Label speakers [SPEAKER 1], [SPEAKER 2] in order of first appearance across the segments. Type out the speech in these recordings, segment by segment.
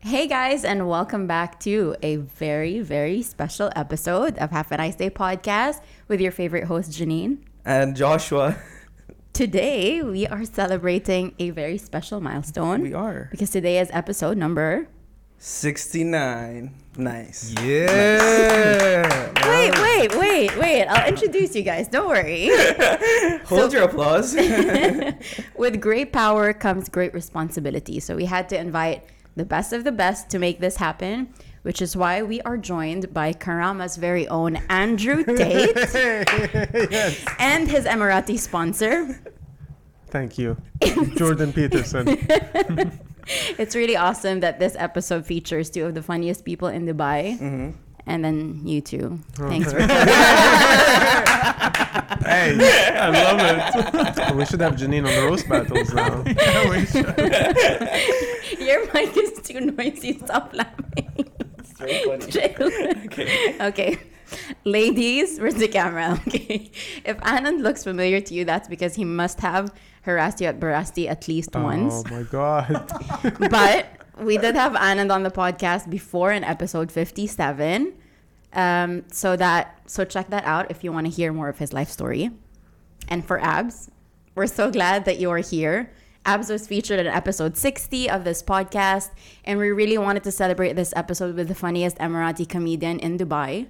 [SPEAKER 1] Hey guys, and welcome back to a very, very special episode of Half a Nice Day podcast with your favorite host, Janine.
[SPEAKER 2] And Joshua,
[SPEAKER 1] Today, we are celebrating a very special milestone.
[SPEAKER 2] we are
[SPEAKER 1] Because today is episode number.
[SPEAKER 2] 69. Nice.
[SPEAKER 3] Yeah.
[SPEAKER 1] Wait,
[SPEAKER 2] Ah.
[SPEAKER 1] wait, wait, wait. I'll introduce you guys. Don't worry.
[SPEAKER 2] Hold your applause. Mm-hmm.
[SPEAKER 1] With great power comes great responsibility. So we had to invite the best of the best to make this happen, which is why we are joined by Karama's very own Andrew Tate and his Emirati sponsor.
[SPEAKER 3] Thank you, Jordan Peterson.
[SPEAKER 1] It's really awesome that this episode features two of the funniest people in Dubai. And then you two. Thanks. For-
[SPEAKER 3] Hey, I love it. we should have Janine on the roast battles now.
[SPEAKER 1] Your mic is too noisy. Stop laughing.
[SPEAKER 2] It's very funny.
[SPEAKER 1] Chill.
[SPEAKER 2] Okay.
[SPEAKER 1] okay. Ladies, where's the camera? Okay. If Anand looks familiar to you, that's because he must have harassed you at Barasti at least once.
[SPEAKER 3] Oh my god.
[SPEAKER 1] But we did have Anand on the podcast before in episode 57. Um, so that so check that out if you want to hear more of his life story. And for Abs, we're so glad that you are here. Abs was featured in episode 60 of this podcast, and we really wanted to celebrate this episode with the funniest Emirati comedian in Dubai.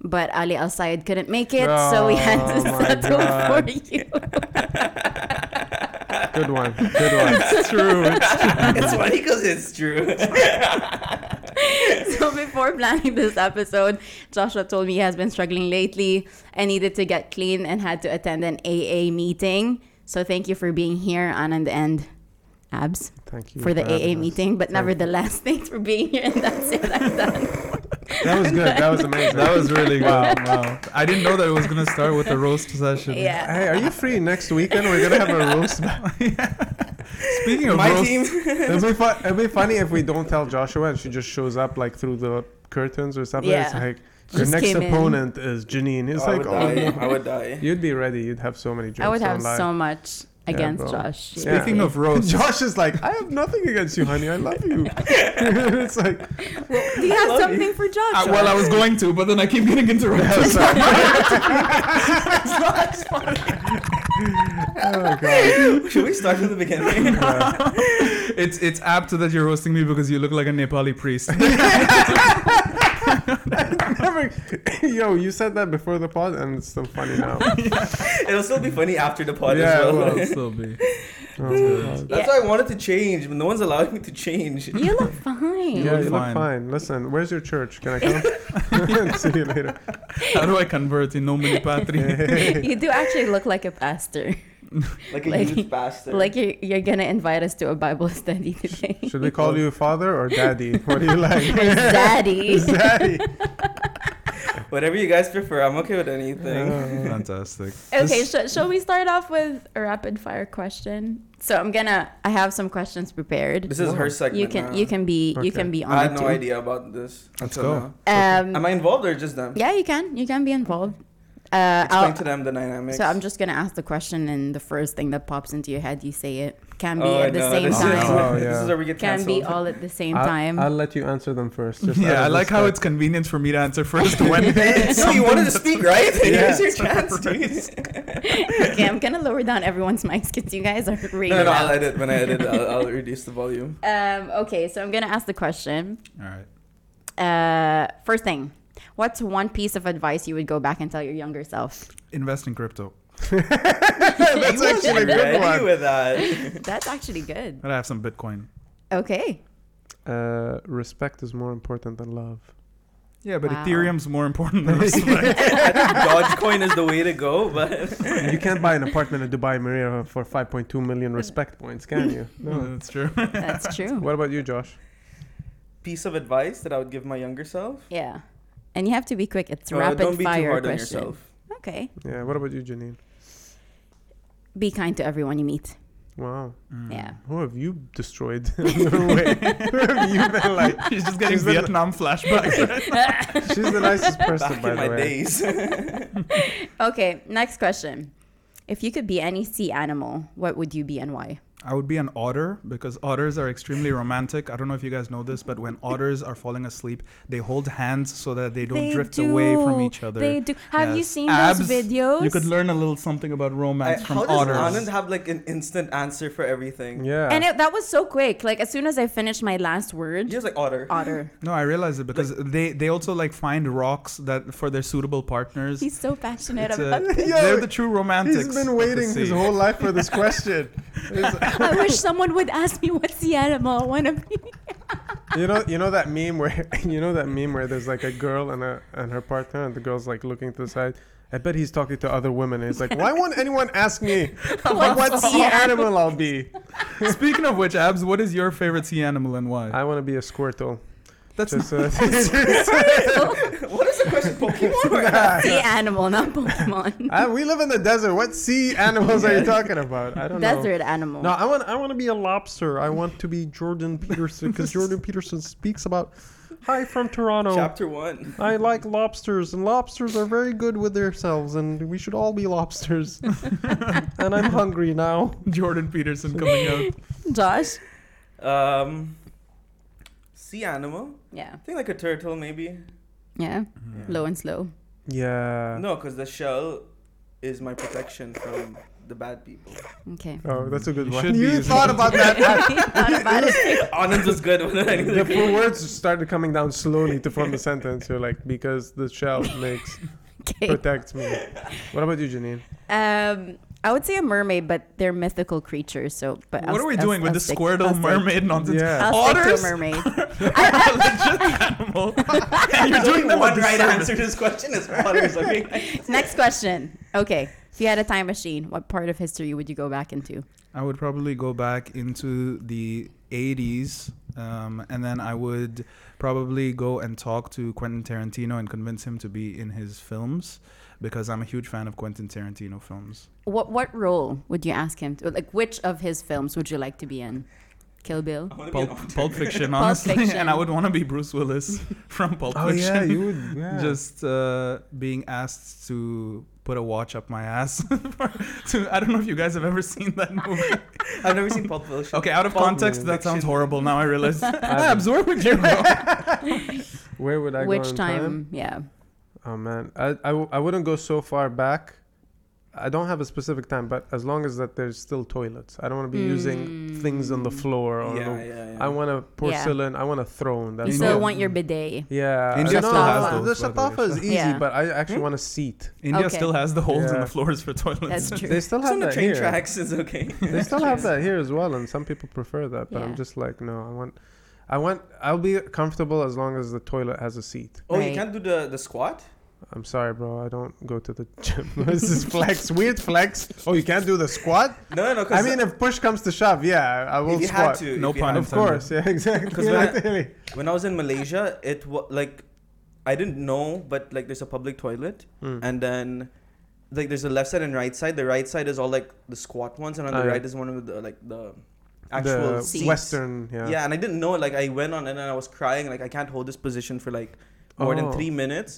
[SPEAKER 1] But Ali Al Sayed couldn't make it, so we had to
[SPEAKER 3] Oh my
[SPEAKER 1] settle
[SPEAKER 3] God.
[SPEAKER 1] for you.
[SPEAKER 3] Good one. Good one. It's true. It's true.
[SPEAKER 2] it's funny because it's true.
[SPEAKER 1] So before planning this episode, Joshua told me he has been struggling lately and needed to get clean and had to attend an AA meeting. So thank you for being here, Anand and Abs,
[SPEAKER 3] Thank you
[SPEAKER 1] for the
[SPEAKER 3] having
[SPEAKER 1] AA
[SPEAKER 3] us.
[SPEAKER 1] meeting. But
[SPEAKER 3] Thank
[SPEAKER 1] nevertheless, thanks for being here, and that's it. I'm done.
[SPEAKER 3] That was good. That was amazing.
[SPEAKER 4] That was really good.
[SPEAKER 3] Wow.
[SPEAKER 4] Wow. I didn't know that it was going to start with a roast session.
[SPEAKER 1] yeah.
[SPEAKER 3] Hey, are you free next weekend? We're gonna have a roast. battle.
[SPEAKER 4] Speaking of
[SPEAKER 2] My
[SPEAKER 4] roast,
[SPEAKER 2] team.
[SPEAKER 3] It'll be fun. It'll be funny if we don't tell Joshua and she just shows up like through the curtains or something. It's
[SPEAKER 1] Yeah.
[SPEAKER 3] like your
[SPEAKER 1] Just
[SPEAKER 3] next
[SPEAKER 1] came in.
[SPEAKER 3] opponent is Janine. It's
[SPEAKER 2] I
[SPEAKER 3] like,
[SPEAKER 2] would
[SPEAKER 3] oh,
[SPEAKER 2] die. I would die.
[SPEAKER 3] You'd be ready. You'd have so many jokes.
[SPEAKER 1] I would have
[SPEAKER 3] online.
[SPEAKER 1] so much against
[SPEAKER 3] bro.
[SPEAKER 1] Josh.
[SPEAKER 3] Yeah.
[SPEAKER 4] speaking of roast,
[SPEAKER 3] Josh is like, I have nothing against you, honey. I love you. it's like,
[SPEAKER 1] Do you have
[SPEAKER 2] love
[SPEAKER 1] something for Josh?
[SPEAKER 3] Uh,
[SPEAKER 4] I, Uh, well, I was going to, but then I keep getting interrupted.
[SPEAKER 3] oh god.
[SPEAKER 2] Should we start from the beginning?
[SPEAKER 4] it's it's apt that you're roasting me because you look like a Nepali priest.
[SPEAKER 3] Never. Yo, you said that before the pod, and it's still funny now. Oh,
[SPEAKER 2] It'll still be funny after the pod
[SPEAKER 3] Yeah,
[SPEAKER 2] as
[SPEAKER 3] it
[SPEAKER 2] well.
[SPEAKER 3] will.
[SPEAKER 4] I'll still be.
[SPEAKER 3] Oh, my God.
[SPEAKER 2] That's why I wanted to change, but no one's allowing me to change.
[SPEAKER 1] you look fine.
[SPEAKER 3] Yeah,
[SPEAKER 4] look
[SPEAKER 3] you look
[SPEAKER 4] fine.
[SPEAKER 3] fine. Listen, where's your church? Can I come? See you later.
[SPEAKER 4] How do I convert in Nomini Patri?
[SPEAKER 1] You do actually look like a pastor.
[SPEAKER 2] Like a
[SPEAKER 1] Like-
[SPEAKER 2] youth bastard.
[SPEAKER 1] Like you're, you're gonna invite us to a Bible study today.
[SPEAKER 3] Should we call you father or daddy? What do you like?
[SPEAKER 1] Daddy.
[SPEAKER 3] daddy.
[SPEAKER 2] Whatever you guys prefer, I'm okay with
[SPEAKER 3] Uh,
[SPEAKER 2] anything.
[SPEAKER 4] Fantastic.
[SPEAKER 1] Okay,
[SPEAKER 4] This-
[SPEAKER 1] sh- shall we start off with a rapid fire question? So I'm gonna. I have some questions prepared.
[SPEAKER 2] This is her segment.
[SPEAKER 1] You can
[SPEAKER 2] now.
[SPEAKER 1] you can be you
[SPEAKER 3] Okay.
[SPEAKER 1] can be on
[SPEAKER 2] I
[SPEAKER 1] it
[SPEAKER 2] had
[SPEAKER 1] too.
[SPEAKER 2] no idea about this.
[SPEAKER 4] Let's
[SPEAKER 2] until
[SPEAKER 4] go.
[SPEAKER 2] now.
[SPEAKER 1] Um,
[SPEAKER 2] Am I involved or just them?
[SPEAKER 1] yeah, you can you can be involved. Uh,
[SPEAKER 2] Explain
[SPEAKER 1] I'll,
[SPEAKER 2] to them the dynamics.
[SPEAKER 1] so I'm just gonna ask the question, and the first thing that pops into your head, you say it. Can be
[SPEAKER 2] Oh, I
[SPEAKER 1] at the
[SPEAKER 2] know.
[SPEAKER 1] same
[SPEAKER 2] this
[SPEAKER 1] time.
[SPEAKER 2] Is,
[SPEAKER 3] Oh,
[SPEAKER 2] This
[SPEAKER 3] yeah.
[SPEAKER 2] is where we get
[SPEAKER 1] Can
[SPEAKER 2] canceled.
[SPEAKER 1] be all at the same
[SPEAKER 3] I'll,
[SPEAKER 1] time.
[SPEAKER 3] I'll let you answer them first. just out
[SPEAKER 4] yeah,
[SPEAKER 3] of
[SPEAKER 4] I like how
[SPEAKER 3] respect.
[SPEAKER 4] it's convenient for me to answer first when.
[SPEAKER 2] no, you wanted to speak, right?
[SPEAKER 3] Yeah.
[SPEAKER 2] Here's your chance, dude.
[SPEAKER 1] okay, I'm gonna lower down everyone's mics because you guys are really.
[SPEAKER 2] No, no, I'll
[SPEAKER 1] loud.
[SPEAKER 2] edit. When I edit, I'll, I'll reduce the volume.
[SPEAKER 1] Um, okay, so I'm gonna ask the question.
[SPEAKER 4] All right.
[SPEAKER 1] Uh, first thing, what's one piece of advice you would go back and tell your younger self?
[SPEAKER 4] Invest in crypto.
[SPEAKER 3] That's actually a good
[SPEAKER 2] Ready
[SPEAKER 3] one.
[SPEAKER 2] with that.
[SPEAKER 1] That's actually good.
[SPEAKER 4] And I have some Bitcoin.
[SPEAKER 1] Okay.
[SPEAKER 3] Uh, respect is more important than love.
[SPEAKER 4] Yeah, but
[SPEAKER 1] Wow.
[SPEAKER 4] Ethereum's more important than respect.
[SPEAKER 2] I think Dogecoin is the way to go, but
[SPEAKER 3] you can't buy an apartment in Dubai, Maria, for 5.2 million respect points, can you? No.
[SPEAKER 4] That's true.
[SPEAKER 1] That's true.
[SPEAKER 3] What about you, Josh?
[SPEAKER 2] piece of advice that I would give my younger self.
[SPEAKER 1] Yeah. And you have to be quick. It's
[SPEAKER 2] uh,
[SPEAKER 1] rapid
[SPEAKER 2] don't be
[SPEAKER 1] fire
[SPEAKER 2] too hard
[SPEAKER 1] question.
[SPEAKER 2] on yourself.
[SPEAKER 1] Okay.
[SPEAKER 3] Yeah. What about you, Janine?
[SPEAKER 1] Be kind to everyone you meet.
[SPEAKER 3] Wow.
[SPEAKER 4] Mm.
[SPEAKER 1] Yeah.
[SPEAKER 3] Who have you destroyed? No way. Who have you been like?
[SPEAKER 4] She's just getting
[SPEAKER 3] She's the-
[SPEAKER 4] Vietnam flashbacks.
[SPEAKER 3] She's the nicest person,
[SPEAKER 2] Back
[SPEAKER 3] by
[SPEAKER 2] in
[SPEAKER 3] the
[SPEAKER 2] my
[SPEAKER 3] way.
[SPEAKER 2] days.
[SPEAKER 1] Okay. Next question. If you could be any sea animal, what would you be and why?
[SPEAKER 4] I would be an otter because otters are extremely romantic. I don't know if you guys know this, but when otters are falling asleep, they hold hands so that they don't
[SPEAKER 5] They
[SPEAKER 4] drift away from
[SPEAKER 5] do.
[SPEAKER 4] each other.
[SPEAKER 5] They do. Have you
[SPEAKER 4] Yes.
[SPEAKER 5] seen
[SPEAKER 4] Abs,
[SPEAKER 5] those videos?
[SPEAKER 4] You could learn a little something about
[SPEAKER 2] I,
[SPEAKER 4] romance from
[SPEAKER 2] how does
[SPEAKER 4] otters.
[SPEAKER 2] Anand have like an instant answer for everything?
[SPEAKER 3] Yeah.
[SPEAKER 1] And it, that was so quick. Like as soon as I finished my last word,
[SPEAKER 2] He was like otter.
[SPEAKER 1] otter.
[SPEAKER 4] No, I realize it because they they also like find rocks that for their suitable partners.
[SPEAKER 1] He's so passionate
[SPEAKER 4] It's a-
[SPEAKER 1] about it.
[SPEAKER 3] Yo,
[SPEAKER 4] they're the true romantics.
[SPEAKER 3] He's been
[SPEAKER 4] of the
[SPEAKER 3] waiting his
[SPEAKER 4] sea.
[SPEAKER 3] whole life for this question. It's-
[SPEAKER 1] I wish someone would ask me what's the animal I want to be.
[SPEAKER 3] you know, you know that meme where you know that meme where there's like a girl and a and her partner, and the girl's like looking to the side. I bet he's talking to other women. And he's like, why won't anyone ask me
[SPEAKER 1] What's
[SPEAKER 3] what's
[SPEAKER 1] the
[SPEAKER 3] the animal I'll be?
[SPEAKER 4] Speaking of which, Abs, what is your favorite sea animal and why?
[SPEAKER 3] I want to be a Squirtle.
[SPEAKER 4] That's
[SPEAKER 3] Just uh,
[SPEAKER 2] what is the question? Pokemon or
[SPEAKER 1] Sea animal, not Pokemon.
[SPEAKER 3] I- we live in the desert. What sea animals are you talking about? I don't know.
[SPEAKER 1] Desert animal.
[SPEAKER 3] No, I want I want to be a lobster. I want to be Jordan Peterson because Jordan Peterson speaks about hi from Toronto.
[SPEAKER 2] Chapter one.
[SPEAKER 3] I like lobsters, and lobsters are very good with themselves, and we should all be lobsters. and I'm hungry now.
[SPEAKER 4] Jordan Peterson coming out.
[SPEAKER 1] Josh.
[SPEAKER 2] Um, sea animal.
[SPEAKER 1] Yeah.
[SPEAKER 2] I think like a turtle maybe.
[SPEAKER 1] Yeah. Low and slow.
[SPEAKER 3] Yeah.
[SPEAKER 2] No, because the shell is my protection from the bad people.
[SPEAKER 1] Okay.
[SPEAKER 3] Oh, that's a good
[SPEAKER 4] You
[SPEAKER 3] one.
[SPEAKER 4] should
[SPEAKER 3] You
[SPEAKER 4] be-
[SPEAKER 3] thought about that.
[SPEAKER 1] Thought about it.
[SPEAKER 2] Anand was good when I
[SPEAKER 3] the full words started coming down slowly to form the sentence. You're like, because the shell makes
[SPEAKER 1] Okay.
[SPEAKER 3] protects me. What about you, Janine?
[SPEAKER 1] Um, I would say a mermaid, but they're mythical creatures. So, but
[SPEAKER 4] what
[SPEAKER 1] I'll-
[SPEAKER 4] are we
[SPEAKER 1] I'll-
[SPEAKER 4] doing
[SPEAKER 1] I'll
[SPEAKER 4] with the
[SPEAKER 1] stick-
[SPEAKER 4] Squirtle
[SPEAKER 1] I'll stick-
[SPEAKER 4] mermaid nonsense?
[SPEAKER 3] Yeah.
[SPEAKER 1] I'll stick
[SPEAKER 4] Otters
[SPEAKER 1] to a mermaid.
[SPEAKER 4] are a legit animal. and you're doing them a
[SPEAKER 2] one right
[SPEAKER 4] disservice.
[SPEAKER 2] answer to this question is otters. Okay.
[SPEAKER 1] Next question. Okay. If you had a time machine, what part of history would you go back into?
[SPEAKER 4] I would probably go back into the 80s, um, and then I would probably go and talk to Quentin Tarantino and convince him to be in his films because I'm a huge fan of Quentin Tarantino films.
[SPEAKER 1] What what role would you ask him to like which of his films would you like to be in? Kill Bill?
[SPEAKER 2] I wanna be an
[SPEAKER 4] Pulp,
[SPEAKER 2] otter.
[SPEAKER 4] Pulp Fiction,
[SPEAKER 1] Pulp
[SPEAKER 4] honestly,
[SPEAKER 1] Fiction.
[SPEAKER 4] and I would want to be Bruce Willis from
[SPEAKER 3] Oh,
[SPEAKER 4] Pulp Fiction.
[SPEAKER 3] would. Yeah.
[SPEAKER 4] Just uh, being asked to put a watch up my ass. to, I don't know if you guys have ever seen that movie.
[SPEAKER 2] I've never seen Pulp Fiction.
[SPEAKER 4] Okay, out of context, that sounds horrible. Now I realize. Abs, where would you go?
[SPEAKER 3] Where would I go?
[SPEAKER 1] Which
[SPEAKER 3] in
[SPEAKER 1] time? Yeah.
[SPEAKER 3] Oh man, I, I, w- I wouldn't go so far back. I don't have a specific time, but as long as that there's still toilets, I don't want to be using things on the floor or.
[SPEAKER 2] Yeah,
[SPEAKER 3] the-
[SPEAKER 2] yeah, yeah.
[SPEAKER 3] I want a porcelain. I want a throne.
[SPEAKER 1] You
[SPEAKER 3] That's
[SPEAKER 1] still
[SPEAKER 3] all.
[SPEAKER 1] want your bidet.
[SPEAKER 3] yeah.
[SPEAKER 4] India
[SPEAKER 3] I know,
[SPEAKER 1] still has
[SPEAKER 3] uh,
[SPEAKER 4] those,
[SPEAKER 3] The
[SPEAKER 4] by the way.
[SPEAKER 3] satafa is easy,
[SPEAKER 1] Yeah. Hmm?
[SPEAKER 3] but I actually want a seat.
[SPEAKER 4] India
[SPEAKER 1] Okay.
[SPEAKER 4] still has the holes in
[SPEAKER 3] Yeah.
[SPEAKER 4] the floors for toilets.
[SPEAKER 1] That's true.
[SPEAKER 3] They still
[SPEAKER 2] It's on
[SPEAKER 3] have
[SPEAKER 2] the
[SPEAKER 3] that
[SPEAKER 2] train
[SPEAKER 3] here.
[SPEAKER 2] tracks. Is okay.
[SPEAKER 3] They still have that here as well, and some people prefer that. But
[SPEAKER 1] Yeah.
[SPEAKER 3] I'm just like, no, I want, I want, I'll be comfortable as long as the toilet has a seat.
[SPEAKER 2] Oh,
[SPEAKER 1] Right.
[SPEAKER 2] you can't do the the squat.
[SPEAKER 3] I'm sorry, bro. I don't go to the gym. this is flex, weird flex. Oh, you can't do the squat?
[SPEAKER 2] No, no, no. 'cause
[SPEAKER 3] I mean, if push comes to shove, yeah, I will
[SPEAKER 2] if you had
[SPEAKER 3] squat.
[SPEAKER 2] to,
[SPEAKER 4] No
[SPEAKER 2] if you had
[SPEAKER 4] pun
[SPEAKER 3] Of course, yeah, exactly.
[SPEAKER 2] 'Cause when I-
[SPEAKER 3] Really.
[SPEAKER 2] When I was in Malaysia, it was like I didn't know, but like there's a public toilet,
[SPEAKER 3] Mm.
[SPEAKER 2] and then like there's a left side and right side. The right side is all like the squat ones, and on
[SPEAKER 3] Oh,
[SPEAKER 2] the
[SPEAKER 3] yeah.
[SPEAKER 2] right is one of the like the actual
[SPEAKER 3] The
[SPEAKER 2] seats.
[SPEAKER 3] Western, yeah.
[SPEAKER 2] Yeah. and I didn't know. Like I went on, and then I was crying. Like I can't hold this position for like more
[SPEAKER 3] Oh.
[SPEAKER 2] than three minutes.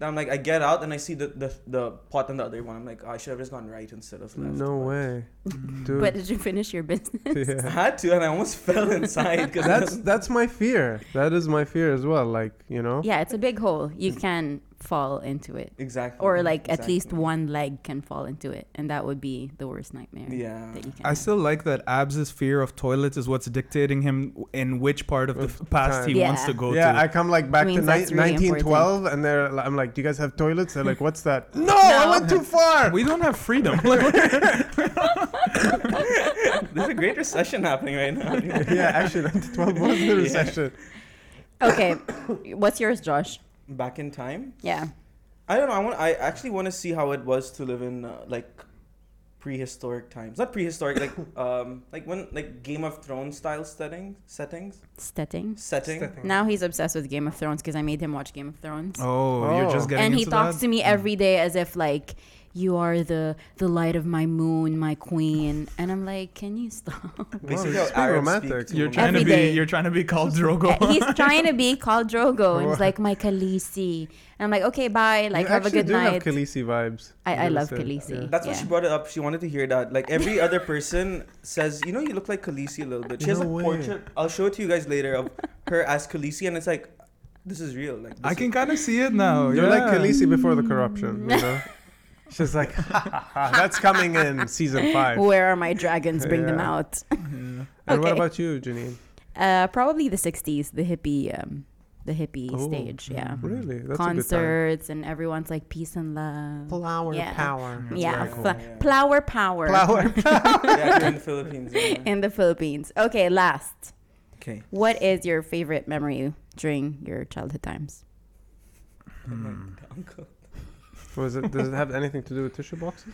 [SPEAKER 2] Then I'm like, I get out and I see the the, the pot on the other one. I'm like, "Ah, I should have just gone right instead of left.
[SPEAKER 3] No
[SPEAKER 2] But-
[SPEAKER 3] way, dude.
[SPEAKER 1] But did you finish your business?
[SPEAKER 2] I
[SPEAKER 3] yeah.
[SPEAKER 2] had to, and I almost fell inside because
[SPEAKER 3] That's that's my fear. That is my fear as well. Like you know,
[SPEAKER 1] Yeah, it's a big hole. You can fall into it.
[SPEAKER 2] exactly.
[SPEAKER 1] Or like at
[SPEAKER 2] Oh, exactly.
[SPEAKER 1] least one leg can fall into it. And that would be the worst nightmare.
[SPEAKER 2] Yeah.
[SPEAKER 1] That you can
[SPEAKER 4] I
[SPEAKER 1] have.
[SPEAKER 4] still like that Abs's fear of toilets is what's dictating him in which part of the
[SPEAKER 3] Of
[SPEAKER 4] past he
[SPEAKER 1] time.
[SPEAKER 4] wants
[SPEAKER 1] Yeah.
[SPEAKER 4] to go
[SPEAKER 3] yeah.
[SPEAKER 4] to.
[SPEAKER 3] I come like back to
[SPEAKER 1] Means
[SPEAKER 3] ni-
[SPEAKER 1] that's really
[SPEAKER 3] 1912, and they're li- I'm like, do you guys have toilets? They're like, what's that? no, I
[SPEAKER 1] No.
[SPEAKER 3] went too far.
[SPEAKER 4] we don't have freedom.
[SPEAKER 2] There's a great recession happening right now.
[SPEAKER 3] yeah, actually, 1912 was the recession.
[SPEAKER 1] Okay. What's yours, Josh?
[SPEAKER 2] Back in time,
[SPEAKER 1] Yeah.
[SPEAKER 2] I don't know. I want. I actually want to see how it was to live in uh, like prehistoric times. Not prehistoric, like um, like when like Game of Thrones style setting, settings,
[SPEAKER 1] Stetting.
[SPEAKER 2] setting.
[SPEAKER 1] Now he's obsessed with Game of Thrones because I made him watch Game of Thrones.
[SPEAKER 4] oh, you're
[SPEAKER 3] Oh.
[SPEAKER 4] just getting
[SPEAKER 1] and he
[SPEAKER 4] into
[SPEAKER 1] talks
[SPEAKER 4] that?
[SPEAKER 1] to me every day as if like you are the the light of my moon, my queen, and I'm like, can you stop?
[SPEAKER 2] Basically,
[SPEAKER 3] it's
[SPEAKER 2] how
[SPEAKER 3] pretty
[SPEAKER 2] Arabs speak
[SPEAKER 3] romantic.
[SPEAKER 2] to
[SPEAKER 4] You're
[SPEAKER 2] women.
[SPEAKER 4] trying to
[SPEAKER 1] Every
[SPEAKER 4] be
[SPEAKER 1] day.
[SPEAKER 4] you're trying to be called Drogo.
[SPEAKER 1] He's trying to be called Drogo, and he's
[SPEAKER 3] What?
[SPEAKER 1] like my Khaleesi, and I'm like, okay, bye, like
[SPEAKER 3] you
[SPEAKER 1] have a
[SPEAKER 3] actually
[SPEAKER 1] good
[SPEAKER 3] do
[SPEAKER 1] night.
[SPEAKER 3] have Khaleesi vibes.
[SPEAKER 1] I- I
[SPEAKER 3] gotta
[SPEAKER 1] love
[SPEAKER 3] say.
[SPEAKER 1] Khaleesi.
[SPEAKER 2] That's why
[SPEAKER 1] Yeah.
[SPEAKER 2] she brought it up. She wanted to hear that. Like every other person says, you know, you look like Khaleesi a little bit. She has a
[SPEAKER 3] No way.
[SPEAKER 2] portrait. I'll show it to you guys later of her as Khaleesi, and it's like, this is real. Like this
[SPEAKER 4] I
[SPEAKER 2] is-
[SPEAKER 4] can kind of see it now.
[SPEAKER 3] You're like
[SPEAKER 4] yeah.
[SPEAKER 3] Khaleesi before the corruption, you know? She's like, ha, ha, ha, that's coming in season five.
[SPEAKER 1] Where are my dragons? Bring them
[SPEAKER 3] Yeah.
[SPEAKER 1] out.
[SPEAKER 4] Yeah.
[SPEAKER 3] And what
[SPEAKER 1] okay.
[SPEAKER 3] about you, Janine?
[SPEAKER 1] Uh, probably the '60s, the hippie, um, the hippie
[SPEAKER 3] Oh,
[SPEAKER 1] stage. Yeah,
[SPEAKER 3] Really? That's
[SPEAKER 1] concerts, and everyone's like peace and
[SPEAKER 3] a
[SPEAKER 1] love.
[SPEAKER 3] good time. Flower
[SPEAKER 1] Yeah.
[SPEAKER 3] power.
[SPEAKER 4] That's
[SPEAKER 1] yeah,
[SPEAKER 4] very cool.
[SPEAKER 1] fla-
[SPEAKER 2] Yeah.
[SPEAKER 1] flower power
[SPEAKER 3] Flower.
[SPEAKER 2] yeah, here in the Philippines. Yeah.
[SPEAKER 1] in the Philippines. Okay, last.
[SPEAKER 2] Okay.
[SPEAKER 1] What is your favorite memory during your childhood times?
[SPEAKER 2] Uncle.
[SPEAKER 3] Was it, does it have anything to do with tissue boxes?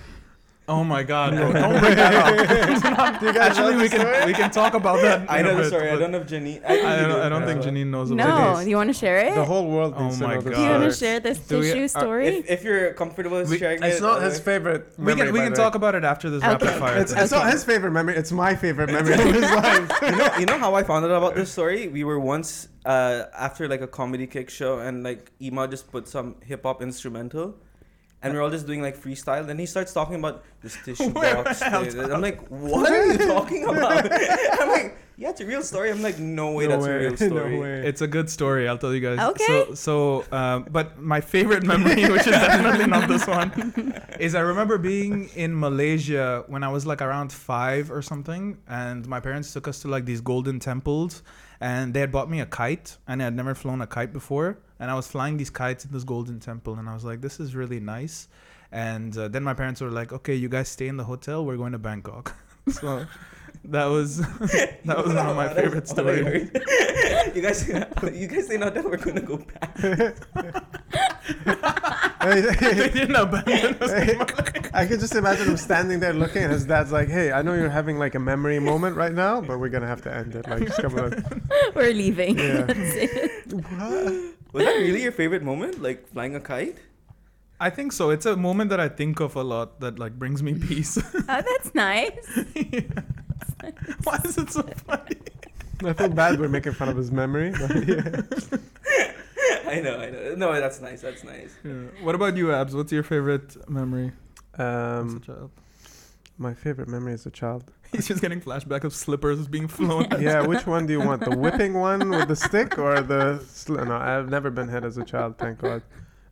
[SPEAKER 4] Oh my God! no, don't bring that up. Actually, we can we can talk about that.
[SPEAKER 2] I
[SPEAKER 4] in a
[SPEAKER 2] know the
[SPEAKER 4] bit,
[SPEAKER 2] story. I
[SPEAKER 4] but
[SPEAKER 2] don't know if Janine.
[SPEAKER 4] I
[SPEAKER 2] you
[SPEAKER 4] don't,
[SPEAKER 2] do.
[SPEAKER 4] I don't think
[SPEAKER 2] Yeah.
[SPEAKER 4] Janine knows
[SPEAKER 1] No,
[SPEAKER 4] about
[SPEAKER 1] do
[SPEAKER 4] this.
[SPEAKER 1] you want to share it?
[SPEAKER 3] The whole world
[SPEAKER 4] Oh
[SPEAKER 3] needs to
[SPEAKER 4] my
[SPEAKER 3] know this.
[SPEAKER 1] do you want to
[SPEAKER 4] God.
[SPEAKER 1] share this
[SPEAKER 4] Do we-
[SPEAKER 1] tissue
[SPEAKER 4] uh,
[SPEAKER 1] story?
[SPEAKER 2] If, if you're comfortable
[SPEAKER 4] We-
[SPEAKER 2] sharing
[SPEAKER 3] It's
[SPEAKER 2] it,
[SPEAKER 3] not
[SPEAKER 2] uh,
[SPEAKER 3] his favorite
[SPEAKER 4] We
[SPEAKER 3] memory,
[SPEAKER 4] can we
[SPEAKER 3] by
[SPEAKER 4] can
[SPEAKER 3] the way.
[SPEAKER 4] talk about it after this rapid
[SPEAKER 1] Okay.
[SPEAKER 4] fire.
[SPEAKER 3] It's,
[SPEAKER 4] thing.
[SPEAKER 3] it's not his favorite memory. It's my favorite memory of his life.
[SPEAKER 2] you know, you know how I found out about this story? We were once uh, after like a comedy kick show, and like Ima just put some hip hop instrumental, and we are all just doing like freestyle. Then he starts talking about this tissue box. thing. I'm like, what are you talking about? I'm like, yeah, it's a real story. I'm like, no way, that's a real story.
[SPEAKER 3] No way.
[SPEAKER 4] It's a good story. I'll tell you guys.
[SPEAKER 1] Okay.
[SPEAKER 4] So, so um, but my favorite memory, which is definitely not this one, is I remember being in Malaysia when I was like around five or something, and my parents took us to like these golden temples, and they had bought me a kite, and I had never flown a kite before, and I was flying these kites in this golden temple, and I was like, this is really nice. And uh, then my parents were like, "Okay, you guys stay in the hotel. We're going to Bangkok." so that was that was one of my
[SPEAKER 2] That's
[SPEAKER 4] favorite
[SPEAKER 2] all I
[SPEAKER 4] stories.
[SPEAKER 2] heard. you guys, you guys say now that we're gonna go back.
[SPEAKER 4] they didn't abandon us.
[SPEAKER 3] I could just imagine him standing there looking, and his dad's like, "Hey, I know you're having like a memory moment right now, but we're gonna have to end it. Like, just come on."
[SPEAKER 1] We're leaving.
[SPEAKER 3] Yeah.
[SPEAKER 1] That's it.
[SPEAKER 2] Was that really your favorite moment? Like flying a kite?
[SPEAKER 4] I think so. It's a moment that I think of a lot that like brings me peace.
[SPEAKER 1] Oh, that's nice.
[SPEAKER 4] Why is it so funny?
[SPEAKER 3] I feel bad we're making fun of his memory. But yeah.
[SPEAKER 2] I know, I know. No, that's nice. That's nice.
[SPEAKER 4] What about you, Abs? What's your favorite memory as a
[SPEAKER 3] Um,
[SPEAKER 4] child?
[SPEAKER 3] my favorite memory as a child.
[SPEAKER 4] He's just getting flashback of slippers being flown.
[SPEAKER 3] Yeah, which one do you want? The whipping one with the stick or the? Sl- no, I've never been hit as a child. Thank God.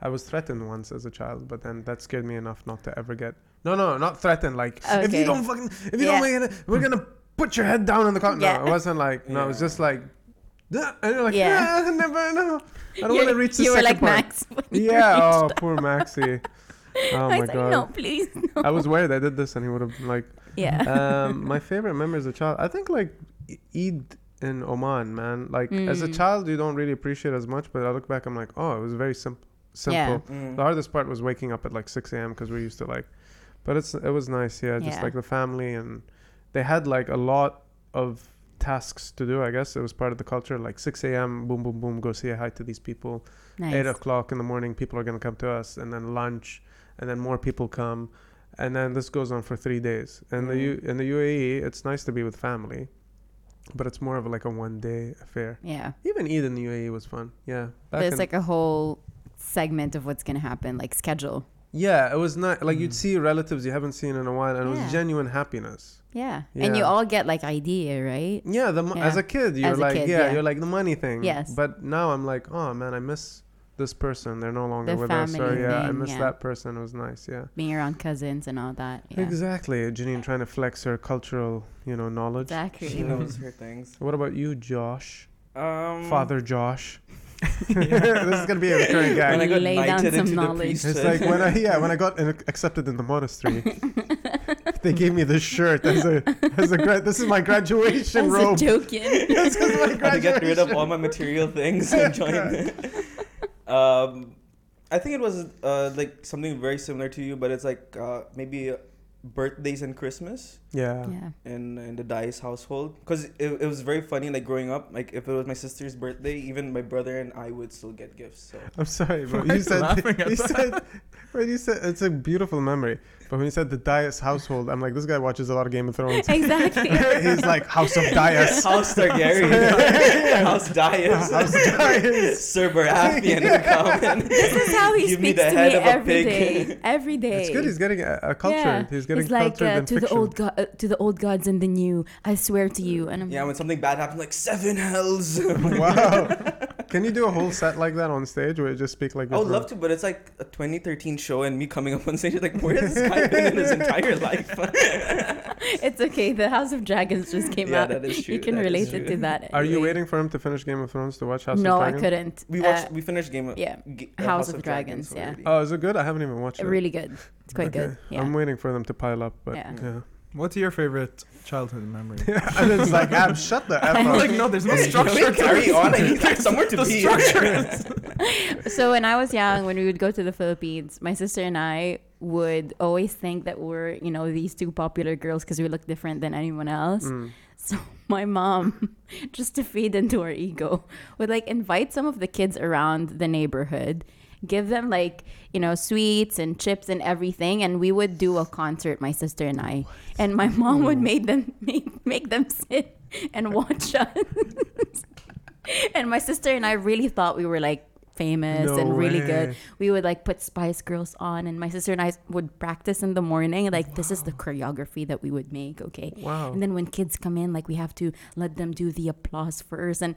[SPEAKER 3] I was threatened once as a child, but then that scared me enough not to ever get. No, no, not threatened. Like if
[SPEAKER 1] Okay.
[SPEAKER 3] you don't fucking, if you
[SPEAKER 1] Yeah.
[SPEAKER 3] don't make it, we're gonna put your head down in the car.
[SPEAKER 1] Yeah.
[SPEAKER 3] No, it wasn't like. No, it was
[SPEAKER 2] Yeah.
[SPEAKER 3] just like. "Ah," And you're like,
[SPEAKER 1] Yeah.
[SPEAKER 3] yeah, I never know. I don't
[SPEAKER 1] You-
[SPEAKER 3] want to reach the
[SPEAKER 1] You were
[SPEAKER 3] second
[SPEAKER 1] like
[SPEAKER 3] part.
[SPEAKER 1] Max. when you
[SPEAKER 3] Yeah. Oh,
[SPEAKER 1] reached-
[SPEAKER 3] poor Maxie. Oh
[SPEAKER 1] I
[SPEAKER 3] my
[SPEAKER 1] was like,
[SPEAKER 3] God.
[SPEAKER 1] no, please, no.
[SPEAKER 3] I was worried I did this and he would have like.
[SPEAKER 1] Yeah.
[SPEAKER 3] Um, my favorite memory as a child, I think like E- Eid in Oman, man. Like as a
[SPEAKER 1] Mm.
[SPEAKER 3] child, you don't really appreciate as much, but I look back, I'm like, oh, it was very simple.
[SPEAKER 1] Yeah.
[SPEAKER 3] Simple.
[SPEAKER 2] Mm.
[SPEAKER 3] The hardest part was waking up at like 6 a.m. because we're used to like, but it's it was nice, yeah. Just
[SPEAKER 1] Yeah.
[SPEAKER 3] like the family and they had like a lot of tasks to do. I guess it was part of the culture. Like 6 a.m. Boom, boom, boom. Go say hi to these people
[SPEAKER 1] nice.
[SPEAKER 3] eight o'clock in the morning people are going to come to us and then lunch and then more people come and then this goes on for three days and the
[SPEAKER 1] Mm.
[SPEAKER 3] U- in the uae it's nice to be with family but it's more of like a one day affair
[SPEAKER 1] Yeah.
[SPEAKER 3] even eid in the uae was fun yeah Back
[SPEAKER 1] There's
[SPEAKER 3] in-
[SPEAKER 1] like a whole segment of what's gonna happen, like schedule.
[SPEAKER 3] yeah it was not like you'd see relatives you haven't seen in a while and it
[SPEAKER 1] Mm. Yeah.
[SPEAKER 3] was genuine happiness
[SPEAKER 1] Yeah. And
[SPEAKER 3] Yeah.
[SPEAKER 1] you all get like idea, right?
[SPEAKER 3] yeah the mo-
[SPEAKER 1] Yeah.
[SPEAKER 3] as a kid you're
[SPEAKER 1] As a
[SPEAKER 3] like
[SPEAKER 1] kid,
[SPEAKER 3] yeah,
[SPEAKER 1] yeah.
[SPEAKER 3] you're like the money thing
[SPEAKER 1] Yes.
[SPEAKER 3] but now i'm like oh man i miss this person they're no longer
[SPEAKER 1] The
[SPEAKER 3] with us or
[SPEAKER 1] family
[SPEAKER 3] yeah i
[SPEAKER 1] thing,
[SPEAKER 3] miss
[SPEAKER 1] yeah.
[SPEAKER 3] that person it was nice yeah
[SPEAKER 1] Being around cousins and all that. Yeah.
[SPEAKER 3] Exactly, Janine trying to flex her cultural, you know, knowledge.
[SPEAKER 1] Exactly.
[SPEAKER 2] She knows her things.
[SPEAKER 3] What about you, Josh?
[SPEAKER 2] Um,
[SPEAKER 3] Father Josh. this is gonna be a recurring
[SPEAKER 2] When I
[SPEAKER 3] gag.
[SPEAKER 2] got
[SPEAKER 1] Lay down
[SPEAKER 2] knighted
[SPEAKER 1] some
[SPEAKER 2] into the
[SPEAKER 1] knowledge.
[SPEAKER 2] priesthood.
[SPEAKER 3] It's like when I yeah when I got in, accepted in the monastery, they gave me this shirt as a as a gra- this is my graduation
[SPEAKER 1] As a
[SPEAKER 3] robe.
[SPEAKER 1] joking.
[SPEAKER 3] This is my
[SPEAKER 2] had to get rid of
[SPEAKER 3] graduation.
[SPEAKER 2] all my material things and join. um, I think it was uh, like something very similar to you, but it's like uh, maybe birthdays and Christmas
[SPEAKER 3] Yeah.
[SPEAKER 1] yeah.
[SPEAKER 2] in in the Dice household because it, it was very funny. Like growing up, like if it was my sister's birthday, even my brother and I would still get gifts. So
[SPEAKER 3] I'm sorry,
[SPEAKER 4] Why
[SPEAKER 3] but
[SPEAKER 4] are
[SPEAKER 3] you
[SPEAKER 4] you
[SPEAKER 3] said
[SPEAKER 4] laughing at
[SPEAKER 3] you
[SPEAKER 4] that?
[SPEAKER 3] said when you said it's a beautiful memory. But when you said the Dias household, I'm like, this guy watches a lot of Game of Thrones.
[SPEAKER 1] Exactly.
[SPEAKER 3] He's like House of Dias.
[SPEAKER 2] House Targaryen, House Dias,
[SPEAKER 3] House Dias.
[SPEAKER 2] Sir Baratheon would come and
[SPEAKER 1] This is how he
[SPEAKER 2] give me
[SPEAKER 1] speaks
[SPEAKER 2] the
[SPEAKER 1] to
[SPEAKER 2] head
[SPEAKER 1] me
[SPEAKER 2] of a
[SPEAKER 1] every
[SPEAKER 2] pig.
[SPEAKER 1] day. Every day.
[SPEAKER 3] It's good. He's getting a, a culture. He's getting
[SPEAKER 1] it's like
[SPEAKER 3] cultured
[SPEAKER 1] uh,
[SPEAKER 3] in
[SPEAKER 1] to the
[SPEAKER 3] fiction.
[SPEAKER 1] old go- uh, to the old gods and the new. I swear to you. And I'm
[SPEAKER 2] yeah,
[SPEAKER 1] like,
[SPEAKER 2] when something bad happened, like seven hells.
[SPEAKER 3] wow. Can you do a whole set like that on stage where you just speak like?
[SPEAKER 2] I would love to, but it's like a 2013 show, and me coming up on stage, like, where has this guy been in his entire life?
[SPEAKER 1] it's okay. The House of Dragons just came
[SPEAKER 2] Yeah,
[SPEAKER 1] out.
[SPEAKER 2] that is
[SPEAKER 1] You
[SPEAKER 2] true,
[SPEAKER 1] can
[SPEAKER 2] that is
[SPEAKER 1] relate it
[SPEAKER 2] true.
[SPEAKER 1] to that.
[SPEAKER 3] Are you
[SPEAKER 1] anyway.
[SPEAKER 3] waiting for him to finish Game of Thrones to watch House
[SPEAKER 1] no,
[SPEAKER 3] of
[SPEAKER 1] I
[SPEAKER 3] Dragons?
[SPEAKER 1] couldn't.
[SPEAKER 2] we
[SPEAKER 1] Uh,
[SPEAKER 2] watched, we finished Game of
[SPEAKER 1] yeah.
[SPEAKER 2] G-
[SPEAKER 1] House of Dragons, yeah.
[SPEAKER 2] already.
[SPEAKER 3] Oh, is it good? I haven't even watched it.
[SPEAKER 1] really good. It's quite
[SPEAKER 3] Okay.
[SPEAKER 1] good. Yeah.
[SPEAKER 3] I'm waiting for them to pile up, but
[SPEAKER 1] Yeah.
[SPEAKER 3] yeah.
[SPEAKER 4] What's your favorite childhood memory?
[SPEAKER 3] and it's like, Ab, shut the f
[SPEAKER 4] I'm
[SPEAKER 3] up.
[SPEAKER 4] like, no, there's no
[SPEAKER 2] You know,
[SPEAKER 4] structure. to
[SPEAKER 2] carry
[SPEAKER 4] this.
[SPEAKER 2] on. I need like, somewhere to
[SPEAKER 4] The
[SPEAKER 2] be.
[SPEAKER 4] structure
[SPEAKER 1] so when I was young, when we would go to the Philippines, my sister and I would always think that we're, you know, these two popular girls because we look different than anyone else.
[SPEAKER 3] Mm.
[SPEAKER 1] So my mom, just to feed into our ego, would like invite some of the kids around the neighborhood, give them like, you know, sweets and chips and everything, and we would do a concert, my sister and I. And my mom would make them make, make them sit and watch us. and my sister and I really thought we were like famous
[SPEAKER 3] No
[SPEAKER 1] and really good.
[SPEAKER 3] way.
[SPEAKER 1] We would like put Spice Girls on and my sister and I would practice in the morning like this is the choreography that we would make, okay?
[SPEAKER 2] Oh.
[SPEAKER 3] Wow.
[SPEAKER 1] And then when kids come in, like we have to let them do the applause first and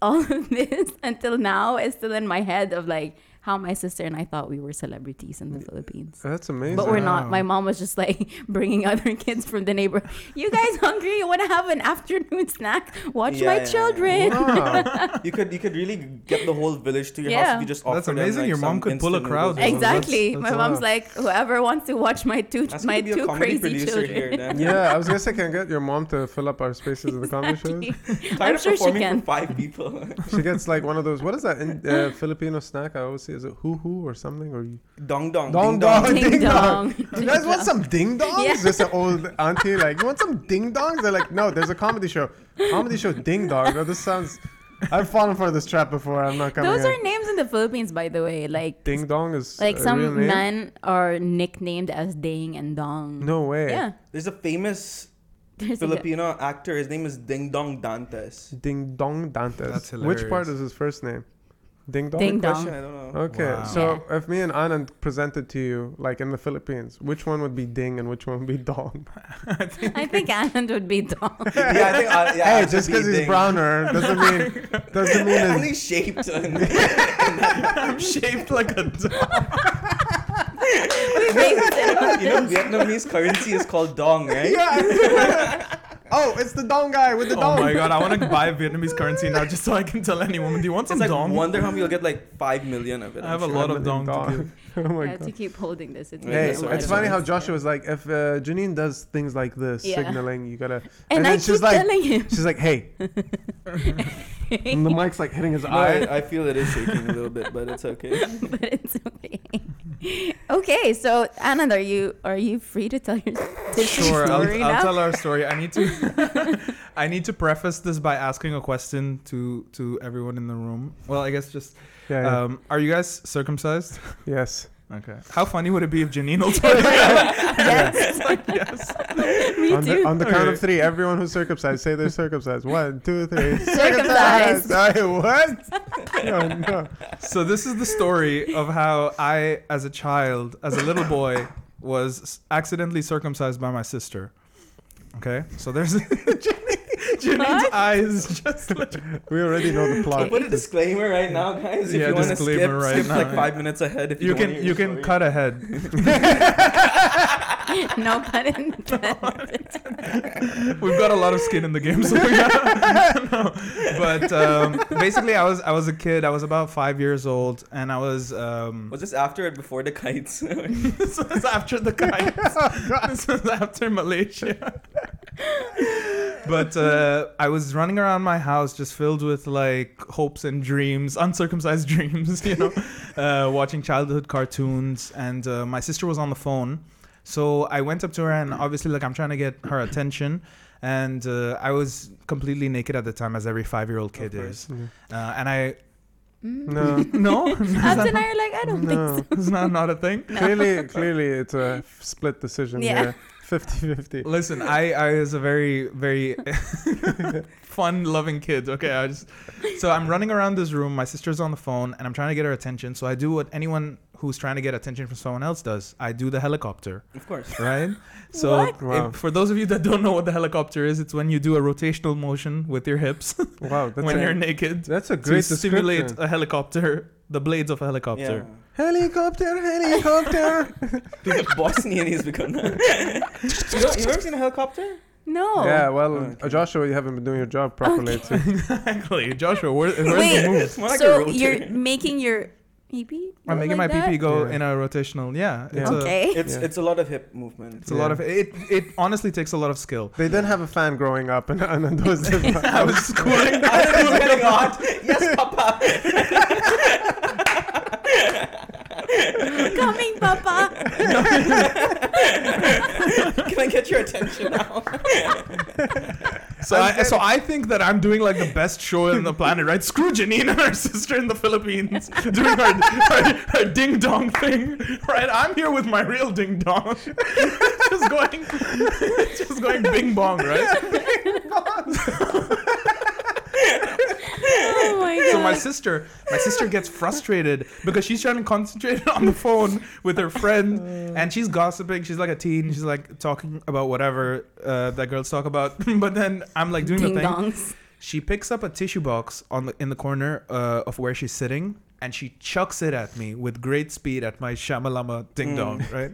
[SPEAKER 1] all of this until now is still in my head of like how my sister and I thought we were celebrities in the
[SPEAKER 2] Mm.
[SPEAKER 1] Philippines.
[SPEAKER 3] That's amazing.
[SPEAKER 1] But we're not.
[SPEAKER 4] Wow.
[SPEAKER 1] My mom was just like bringing other kids from the neighborhood. You guys hungry? You want to have an afternoon snack? Watch
[SPEAKER 2] Yeah,
[SPEAKER 1] my
[SPEAKER 2] yeah, yeah.
[SPEAKER 1] children.
[SPEAKER 3] Wow.
[SPEAKER 2] You could you could really get the whole village to your house
[SPEAKER 1] Yeah.
[SPEAKER 2] if you just offer
[SPEAKER 4] That's
[SPEAKER 2] them,
[SPEAKER 4] amazing.
[SPEAKER 2] like,
[SPEAKER 4] Your mom
[SPEAKER 2] some
[SPEAKER 4] could pull a
[SPEAKER 2] instant
[SPEAKER 4] crowd.
[SPEAKER 2] noodles.
[SPEAKER 3] Exact-
[SPEAKER 1] Exactly.
[SPEAKER 3] That's-
[SPEAKER 1] my
[SPEAKER 3] that's
[SPEAKER 1] mom's
[SPEAKER 3] wild.
[SPEAKER 1] like, whoever wants to watch my two
[SPEAKER 2] That's
[SPEAKER 1] my
[SPEAKER 2] gonna be a
[SPEAKER 1] two
[SPEAKER 2] comedy
[SPEAKER 1] crazy
[SPEAKER 2] producer here.
[SPEAKER 1] children.
[SPEAKER 2] Then.
[SPEAKER 3] yeah, I was gonna say, can I get your mom to fill up our spaces in the comedy shows?
[SPEAKER 1] Exactly.
[SPEAKER 2] Tired
[SPEAKER 1] I'm
[SPEAKER 2] of
[SPEAKER 1] sure she
[SPEAKER 2] performing
[SPEAKER 1] can.
[SPEAKER 2] for five people.
[SPEAKER 3] She gets like one of those. What is that in, uh, Filipino snack? I always see. Is it hoo hoo or something? Or you-
[SPEAKER 2] dong dong.
[SPEAKER 3] Dong
[SPEAKER 2] Oh, ding
[SPEAKER 3] dong.
[SPEAKER 1] Ding
[SPEAKER 3] Ding
[SPEAKER 1] dong.
[SPEAKER 3] Do you guys
[SPEAKER 1] Ding
[SPEAKER 3] want
[SPEAKER 1] dong.
[SPEAKER 3] some ding dongs?
[SPEAKER 1] Yeah.
[SPEAKER 3] Just an old auntie like, you want some ding dongs? They're like, no, there's a comedy show. Comedy show ding dong. Now, This sounds. I've fallen for this trap before. I'm not coming.
[SPEAKER 1] Those
[SPEAKER 3] in.
[SPEAKER 1] are names in the Philippines, by the way. Like
[SPEAKER 3] ding dong is
[SPEAKER 1] like
[SPEAKER 3] a real
[SPEAKER 1] some
[SPEAKER 3] name?
[SPEAKER 1] men are nicknamed as Ding and Dong.
[SPEAKER 3] No way.
[SPEAKER 1] Yeah.
[SPEAKER 2] There's a famous
[SPEAKER 1] There's a-
[SPEAKER 2] Filipino actor. His name is Ding Dong Dantes.
[SPEAKER 3] Ding Dong Dantes.
[SPEAKER 4] That's
[SPEAKER 3] Which part
[SPEAKER 4] hilarious.
[SPEAKER 3] is his first name? Ding Dong?
[SPEAKER 1] Ding Dong.
[SPEAKER 2] Question, I don't know.
[SPEAKER 3] Okay,
[SPEAKER 4] Wow.
[SPEAKER 3] so if me and Anand presented to you, like in the Philippines, which one would be Ding and which one would be Dong?
[SPEAKER 1] I think Anand would be Dong.
[SPEAKER 2] yeah, I think. I, yeah, I
[SPEAKER 3] hey,
[SPEAKER 2] have to
[SPEAKER 3] just
[SPEAKER 2] be
[SPEAKER 3] because he's
[SPEAKER 2] Ding.
[SPEAKER 3] browner doesn't mean doesn't mean
[SPEAKER 2] And
[SPEAKER 3] it's
[SPEAKER 2] he's shaped.
[SPEAKER 4] I'm shaped like a dog.
[SPEAKER 1] We made it.
[SPEAKER 2] you know, Vietnamese currency is called dong, right?
[SPEAKER 3] Yeah. oh, it's the dong guy with the
[SPEAKER 4] Oh
[SPEAKER 3] dong.
[SPEAKER 4] my god, I want to buy Vietnamese currency now just so I can tell any woman. Do you want some
[SPEAKER 2] It's like
[SPEAKER 4] dong?
[SPEAKER 2] wonder how many you'll get like five million of it.
[SPEAKER 4] I have a
[SPEAKER 2] I'm
[SPEAKER 4] lot of dong.
[SPEAKER 3] Dong.
[SPEAKER 4] To give.
[SPEAKER 3] oh my
[SPEAKER 1] I have to
[SPEAKER 3] god.
[SPEAKER 1] keep holding this. It's,
[SPEAKER 2] Yeah,
[SPEAKER 3] Hey,
[SPEAKER 1] making
[SPEAKER 2] so
[SPEAKER 1] a lot
[SPEAKER 3] it's
[SPEAKER 1] of
[SPEAKER 3] funny how
[SPEAKER 1] noise.
[SPEAKER 3] Joshua was like, if uh, Janine does things like this,
[SPEAKER 1] Yeah.
[SPEAKER 3] signaling, you gotta.
[SPEAKER 1] And,
[SPEAKER 3] and
[SPEAKER 1] I
[SPEAKER 3] then she's
[SPEAKER 1] keep
[SPEAKER 3] like-
[SPEAKER 1] telling him.
[SPEAKER 3] She's like, hey. and the mic's like hitting his
[SPEAKER 2] No,
[SPEAKER 3] eye.
[SPEAKER 2] I, I feel it is shaking a little bit, but it's okay.
[SPEAKER 1] but it's okay. okay, so Anand, are you are you free to tell your tell your
[SPEAKER 4] Sure, I'll,
[SPEAKER 1] story now?
[SPEAKER 4] I'll tell our story. I need to. I need to preface this by asking a question to to everyone in the room. Well, I guess just.
[SPEAKER 3] Yeah, yeah.
[SPEAKER 4] Um, are you guys circumcised?
[SPEAKER 3] yes.
[SPEAKER 4] Okay. How funny would it be if Janine will tell you?
[SPEAKER 1] yes,
[SPEAKER 4] yes.
[SPEAKER 1] me
[SPEAKER 3] on,
[SPEAKER 1] too.
[SPEAKER 3] The, on the count of
[SPEAKER 4] Okay.
[SPEAKER 3] three, everyone who's circumcised, say they're circumcised. One, two, three.
[SPEAKER 1] Circumcised.
[SPEAKER 3] Sorry, what? No, no.
[SPEAKER 4] So this is the story of how I, as a child, as a little boy, was s- accidentally circumcised by my sister. Okay. So there's Janine's eyes just like.
[SPEAKER 3] We already know the
[SPEAKER 2] I'll
[SPEAKER 3] plot.
[SPEAKER 2] put a disclaimer right now, guys. If
[SPEAKER 4] Yeah,
[SPEAKER 2] you want to
[SPEAKER 4] disclaimer
[SPEAKER 2] skip,
[SPEAKER 4] right
[SPEAKER 2] skip
[SPEAKER 4] now.
[SPEAKER 2] like five minutes ahead. If you,
[SPEAKER 4] You
[SPEAKER 2] don't wanna
[SPEAKER 4] can
[SPEAKER 2] hear
[SPEAKER 4] you
[SPEAKER 2] the
[SPEAKER 4] can
[SPEAKER 2] story.
[SPEAKER 4] cut ahead.
[SPEAKER 1] no pun intended.
[SPEAKER 4] We've got a lot of skin in the game, so we gotta, no. But um, basically, I was I was a kid. I was about five years old, and I was. Um,
[SPEAKER 2] Was this after or before the kites?
[SPEAKER 4] this was after the kites. this was after Malaysia. but uh, I was running around my house just filled with like hopes and dreams, uncircumcised dreams, you know, uh, watching childhood cartoons. And uh, my sister was on the phone. So I went up to her and obviously, like, I'm trying to get her attention. And uh, I was completely naked at the time, as every five year old kid is.
[SPEAKER 2] course.
[SPEAKER 3] Yeah.
[SPEAKER 4] Uh, and I,
[SPEAKER 3] No,
[SPEAKER 4] no, is
[SPEAKER 1] Abs
[SPEAKER 4] that
[SPEAKER 1] and I are like, I don't think
[SPEAKER 3] no.
[SPEAKER 1] so.
[SPEAKER 4] is that not a thing?
[SPEAKER 3] clearly, clearly, it's a f- split decision
[SPEAKER 1] Yeah.
[SPEAKER 3] here. 50-50.
[SPEAKER 4] Listen, I, I was a very, very fun loving kid. Okay. I just, so I'm running around this room. My sister's on the phone and I'm trying to get her attention. So I do what anyone who's trying to get attention from someone else does I do the helicopter.
[SPEAKER 2] Of course.
[SPEAKER 4] right? So,
[SPEAKER 1] What?
[SPEAKER 4] if-
[SPEAKER 3] Wow.
[SPEAKER 4] for those of you that don't know what the helicopter is, it's when you do a rotational motion with your hips
[SPEAKER 3] Wow, that's
[SPEAKER 4] when
[SPEAKER 3] a,
[SPEAKER 4] you're naked
[SPEAKER 3] that's a
[SPEAKER 4] to
[SPEAKER 3] great
[SPEAKER 4] simulate
[SPEAKER 3] description.
[SPEAKER 4] a helicopter, the blades of a helicopter.
[SPEAKER 3] Helicopter, helicopter.
[SPEAKER 2] Dude, the Bosnian he's become. you know, you've ever seen a helicopter?
[SPEAKER 1] No.
[SPEAKER 3] Yeah,
[SPEAKER 4] Oh,
[SPEAKER 3] well,
[SPEAKER 2] Okay.
[SPEAKER 3] Joshua, you haven't been doing your job properly. It's
[SPEAKER 4] exactly, Joshua. Where, where's
[SPEAKER 1] Wait.
[SPEAKER 4] the move?
[SPEAKER 2] It's more like a
[SPEAKER 1] so
[SPEAKER 2] rotor.
[SPEAKER 1] you're making your pee
[SPEAKER 4] I'm making my PP go
[SPEAKER 3] Yeah.
[SPEAKER 4] in a rotational. Yeah, it's,
[SPEAKER 3] Yeah.
[SPEAKER 4] A,
[SPEAKER 1] Okay.
[SPEAKER 2] It's
[SPEAKER 3] Yeah.
[SPEAKER 2] it's a lot of hip movement.
[SPEAKER 4] it's a lot of it. It honestly takes a lot of skill.
[SPEAKER 3] They didn't have a fan growing up, and, and those.
[SPEAKER 4] I was just cooling.
[SPEAKER 2] it's getting hot. Yes, Papa.
[SPEAKER 1] Coming, Papa.
[SPEAKER 2] Can I get your attention now?
[SPEAKER 4] So I, so I think that I'm doing like the best show on the planet, right? Screw Janine and her sister in the Philippines doing her, her, her ding dong thing, right? I'm here with my real ding dong, just going, just going bing bong, right?
[SPEAKER 1] Oh my god.
[SPEAKER 4] So my sister, my sister gets frustrated because she's trying to concentrate on the phone with her friend, and she's gossiping. She's like a teen. She's like talking about whatever uh, that girls talk about. but then I'm like doing
[SPEAKER 1] Ding
[SPEAKER 4] the thing.
[SPEAKER 1] dongs.
[SPEAKER 4] She picks up a tissue box on the, in the corner uh, of where she's sitting, and she chucks it at me with great speed at my shamalama ding dong, right?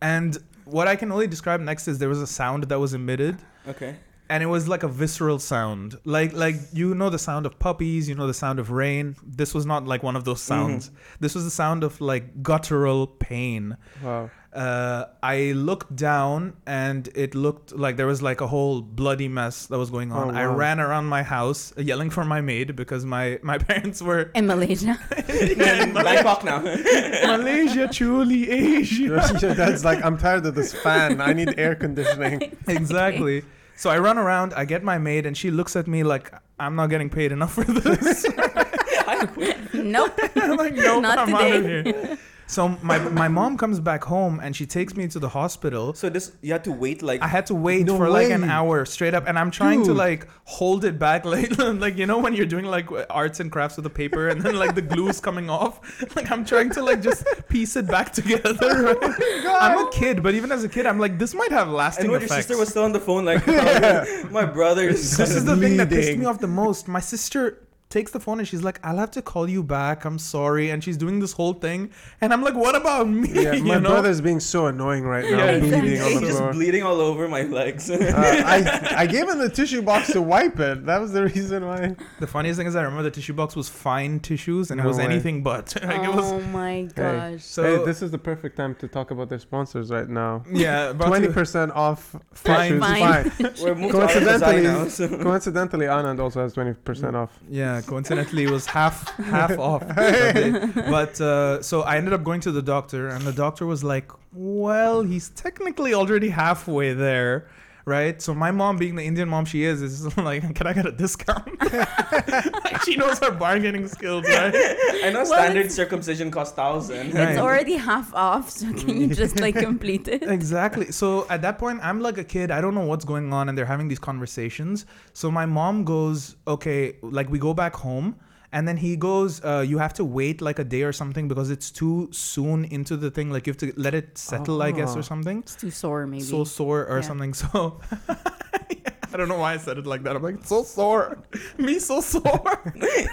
[SPEAKER 4] And what I can only describe next is there was a sound that was emitted,
[SPEAKER 2] Okay.
[SPEAKER 4] and it was like a visceral sound, like like you know the sound of puppies, you know the sound of rain. This was not like one of those
[SPEAKER 3] Mm-hmm.
[SPEAKER 4] sounds. This was the sound of like guttural pain
[SPEAKER 3] wow.
[SPEAKER 4] uh, I looked down and it looked like there was like a whole bloody mess that was going on.
[SPEAKER 3] Oh,
[SPEAKER 4] I
[SPEAKER 3] wow.
[SPEAKER 4] ran around my house uh, yelling for my maid because my, my parents were
[SPEAKER 1] In Malaysia.
[SPEAKER 4] in
[SPEAKER 2] Like fuck now.
[SPEAKER 4] Malaysia, truly Asia.
[SPEAKER 3] Your dad's like, I'm tired of this fan. I need air conditioning.
[SPEAKER 4] Exactly. So I run around, I get my maid, and she looks at me like, I'm not getting paid enough for this.
[SPEAKER 2] I quit.
[SPEAKER 1] Nope.
[SPEAKER 4] I'm like, nope,
[SPEAKER 1] Not
[SPEAKER 4] I'm out of here. So my, my mom comes back home and she takes me to the hospital.
[SPEAKER 2] So this you had to wait like
[SPEAKER 4] I had to wait
[SPEAKER 3] No
[SPEAKER 4] for like an
[SPEAKER 3] way.
[SPEAKER 4] hour straight up, and I'm trying to
[SPEAKER 3] Dude.
[SPEAKER 4] like hold it back, like like you know when you're doing like arts and crafts with the paper, and then like the glue's coming off. Like I'm trying to like just piece it back together. right? I'm a kid, but even as a kid, I'm like this might have lasting
[SPEAKER 2] and what your
[SPEAKER 4] effects.
[SPEAKER 2] sister was still on the phone like my brother is
[SPEAKER 4] this is the thing that pissed
[SPEAKER 3] bleeding.
[SPEAKER 4] me off the most. My sister takes the phone and she's like, "I'll have to call you back. I'm sorry," and she's doing this whole thing, and I'm like, "What about me?"
[SPEAKER 3] Yeah,
[SPEAKER 4] you
[SPEAKER 3] my
[SPEAKER 4] know?
[SPEAKER 3] brother's being so annoying right now,
[SPEAKER 4] Yeah,
[SPEAKER 3] bleeding on
[SPEAKER 2] He's
[SPEAKER 3] the
[SPEAKER 2] just
[SPEAKER 3] floor.
[SPEAKER 2] bleeding all over my legs.
[SPEAKER 3] Uh, I, I gave him the tissue box to wipe it. That was the reason why.
[SPEAKER 4] The funniest thing is, I remember the tissue box was fine tissues, and it
[SPEAKER 3] No
[SPEAKER 4] was
[SPEAKER 3] way.
[SPEAKER 4] anything but. like it was
[SPEAKER 1] oh my gosh.
[SPEAKER 4] So
[SPEAKER 3] hey, this is the perfect time to talk about their sponsors right now.
[SPEAKER 4] yeah, about
[SPEAKER 3] Twenty
[SPEAKER 4] to-
[SPEAKER 3] percent off.
[SPEAKER 4] Fine.
[SPEAKER 3] tissues,
[SPEAKER 1] Fine.
[SPEAKER 3] fine.
[SPEAKER 2] We're moved coincidentally
[SPEAKER 3] Coincidentally-
[SPEAKER 2] now, so.
[SPEAKER 3] Coincidentally, Anand also has twenty percent off.
[SPEAKER 4] Yeah, coincidentally, it was half half off. that day. But uh, so I ended up going to the doctor, and the doctor was like, "Well, he's technically already halfway there." Right, so my mom, being the Indian mom she is, is just like, "Can I get a discount?" like she knows her bargaining skills, right?
[SPEAKER 2] I know
[SPEAKER 1] Well,
[SPEAKER 2] standard
[SPEAKER 1] it's-
[SPEAKER 2] circumcision costs thousand.
[SPEAKER 4] Right.
[SPEAKER 1] It's already half off, so can you just like complete it?
[SPEAKER 4] Exactly. So at that point, I'm like a kid. I don't know what's going on, and they're having these conversations. So my mom goes, "Okay," like we go back home, and then he goes, uh, "You have to wait like a day or something because it's too soon into the thing. Like you have to let it settle, I guess, or
[SPEAKER 3] Oh.
[SPEAKER 4] something.
[SPEAKER 1] It's too sore, maybe.
[SPEAKER 4] So sore or
[SPEAKER 1] Yeah.
[SPEAKER 4] something." So. I don't know why I said it like that. I'm like, "It's so sore. Me so sore.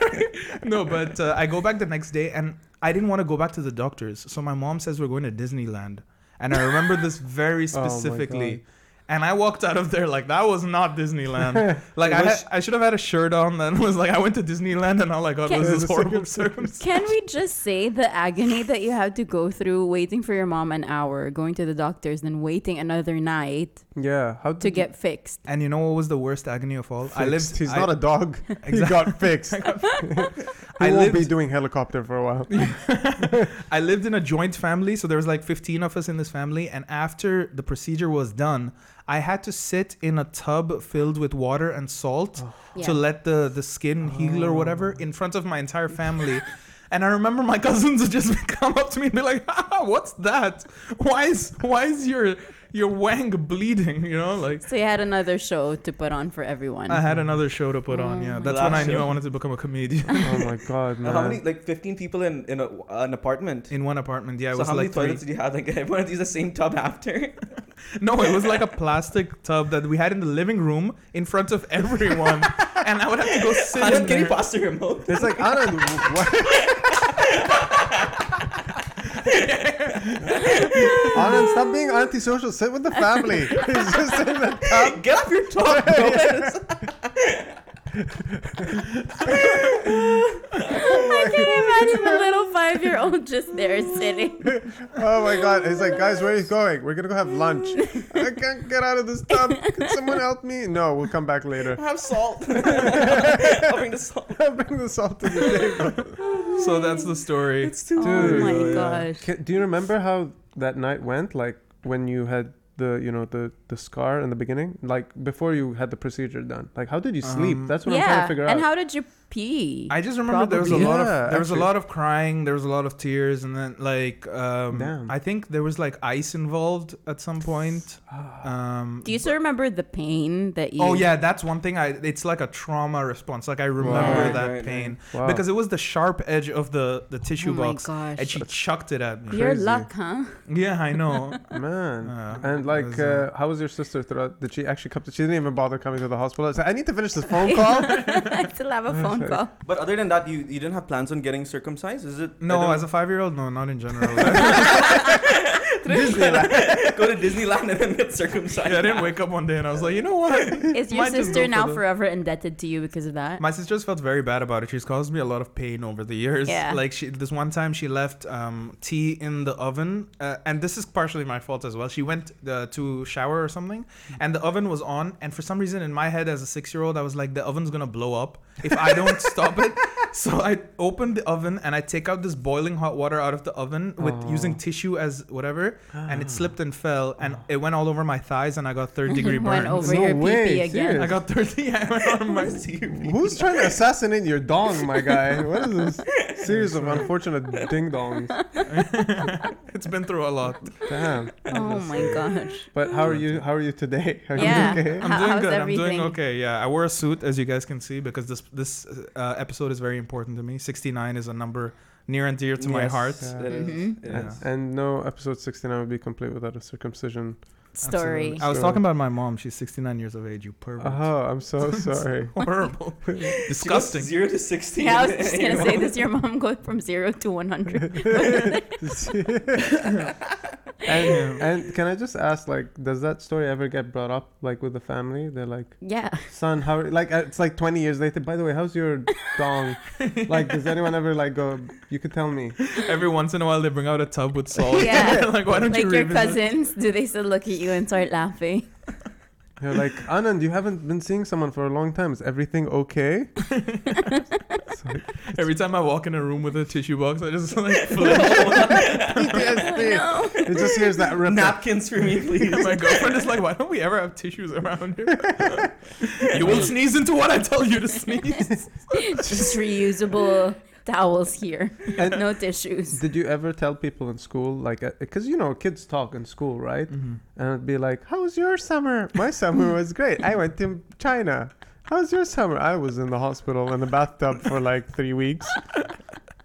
[SPEAKER 4] no, but uh, I go back the next day and I didn't want to go back to the doctors. So my mom says we're going to Disneyland. And I remember this very
[SPEAKER 3] Oh my
[SPEAKER 4] specifically.
[SPEAKER 3] God.
[SPEAKER 4] And I walked out of there like that was not Disneyland. Like I,
[SPEAKER 2] Wish-
[SPEAKER 4] had, I should have had a shirt on that was like I went to Disneyland and all I got
[SPEAKER 1] Can-
[SPEAKER 4] was
[SPEAKER 3] It
[SPEAKER 4] this
[SPEAKER 3] was a
[SPEAKER 4] horrible
[SPEAKER 3] circumstance.
[SPEAKER 4] circumstance.
[SPEAKER 1] Can we just say the agony that you had to go through waiting for your mom an hour, going to the doctors, then waiting another night
[SPEAKER 3] Yeah. How
[SPEAKER 1] to
[SPEAKER 3] did
[SPEAKER 1] get fixed?
[SPEAKER 4] And you know what was the worst agony of all? I lived.
[SPEAKER 3] He's
[SPEAKER 4] I,
[SPEAKER 3] not a dog. He
[SPEAKER 4] Exact-
[SPEAKER 3] got fixed. he
[SPEAKER 4] I
[SPEAKER 3] won't be
[SPEAKER 4] lived-
[SPEAKER 3] doing helicopter for a while.
[SPEAKER 4] I lived in a joint family, so there was like 15 of us in this family. And after the procedure was done, I had to sit in a tub filled with water and salt
[SPEAKER 2] Oh.
[SPEAKER 1] Yeah.
[SPEAKER 4] to let the the skin heal or whatever in front of my entire family. And I remember my cousins would just come up to me and be like, ah, "What's that? Why is why is your your wang bleeding?" You know, like
[SPEAKER 1] So you had another show to put on for everyone.
[SPEAKER 3] Uh-huh.
[SPEAKER 4] I had another show to put on. Yeah,
[SPEAKER 1] Oh
[SPEAKER 4] that's
[SPEAKER 2] my
[SPEAKER 4] when I
[SPEAKER 2] God.
[SPEAKER 4] knew I wanted to become a comedian
[SPEAKER 3] oh my god, man.
[SPEAKER 2] Uh, How many? Like 15 people in in a, uh, an apartment.
[SPEAKER 4] in one apartment. Yeah, it
[SPEAKER 2] so
[SPEAKER 4] was
[SPEAKER 2] how many
[SPEAKER 4] like three.
[SPEAKER 2] toilets did you have? Like everyone of these the same tub after.
[SPEAKER 4] No, it was like a plastic tub that we had in the living room in front of everyone, and I would have to go sit in
[SPEAKER 2] Anand, can you
[SPEAKER 4] there.
[SPEAKER 2] pass the remote?
[SPEAKER 3] It's like Anand. wh- What? Anand, stop being antisocial. Sit with the family. He's just in the tub.
[SPEAKER 2] Get off your top. Moses.
[SPEAKER 1] I can Oh imagine a little five year old just there sitting.
[SPEAKER 3] Oh my god. He's like, guys, where are you going? We're gonna go have lunch. I can't get out of this tub. Can someone help me? No, we'll come back later.
[SPEAKER 2] have salt. I'll bring the salt.
[SPEAKER 3] I'll bring the salt to the table.
[SPEAKER 4] So that's the story.
[SPEAKER 2] It's too.
[SPEAKER 1] oh
[SPEAKER 3] Dude.
[SPEAKER 1] my
[SPEAKER 4] Yeah.
[SPEAKER 1] gosh.
[SPEAKER 3] Ca do you remember how that night went? Like when you had the you know the the scar in the beginning, like before you had the procedure done. Like how did you sleep?
[SPEAKER 4] Um,
[SPEAKER 3] That's what I'm trying to
[SPEAKER 1] Yeah.
[SPEAKER 3] figure
[SPEAKER 1] And
[SPEAKER 3] out.
[SPEAKER 1] how did you pee?
[SPEAKER 4] I just remember there was a
[SPEAKER 3] Probably.
[SPEAKER 4] lot of
[SPEAKER 3] Yeah,
[SPEAKER 4] there was a
[SPEAKER 3] actually.
[SPEAKER 4] lot of crying, there was a lot of tears, and then like um,
[SPEAKER 3] Damn.
[SPEAKER 4] I think there was like ice involved at some point. Um,
[SPEAKER 1] Do you still remember the pain that you?
[SPEAKER 4] oh yeah, that's one thing. I it's like a trauma response. Like I remember
[SPEAKER 2] Right,
[SPEAKER 4] that
[SPEAKER 2] right,
[SPEAKER 4] pain
[SPEAKER 3] Wow.
[SPEAKER 4] because it was the sharp edge of the the tissue
[SPEAKER 1] Oh my
[SPEAKER 4] box,
[SPEAKER 1] gosh.
[SPEAKER 4] and she chucked it at me.
[SPEAKER 1] Your
[SPEAKER 3] Crazy.
[SPEAKER 1] luck, huh?
[SPEAKER 4] Yeah, I know.
[SPEAKER 3] Man,
[SPEAKER 4] Yeah.
[SPEAKER 3] and like,
[SPEAKER 4] It was, uh,
[SPEAKER 3] uh, how was your sister throughout? Did she actually come? To, she didn't even bother coming to the hospital. I said, I need to finish this phone call.
[SPEAKER 1] I still have a phone call.
[SPEAKER 2] But other than that, you you didn't have plans on getting circumcised, is it?
[SPEAKER 4] No, as
[SPEAKER 2] I
[SPEAKER 4] a five year old, no, not in general.
[SPEAKER 2] Disneyland. Go to Disneyland and then get circumcised.
[SPEAKER 4] Yeah, I didn't wake up one day and I was like, you know what?
[SPEAKER 1] Is your
[SPEAKER 4] Might just
[SPEAKER 1] sister
[SPEAKER 4] go
[SPEAKER 1] now
[SPEAKER 4] for the-
[SPEAKER 1] forever indebted to you because of that?
[SPEAKER 4] My sister's felt very bad about it. She's caused me a lot of pain over the years.
[SPEAKER 1] Yeah.
[SPEAKER 4] Like she, this one time she left um, tea in the oven, uh, and this is partially my fault as well. She went uh, to shower or something, and the oven was on. And for some reason, in my head as a six year old, I was like, the oven's gonna blow up if I don't stop it. So I open the oven and I take out this boiling hot water out of the oven with
[SPEAKER 1] Oh.
[SPEAKER 4] using tissue as whatever, and
[SPEAKER 1] Ah.
[SPEAKER 4] it slipped and fell, and it went all over my thighs, and I got third degree burns.
[SPEAKER 1] Went over
[SPEAKER 3] No
[SPEAKER 1] your pee
[SPEAKER 3] way,
[SPEAKER 1] again.
[SPEAKER 3] serious?
[SPEAKER 4] I got 30. Yeah, I went on my TV.
[SPEAKER 3] Who's trying to assassinate your dong, my guy? What is this series of unfortunate ding dongs?
[SPEAKER 4] It's been through a lot.
[SPEAKER 3] Damn.
[SPEAKER 1] Oh my
[SPEAKER 4] uh,
[SPEAKER 1] gosh.
[SPEAKER 3] But how are you? How are you today? Are you
[SPEAKER 1] Yeah.
[SPEAKER 3] okay?
[SPEAKER 4] I'm
[SPEAKER 1] How-
[SPEAKER 4] doing
[SPEAKER 1] how's
[SPEAKER 4] good. I'm
[SPEAKER 1] everything?
[SPEAKER 4] doing okay. Yeah, I wore a suit as you guys can see because this this uh, episode is very important to me. 69 is a number near and dear to my
[SPEAKER 2] Yes,
[SPEAKER 4] heart.
[SPEAKER 3] Yeah.
[SPEAKER 2] that is-
[SPEAKER 1] Mhm.
[SPEAKER 2] it
[SPEAKER 3] And,
[SPEAKER 2] is.
[SPEAKER 3] and no episode 69 would be complete without a circumcision.
[SPEAKER 1] Story.
[SPEAKER 4] Absolutely. I was
[SPEAKER 3] So-
[SPEAKER 4] talking about my mom. She's 69 years of age. You pervert.
[SPEAKER 3] Oh, I'm so sorry.
[SPEAKER 4] Horrible.
[SPEAKER 2] She goes
[SPEAKER 4] Disgusting.
[SPEAKER 2] Zero to sixteen.
[SPEAKER 1] Yeah, I was just gonna say, does your mom go from zero to one hundred?
[SPEAKER 3] and, and can I just ask, like, does that story ever get brought up, like, with the family? They're like,
[SPEAKER 1] Yeah.
[SPEAKER 3] son, how? are-" Like, uh, it's like 20 years later. By the way, how's your dong? Like, does anyone ever like go? You could tell me.
[SPEAKER 4] Every once in a while, they bring out a tub with salt.
[SPEAKER 1] Yeah.
[SPEAKER 4] like, why don't
[SPEAKER 1] Like
[SPEAKER 4] you
[SPEAKER 1] your
[SPEAKER 4] revisit?
[SPEAKER 1] cousins, do they still look at you and start laughing?
[SPEAKER 3] You're like, Anand, you haven't been seeing someone for a long time. Is everything okay?
[SPEAKER 4] Every time I walk in a room with a tissue box, I just like flinch.
[SPEAKER 1] Oh,
[SPEAKER 3] PTSD. It just hears that rip.
[SPEAKER 2] Napkins for me, please.
[SPEAKER 4] my girlfriend is like, why don't we ever have tissues around here? you will sneeze into what I tell you to sneeze.
[SPEAKER 1] Just reusable towels here.
[SPEAKER 3] And-
[SPEAKER 1] No tissues.
[SPEAKER 3] Did you ever tell people in school, like, because you know, kids talk in school, right? And it'd be like, How was your summer? My summer was great. I went to China. How was your summer? I was in the hospital in the bathtub for like three weeks.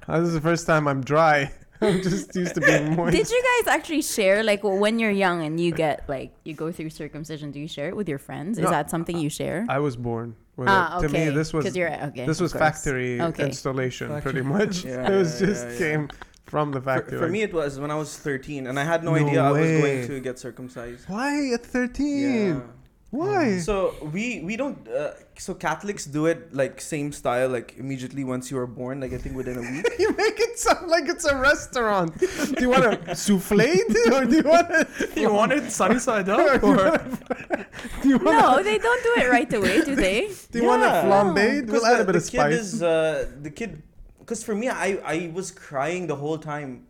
[SPEAKER 3] Uh, this is the first time I'm dry. I'm just used to being moist.
[SPEAKER 1] Did you guys actually share like when you're young and you get like you go through circumcision? Do you share it with your friends? Is
[SPEAKER 3] No,
[SPEAKER 1] that something you share?
[SPEAKER 3] I was born with
[SPEAKER 1] Ah,
[SPEAKER 3] it. To
[SPEAKER 1] okay.
[SPEAKER 3] me, this was
[SPEAKER 1] 'Cause you're- okay,
[SPEAKER 3] this
[SPEAKER 1] of
[SPEAKER 3] was
[SPEAKER 1] course.
[SPEAKER 3] factory
[SPEAKER 1] Okay.
[SPEAKER 3] installation,
[SPEAKER 4] Factory.
[SPEAKER 3] pretty much.
[SPEAKER 2] Yeah,
[SPEAKER 3] it was
[SPEAKER 2] yeah,
[SPEAKER 3] just
[SPEAKER 2] yeah, yeah.
[SPEAKER 3] came from the factory.
[SPEAKER 2] For, for me, it was when I was 13, and I had no,
[SPEAKER 3] No
[SPEAKER 2] idea I was
[SPEAKER 3] way.
[SPEAKER 2] going to get circumcised.
[SPEAKER 3] why at thirteen?
[SPEAKER 2] Yeah. Mm.
[SPEAKER 3] Why?
[SPEAKER 2] So we we don't. Uh, so Catholics do it like same style, like immediately once you are born, like I think within a week.
[SPEAKER 3] you make it sound like it's a restaurant. do you want a souffle or do you want a,
[SPEAKER 4] you want it sunny side up?
[SPEAKER 3] do you
[SPEAKER 4] Or?
[SPEAKER 3] want a- do you want
[SPEAKER 1] No,
[SPEAKER 3] a,
[SPEAKER 1] they don't do it right away, do they?
[SPEAKER 3] do you want a
[SPEAKER 2] Yeah.
[SPEAKER 3] flambé?
[SPEAKER 2] Because
[SPEAKER 3] We'll add
[SPEAKER 2] the,
[SPEAKER 3] a bit
[SPEAKER 2] the
[SPEAKER 3] of
[SPEAKER 2] kid
[SPEAKER 3] spice.
[SPEAKER 2] is uh, the kid. Because for me, I I was crying the whole time.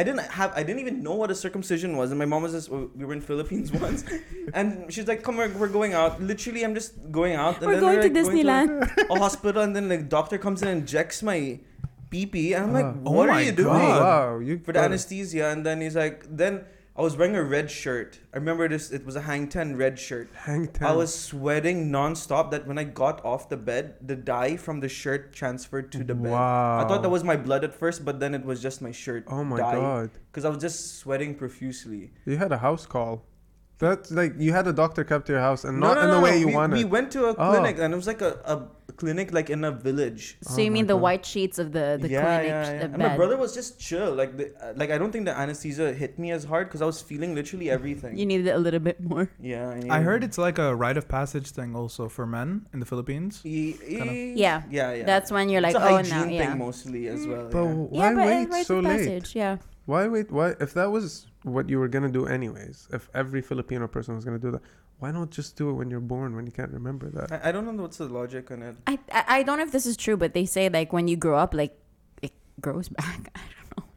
[SPEAKER 2] I didn't have I didn't even know what a circumcision was, and my mom was just we were in Philippines once, and she's like, "Come, we're, we're going out." Literally, I'm just going out. And
[SPEAKER 1] We're going to
[SPEAKER 2] like,
[SPEAKER 1] Disneyland.
[SPEAKER 2] a hospital, and then like doctor comes in and injects my pee pee, and I'm
[SPEAKER 3] Ah.
[SPEAKER 2] like,
[SPEAKER 4] Oh
[SPEAKER 2] "What are
[SPEAKER 4] my
[SPEAKER 2] you
[SPEAKER 3] Oh,
[SPEAKER 2] doing?"
[SPEAKER 4] God.
[SPEAKER 3] wow, you
[SPEAKER 2] for the
[SPEAKER 3] got it.
[SPEAKER 2] anesthesia, and then he's like, then I was wearing a red shirt. I remember this. It was a hang ten red shirt.
[SPEAKER 3] hang ten.
[SPEAKER 2] I was sweating nonstop. That when I got off the bed, the dye from the shirt transferred to the bed.
[SPEAKER 3] Wow.
[SPEAKER 2] I thought that was my blood at first, but then it was just my shirt.
[SPEAKER 3] Oh my
[SPEAKER 2] dye,
[SPEAKER 3] god!
[SPEAKER 2] Because I was just sweating profusely.
[SPEAKER 3] You had a house call. That's like you had a doctor come to your house, and
[SPEAKER 2] No,
[SPEAKER 3] not
[SPEAKER 2] no,
[SPEAKER 3] in
[SPEAKER 2] no,
[SPEAKER 3] the
[SPEAKER 2] no,
[SPEAKER 3] way you
[SPEAKER 2] we,
[SPEAKER 3] wanted.
[SPEAKER 2] We went to a
[SPEAKER 3] Oh.
[SPEAKER 2] clinic, and it was like a, a clinic, like in a village.
[SPEAKER 1] So
[SPEAKER 3] Oh
[SPEAKER 1] you
[SPEAKER 3] my
[SPEAKER 1] mean the
[SPEAKER 3] God.
[SPEAKER 1] white sheets of the the clinic, the
[SPEAKER 2] And
[SPEAKER 1] bed?
[SPEAKER 2] my brother was just chill. Like, the, uh, like I don't think the anesthesia hit me as hard because I was feeling literally everything.
[SPEAKER 1] you needed it a little bit more.
[SPEAKER 2] yeah,
[SPEAKER 4] I heard it's like a rite of passage thing also for men in the Philippines.
[SPEAKER 2] E- e-
[SPEAKER 1] Yeah.
[SPEAKER 2] yeah, yeah.
[SPEAKER 1] That's when you're like,
[SPEAKER 2] it's a
[SPEAKER 1] oh,
[SPEAKER 2] hygiene
[SPEAKER 1] now, yeah.
[SPEAKER 2] thing mostly as well.
[SPEAKER 3] but
[SPEAKER 2] yeah.
[SPEAKER 3] why
[SPEAKER 1] yeah, but uh,
[SPEAKER 3] wait
[SPEAKER 1] right
[SPEAKER 3] so
[SPEAKER 1] of
[SPEAKER 3] late?
[SPEAKER 1] passage, yeah.
[SPEAKER 3] Why wait? Why if that was what you were gonna do anyways? If every Filipino person was gonna do that, why not just do it when you're born when you can't remember that?
[SPEAKER 2] I, I don't know what's the logic on it.
[SPEAKER 1] I, I I don't know if this is true, but they say like when you grow up, like it grows back.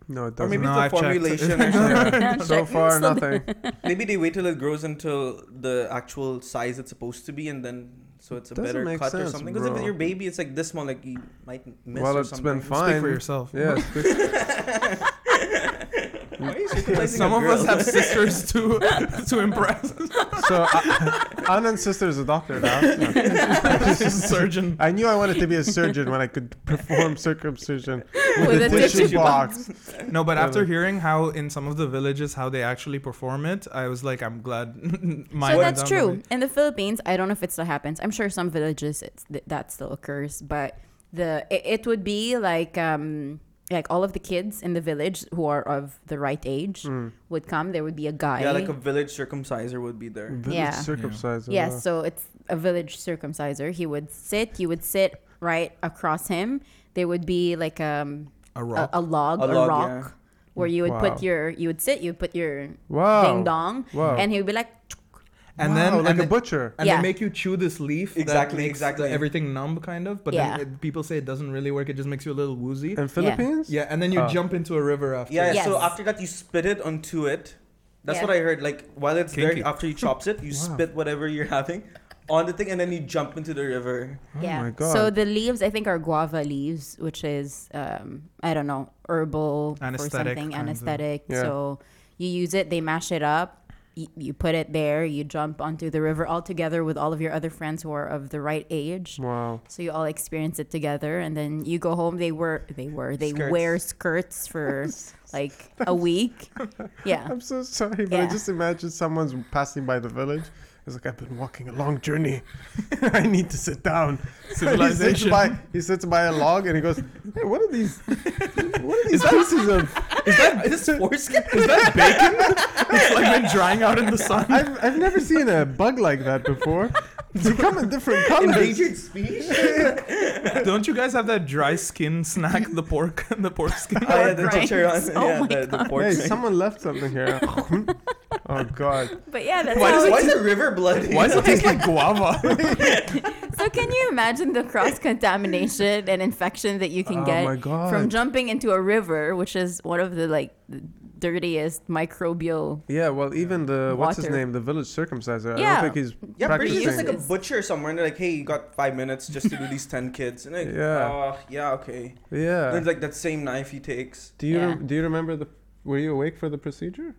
[SPEAKER 3] No, it
[SPEAKER 2] Or
[SPEAKER 3] doesn't.
[SPEAKER 2] maybe
[SPEAKER 4] No,
[SPEAKER 2] it's a
[SPEAKER 4] I've checked.
[SPEAKER 2] formulation. or something.
[SPEAKER 3] Yeah. so
[SPEAKER 1] Check.
[SPEAKER 3] far
[SPEAKER 1] So
[SPEAKER 3] nothing.
[SPEAKER 2] maybe they wait till it grows until the actual size it's supposed to be, and then so it's a
[SPEAKER 3] Doesn't
[SPEAKER 2] better
[SPEAKER 3] make
[SPEAKER 2] cut or
[SPEAKER 3] sense,
[SPEAKER 2] something. Because if
[SPEAKER 3] bro.
[SPEAKER 2] your baby, it's like this small, like you might miss.
[SPEAKER 3] Well,
[SPEAKER 2] or
[SPEAKER 3] it's
[SPEAKER 2] something.
[SPEAKER 3] been
[SPEAKER 4] Speak
[SPEAKER 3] fine.
[SPEAKER 4] for yourself.
[SPEAKER 3] Yeah, speak-
[SPEAKER 2] Why are you circumcising
[SPEAKER 4] Some
[SPEAKER 2] a
[SPEAKER 4] of us
[SPEAKER 2] girl?
[SPEAKER 4] have sisters to to impress.
[SPEAKER 3] so I, Anand's sister is a doctor now.
[SPEAKER 4] She's a surgeon.
[SPEAKER 3] I knew I wanted to be a surgeon when I could perform circumcision with,
[SPEAKER 1] With
[SPEAKER 3] a,
[SPEAKER 1] a
[SPEAKER 3] tissue,
[SPEAKER 1] tissue
[SPEAKER 3] box.
[SPEAKER 4] No, but
[SPEAKER 3] Yeah,
[SPEAKER 4] after
[SPEAKER 3] but-
[SPEAKER 4] hearing how in some of the villages how they actually perform it, I was like, I'm glad. my
[SPEAKER 1] so
[SPEAKER 4] went
[SPEAKER 1] that's
[SPEAKER 4] down the
[SPEAKER 1] true.
[SPEAKER 4] way.
[SPEAKER 1] In the Philippines, I don't know if it still happens. I'm sure some villages it's, th- that still occurs, but the it, it would be like um like all of the kids in the village who are of the right age
[SPEAKER 3] Mm.
[SPEAKER 1] would come. There would be a guy.
[SPEAKER 2] Hmm. Yeah, like a village circumciser would be there.
[SPEAKER 3] Village
[SPEAKER 1] Yeah.
[SPEAKER 3] circumciser.
[SPEAKER 1] Yes,
[SPEAKER 2] uh,
[SPEAKER 3] wow.
[SPEAKER 1] so it's a village circumciser. He would sit. You would sit right across him. There would be like um,
[SPEAKER 4] A
[SPEAKER 1] a,
[SPEAKER 4] rock.
[SPEAKER 1] a log,
[SPEAKER 2] A
[SPEAKER 1] a,
[SPEAKER 2] log,
[SPEAKER 1] rock,
[SPEAKER 2] yeah.
[SPEAKER 1] where you would
[SPEAKER 3] Wow.
[SPEAKER 1] put your. You would sit. You would put your
[SPEAKER 3] Wow.
[SPEAKER 1] ding dong,
[SPEAKER 3] Wow. Oh
[SPEAKER 1] and he would be like,
[SPEAKER 4] and
[SPEAKER 3] Wow,
[SPEAKER 4] then
[SPEAKER 3] like
[SPEAKER 4] and
[SPEAKER 3] a
[SPEAKER 4] then-
[SPEAKER 3] butcher.
[SPEAKER 4] and
[SPEAKER 1] Yeah.
[SPEAKER 4] they make you chew this leaf. that
[SPEAKER 2] Exactly,
[SPEAKER 4] makes the-
[SPEAKER 2] exactly.
[SPEAKER 4] everything numb, kind of. But
[SPEAKER 1] Yeah.
[SPEAKER 4] then it, people say it doesn't really work. It just makes you a little woozy.
[SPEAKER 3] In Philippines?
[SPEAKER 4] Yeah, and then you
[SPEAKER 3] Oh.
[SPEAKER 4] jump into a river after.
[SPEAKER 2] Yeah.
[SPEAKER 1] Yes.
[SPEAKER 2] So after that, you spit it onto it. That's
[SPEAKER 1] Yeah.
[SPEAKER 2] what I heard. Like while it's
[SPEAKER 4] Kinky.
[SPEAKER 2] there, after he chops it, you
[SPEAKER 3] Wow.
[SPEAKER 2] spit whatever you're having on the thing, and then you jump into the river.
[SPEAKER 3] Oh
[SPEAKER 1] yeah.
[SPEAKER 3] my god.
[SPEAKER 1] So the leaves, I think, are guava leaves, which is um, I don't know, herbal or
[SPEAKER 4] Anesthetic
[SPEAKER 1] something,
[SPEAKER 4] kinds of-
[SPEAKER 1] anesthetic.
[SPEAKER 3] Yeah.
[SPEAKER 1] So you use it. They mash it up. You, you put it there. You jump onto the river all together with all of your other friends who are of the right age.
[SPEAKER 3] wow.
[SPEAKER 1] So you all experience it together, and then you go home. They were, they were, they
[SPEAKER 2] Skirts.
[SPEAKER 1] wear skirts for like a week. Yeah,
[SPEAKER 3] I'm so sorry, but I
[SPEAKER 1] Yeah.
[SPEAKER 3] just imagine someone's passing by the village. It's like I've been walking a long journey. I need to sit down. He sits
[SPEAKER 4] Civilization.
[SPEAKER 3] by, he sits by a log and he goes, "Hey, what are these? What are these pieces of?
[SPEAKER 2] Is that is this foreskin?
[SPEAKER 4] Is that bacon? it's like been drying out in the sun.
[SPEAKER 3] I've, I've never seen a bug like that before. They come in different colors.
[SPEAKER 2] Endangered species.
[SPEAKER 4] Don't you guys have that dry skin snack? The pork, the pork skin.
[SPEAKER 2] Oh, yeah, the
[SPEAKER 1] Right.
[SPEAKER 2] chicharron.
[SPEAKER 1] Oh
[SPEAKER 2] yeah,
[SPEAKER 1] my
[SPEAKER 2] the, the pork.
[SPEAKER 3] Hey,
[SPEAKER 2] thing.
[SPEAKER 3] someone left something here. oh god.
[SPEAKER 1] but yeah, that's
[SPEAKER 2] Why,
[SPEAKER 1] how
[SPEAKER 2] does,
[SPEAKER 1] it-
[SPEAKER 2] why is the river bloody?
[SPEAKER 4] Why does it taste like guava?
[SPEAKER 1] So can you imagine the cross contamination and infection that you can
[SPEAKER 3] Oh my
[SPEAKER 1] get
[SPEAKER 3] god.
[SPEAKER 1] from jumping into a river, which is one of the like the dirtiest microbial?
[SPEAKER 3] yeah, well, even the what's his
[SPEAKER 1] Water.
[SPEAKER 3] name, the village circumciser. I
[SPEAKER 1] Yeah.
[SPEAKER 3] don't think he's
[SPEAKER 2] Yeah, pretty
[SPEAKER 3] practicing.
[SPEAKER 2] sure it's like a
[SPEAKER 1] Practicing.
[SPEAKER 2] butcher somewhere, and they're like, "Hey, you got five minutes just to do these ten kids." And like,
[SPEAKER 3] Yeah.
[SPEAKER 2] "Uh, yeah, okay.
[SPEAKER 3] yeah.
[SPEAKER 2] Then it's like that same knife he takes.
[SPEAKER 3] Do you
[SPEAKER 1] Yeah.
[SPEAKER 3] rem- do you remember the? Were you awake for the procedure,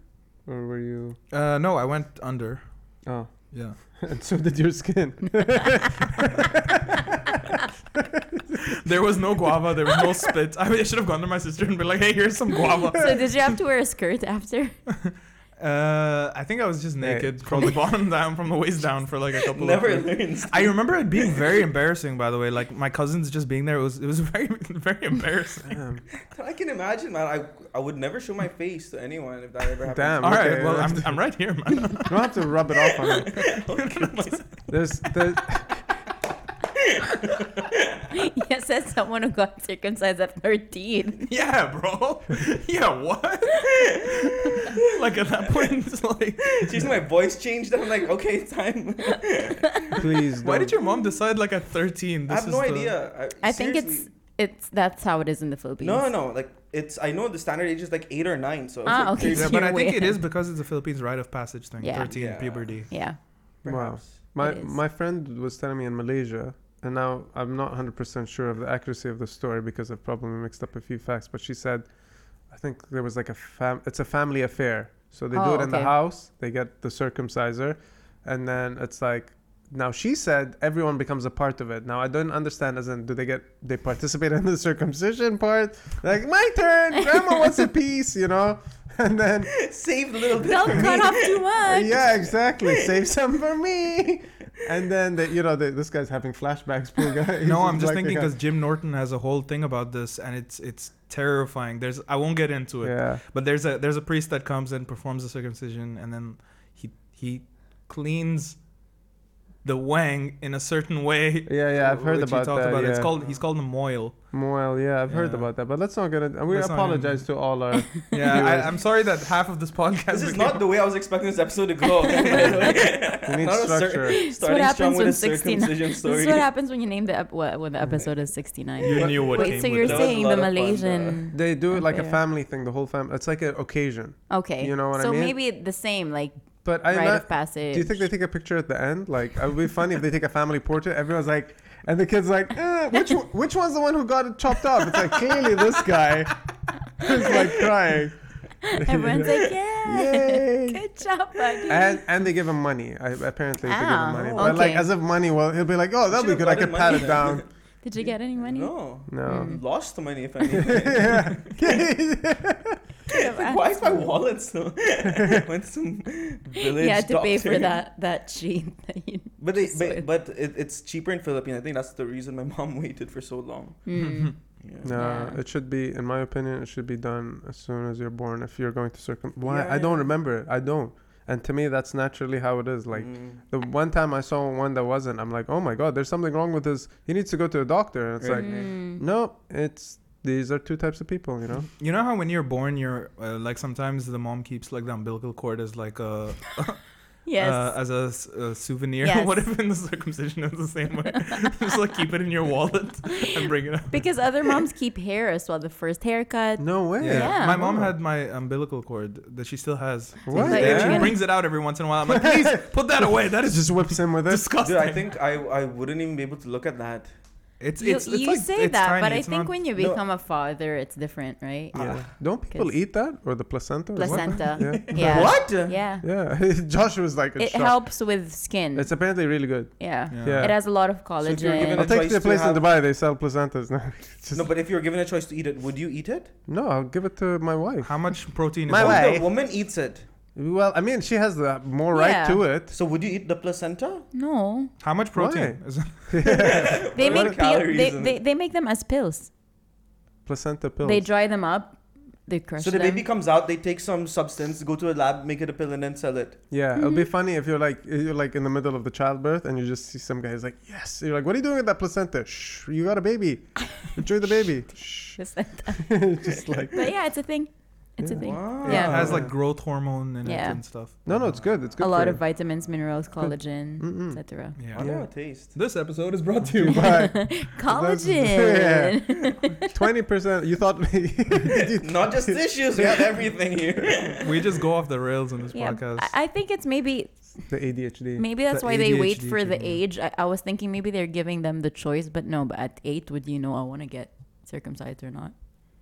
[SPEAKER 3] or were you?
[SPEAKER 4] Uh, no, I went under.
[SPEAKER 3] Oh,
[SPEAKER 4] Yeah.
[SPEAKER 3] and so did your skin.
[SPEAKER 4] There was no guava. There was no spit. I, mean, I should have gone to my sister and been like, "Hey, here's some guava."
[SPEAKER 1] So did you have to wear a skirt after?
[SPEAKER 4] Uh, I think I was just
[SPEAKER 3] Hey.
[SPEAKER 4] naked from the bottom down, from the waist down for like a couple.
[SPEAKER 2] Never
[SPEAKER 4] of weeks.
[SPEAKER 2] learns.
[SPEAKER 4] I remember it being very embarrassing. By the way, like my cousins just being there it was it was very very embarrassing.
[SPEAKER 3] Damn.
[SPEAKER 2] I can imagine, man. I I would never show my face to anyone if that ever happened.
[SPEAKER 3] Damn.
[SPEAKER 4] All right,
[SPEAKER 3] okay,
[SPEAKER 4] well
[SPEAKER 3] that's-
[SPEAKER 4] I'm, I'm right here, man.
[SPEAKER 3] You'll have to rub it off on it. There's, there's
[SPEAKER 1] yes, says someone who got circumcised at 13.
[SPEAKER 4] yeah, bro. Yeah, what? like at that point, it's like,
[SPEAKER 2] She's my voice changed. I'm like, okay, it's time.
[SPEAKER 3] please.
[SPEAKER 4] why did
[SPEAKER 3] don't-
[SPEAKER 4] your mom decide like at 13?
[SPEAKER 2] I
[SPEAKER 4] This
[SPEAKER 2] have
[SPEAKER 4] is
[SPEAKER 2] no
[SPEAKER 4] the-
[SPEAKER 2] idea.
[SPEAKER 1] I think it's
[SPEAKER 2] seriously.
[SPEAKER 1] it's that's how it is in the Philippines.
[SPEAKER 2] no, no. Like it's. I know the standard age is like eight or nine. So it's
[SPEAKER 1] Ah,
[SPEAKER 2] like
[SPEAKER 1] okay.
[SPEAKER 4] Yeah,
[SPEAKER 1] It's
[SPEAKER 4] but
[SPEAKER 1] your
[SPEAKER 4] I think it
[SPEAKER 1] way.
[SPEAKER 4] is because it's a Philippines rite of passage thing.
[SPEAKER 1] Yeah.
[SPEAKER 4] 13
[SPEAKER 2] Yeah.
[SPEAKER 4] puberty.
[SPEAKER 1] Yeah.
[SPEAKER 2] perhaps.
[SPEAKER 3] My
[SPEAKER 1] It is.
[SPEAKER 3] my friend was telling me in Malaysia, and now I'm not 100% sure of the accuracy of the story because I've probably mixed up a few facts. But she said, I think there was like a fam. It's a family affair, so they do
[SPEAKER 1] Oh,
[SPEAKER 3] it in the
[SPEAKER 1] okay.
[SPEAKER 3] house. They get the circumciser, and then it's like. Now she said everyone becomes a part of it. Now I don't understand. As in, do they get they participate in the circumcision part? Like my turn, grandma wants a piece, you know, and then
[SPEAKER 2] Save a little bit.
[SPEAKER 1] Don't
[SPEAKER 2] for
[SPEAKER 1] cut
[SPEAKER 2] me.
[SPEAKER 1] off too much.
[SPEAKER 3] yeah, exactly. Save some for me. And then the, you know the, this guy's having flashbacks. Poor guy. He's
[SPEAKER 4] No, I'm just
[SPEAKER 3] blacking out.
[SPEAKER 4] thinking because Jim Norton has a whole thing about this, and it's it's terrifying. There's I won't get into it,
[SPEAKER 3] yeah,
[SPEAKER 4] but there's a there's a priest that comes and performs the circumcision, and then he he cleans the wang in a certain way.
[SPEAKER 3] yeah, yeah. I've heard
[SPEAKER 4] which he
[SPEAKER 3] about
[SPEAKER 4] talked
[SPEAKER 3] that. yeah.
[SPEAKER 4] It's called he's called the moil.
[SPEAKER 3] Moel. Yeah, I've heard
[SPEAKER 4] Yeah.
[SPEAKER 3] about that. But let's not get into. We
[SPEAKER 4] Let's not get
[SPEAKER 3] apologize to all our.
[SPEAKER 4] Yeah,
[SPEAKER 3] viewers.
[SPEAKER 4] I, I'm sorry that half of this podcast
[SPEAKER 2] This is
[SPEAKER 4] became-
[SPEAKER 2] not the way I was expecting this episode to go. we need
[SPEAKER 3] need structure.
[SPEAKER 1] This is what
[SPEAKER 2] starting
[SPEAKER 3] This
[SPEAKER 2] strong
[SPEAKER 1] happens
[SPEAKER 2] with
[SPEAKER 1] when 69.
[SPEAKER 2] a circumcision
[SPEAKER 1] This
[SPEAKER 2] story.
[SPEAKER 1] is what happens when you name the ep- what, when the episode is 69.
[SPEAKER 4] You knew what
[SPEAKER 1] Wait,
[SPEAKER 4] came
[SPEAKER 1] so
[SPEAKER 4] with
[SPEAKER 1] you're
[SPEAKER 2] That
[SPEAKER 4] it.
[SPEAKER 2] was a
[SPEAKER 1] saying
[SPEAKER 2] lot
[SPEAKER 1] the
[SPEAKER 2] of fun, though.
[SPEAKER 1] Malaysian?
[SPEAKER 3] They do it like a
[SPEAKER 1] Affair.
[SPEAKER 3] family thing. The whole family. It's like an occasion.
[SPEAKER 1] Okay,
[SPEAKER 3] You know what
[SPEAKER 1] so
[SPEAKER 3] I mean?
[SPEAKER 1] maybe the same, like
[SPEAKER 3] But I.
[SPEAKER 1] rite of
[SPEAKER 3] not-
[SPEAKER 1] passage.
[SPEAKER 3] do you think they take a picture at the end? Like, it would be funny if they take a family portrait. Everyone's like, and the kid's like, eh, which one- which one's the one who got it chopped up? It's like clearly this guy who's like crying.
[SPEAKER 1] everyone's like, yeah,
[SPEAKER 3] Yay.
[SPEAKER 1] good job, buddy?
[SPEAKER 3] And and they give him money. I, apparently, they give him
[SPEAKER 1] Ah,
[SPEAKER 3] money. But like,
[SPEAKER 1] okay.
[SPEAKER 3] as if money, well, he'll be like, oh, that'll be
[SPEAKER 2] Should've
[SPEAKER 3] good. I
[SPEAKER 2] gotten
[SPEAKER 3] could pat
[SPEAKER 2] money
[SPEAKER 3] it
[SPEAKER 2] then.
[SPEAKER 3] down. Um,
[SPEAKER 1] Did you get any money?
[SPEAKER 2] No.
[SPEAKER 3] No.
[SPEAKER 2] Lost the money, if anything.
[SPEAKER 3] yeah.
[SPEAKER 2] Why is my wallet so? Went to some village
[SPEAKER 1] You had to pay for
[SPEAKER 2] doctor.
[SPEAKER 1] that that sheet. That you,
[SPEAKER 2] But they,
[SPEAKER 1] Sweet.
[SPEAKER 2] but, but it, it's cheaper in Philippines. I think that's the reason my mom waited for so long.
[SPEAKER 1] Mm.
[SPEAKER 2] Yeah.
[SPEAKER 3] no,
[SPEAKER 1] Yeah.
[SPEAKER 3] it should be, in my opinion, it should be done as soon as you're born. If you're going to circum, why?
[SPEAKER 2] Yeah,
[SPEAKER 3] I don't
[SPEAKER 2] yeah.
[SPEAKER 3] remember it. I don't. And to me, that's naturally how it is. Like
[SPEAKER 2] Mm.
[SPEAKER 3] the one time I saw one that wasn't, I'm like, oh my god, there's something wrong with this. He needs to go to a doctor. And it's
[SPEAKER 2] Right.
[SPEAKER 3] like,
[SPEAKER 1] Mm.
[SPEAKER 3] no, it's these are two types of people, you know.
[SPEAKER 4] You know how when you're born, you're uh, like sometimes the mom keeps like the umbilical cord as like a
[SPEAKER 1] Yes.
[SPEAKER 4] uh, as a, s- a souvenir.
[SPEAKER 1] Yes.
[SPEAKER 4] what if in the circumcision is the same way? Just like keep it in your wallet and bring it up.
[SPEAKER 1] because other moms keep hair as well. The first haircut.
[SPEAKER 3] No way.
[SPEAKER 1] Yeah.
[SPEAKER 4] My mom had my umbilical cord that she still has.
[SPEAKER 3] What?
[SPEAKER 1] But
[SPEAKER 4] Yeah.
[SPEAKER 1] you're
[SPEAKER 4] She
[SPEAKER 1] gonna-
[SPEAKER 4] brings it out every once in a while. I'm like, please put that away. That
[SPEAKER 3] It
[SPEAKER 4] is
[SPEAKER 3] just whips him with it.
[SPEAKER 4] disgusting.
[SPEAKER 2] Dude, I think I, I wouldn't even be able to look at that.
[SPEAKER 4] it's,
[SPEAKER 1] you
[SPEAKER 4] it's, it's
[SPEAKER 1] you
[SPEAKER 4] like-
[SPEAKER 1] say
[SPEAKER 4] it's
[SPEAKER 1] that,
[SPEAKER 4] tiny,
[SPEAKER 1] but I
[SPEAKER 4] it's
[SPEAKER 1] think
[SPEAKER 4] not-
[SPEAKER 1] when you
[SPEAKER 2] No.
[SPEAKER 1] become a father, it's different, right?
[SPEAKER 3] Yeah. Don't people
[SPEAKER 1] 'Cause-
[SPEAKER 3] eat that or the placenta? or what?
[SPEAKER 1] Placenta.
[SPEAKER 3] Yeah.
[SPEAKER 1] Yeah.
[SPEAKER 2] What?
[SPEAKER 1] Yeah.
[SPEAKER 3] Yeah. Josh was like, in
[SPEAKER 1] It
[SPEAKER 3] shock.
[SPEAKER 1] helps with skin.
[SPEAKER 3] It's apparently really good.
[SPEAKER 1] yeah.
[SPEAKER 4] Yeah.
[SPEAKER 3] Yeah.
[SPEAKER 1] It has a lot of
[SPEAKER 2] So
[SPEAKER 1] collagen.
[SPEAKER 2] if you're given
[SPEAKER 3] I'll
[SPEAKER 2] a
[SPEAKER 3] take
[SPEAKER 2] choice
[SPEAKER 3] the
[SPEAKER 2] to
[SPEAKER 3] place in
[SPEAKER 2] have-
[SPEAKER 3] Dubai. They sell placentas now. It's just-
[SPEAKER 2] No, but if you're given a choice to eat it, would you eat it?
[SPEAKER 3] no, I'll give it to my wife.
[SPEAKER 4] How much protein
[SPEAKER 3] My
[SPEAKER 4] is
[SPEAKER 3] wife-
[SPEAKER 4] that?
[SPEAKER 2] What if
[SPEAKER 3] Why?
[SPEAKER 2] The woman eats it.
[SPEAKER 3] Well, I mean, she has the more right
[SPEAKER 1] Yeah.
[SPEAKER 3] to it.
[SPEAKER 2] So would you eat the placenta?
[SPEAKER 1] no.
[SPEAKER 4] How much protein? Is that?
[SPEAKER 1] They
[SPEAKER 2] What
[SPEAKER 1] make
[SPEAKER 2] are
[SPEAKER 1] pil-
[SPEAKER 2] calories
[SPEAKER 1] they,
[SPEAKER 2] in
[SPEAKER 1] they, they make them as pills.
[SPEAKER 3] Placenta pills.
[SPEAKER 1] They dry them up. They crush
[SPEAKER 2] So the
[SPEAKER 1] them.
[SPEAKER 2] baby comes out, they take some substance, go to a lab, make it a pill, and then sell it.
[SPEAKER 3] yeah, it'll be funny if you're like you're like in the middle of the childbirth and you just see some guy who's like, yes. You're like, what are you doing with that placenta? Shh, you got a baby. Enjoy the baby. Shh.
[SPEAKER 1] Just like that.
[SPEAKER 3] just like
[SPEAKER 1] but yeah, it's a thing. It's a thing.
[SPEAKER 2] Wow.
[SPEAKER 1] Yeah.
[SPEAKER 4] It has like growth hormone in
[SPEAKER 1] Yeah.
[SPEAKER 4] it and stuff.
[SPEAKER 3] no, no, it's good. It's good.
[SPEAKER 1] a
[SPEAKER 3] for
[SPEAKER 1] lot
[SPEAKER 3] you. Mm-hmm.
[SPEAKER 1] of vitamins, minerals, collagen,
[SPEAKER 3] Mm-mm.
[SPEAKER 1] etc.
[SPEAKER 4] Yeah.
[SPEAKER 2] I don't want to taste.
[SPEAKER 4] This episode is brought to you by.
[SPEAKER 1] Collagen.
[SPEAKER 3] Twenty percent. You thought
[SPEAKER 2] Not just tissues, we have everything here.
[SPEAKER 4] We just go off the rails on this
[SPEAKER 1] Yeah,
[SPEAKER 4] podcast.
[SPEAKER 1] I, I think it's maybe
[SPEAKER 3] the ADHD.
[SPEAKER 1] maybe that's
[SPEAKER 4] The
[SPEAKER 1] why they wait
[SPEAKER 4] ADHD
[SPEAKER 1] for the
[SPEAKER 4] thing, yeah.
[SPEAKER 1] age. I, I was thinking maybe they're giving them the choice, but no. But at eight, would you know I want to get circumcised or not?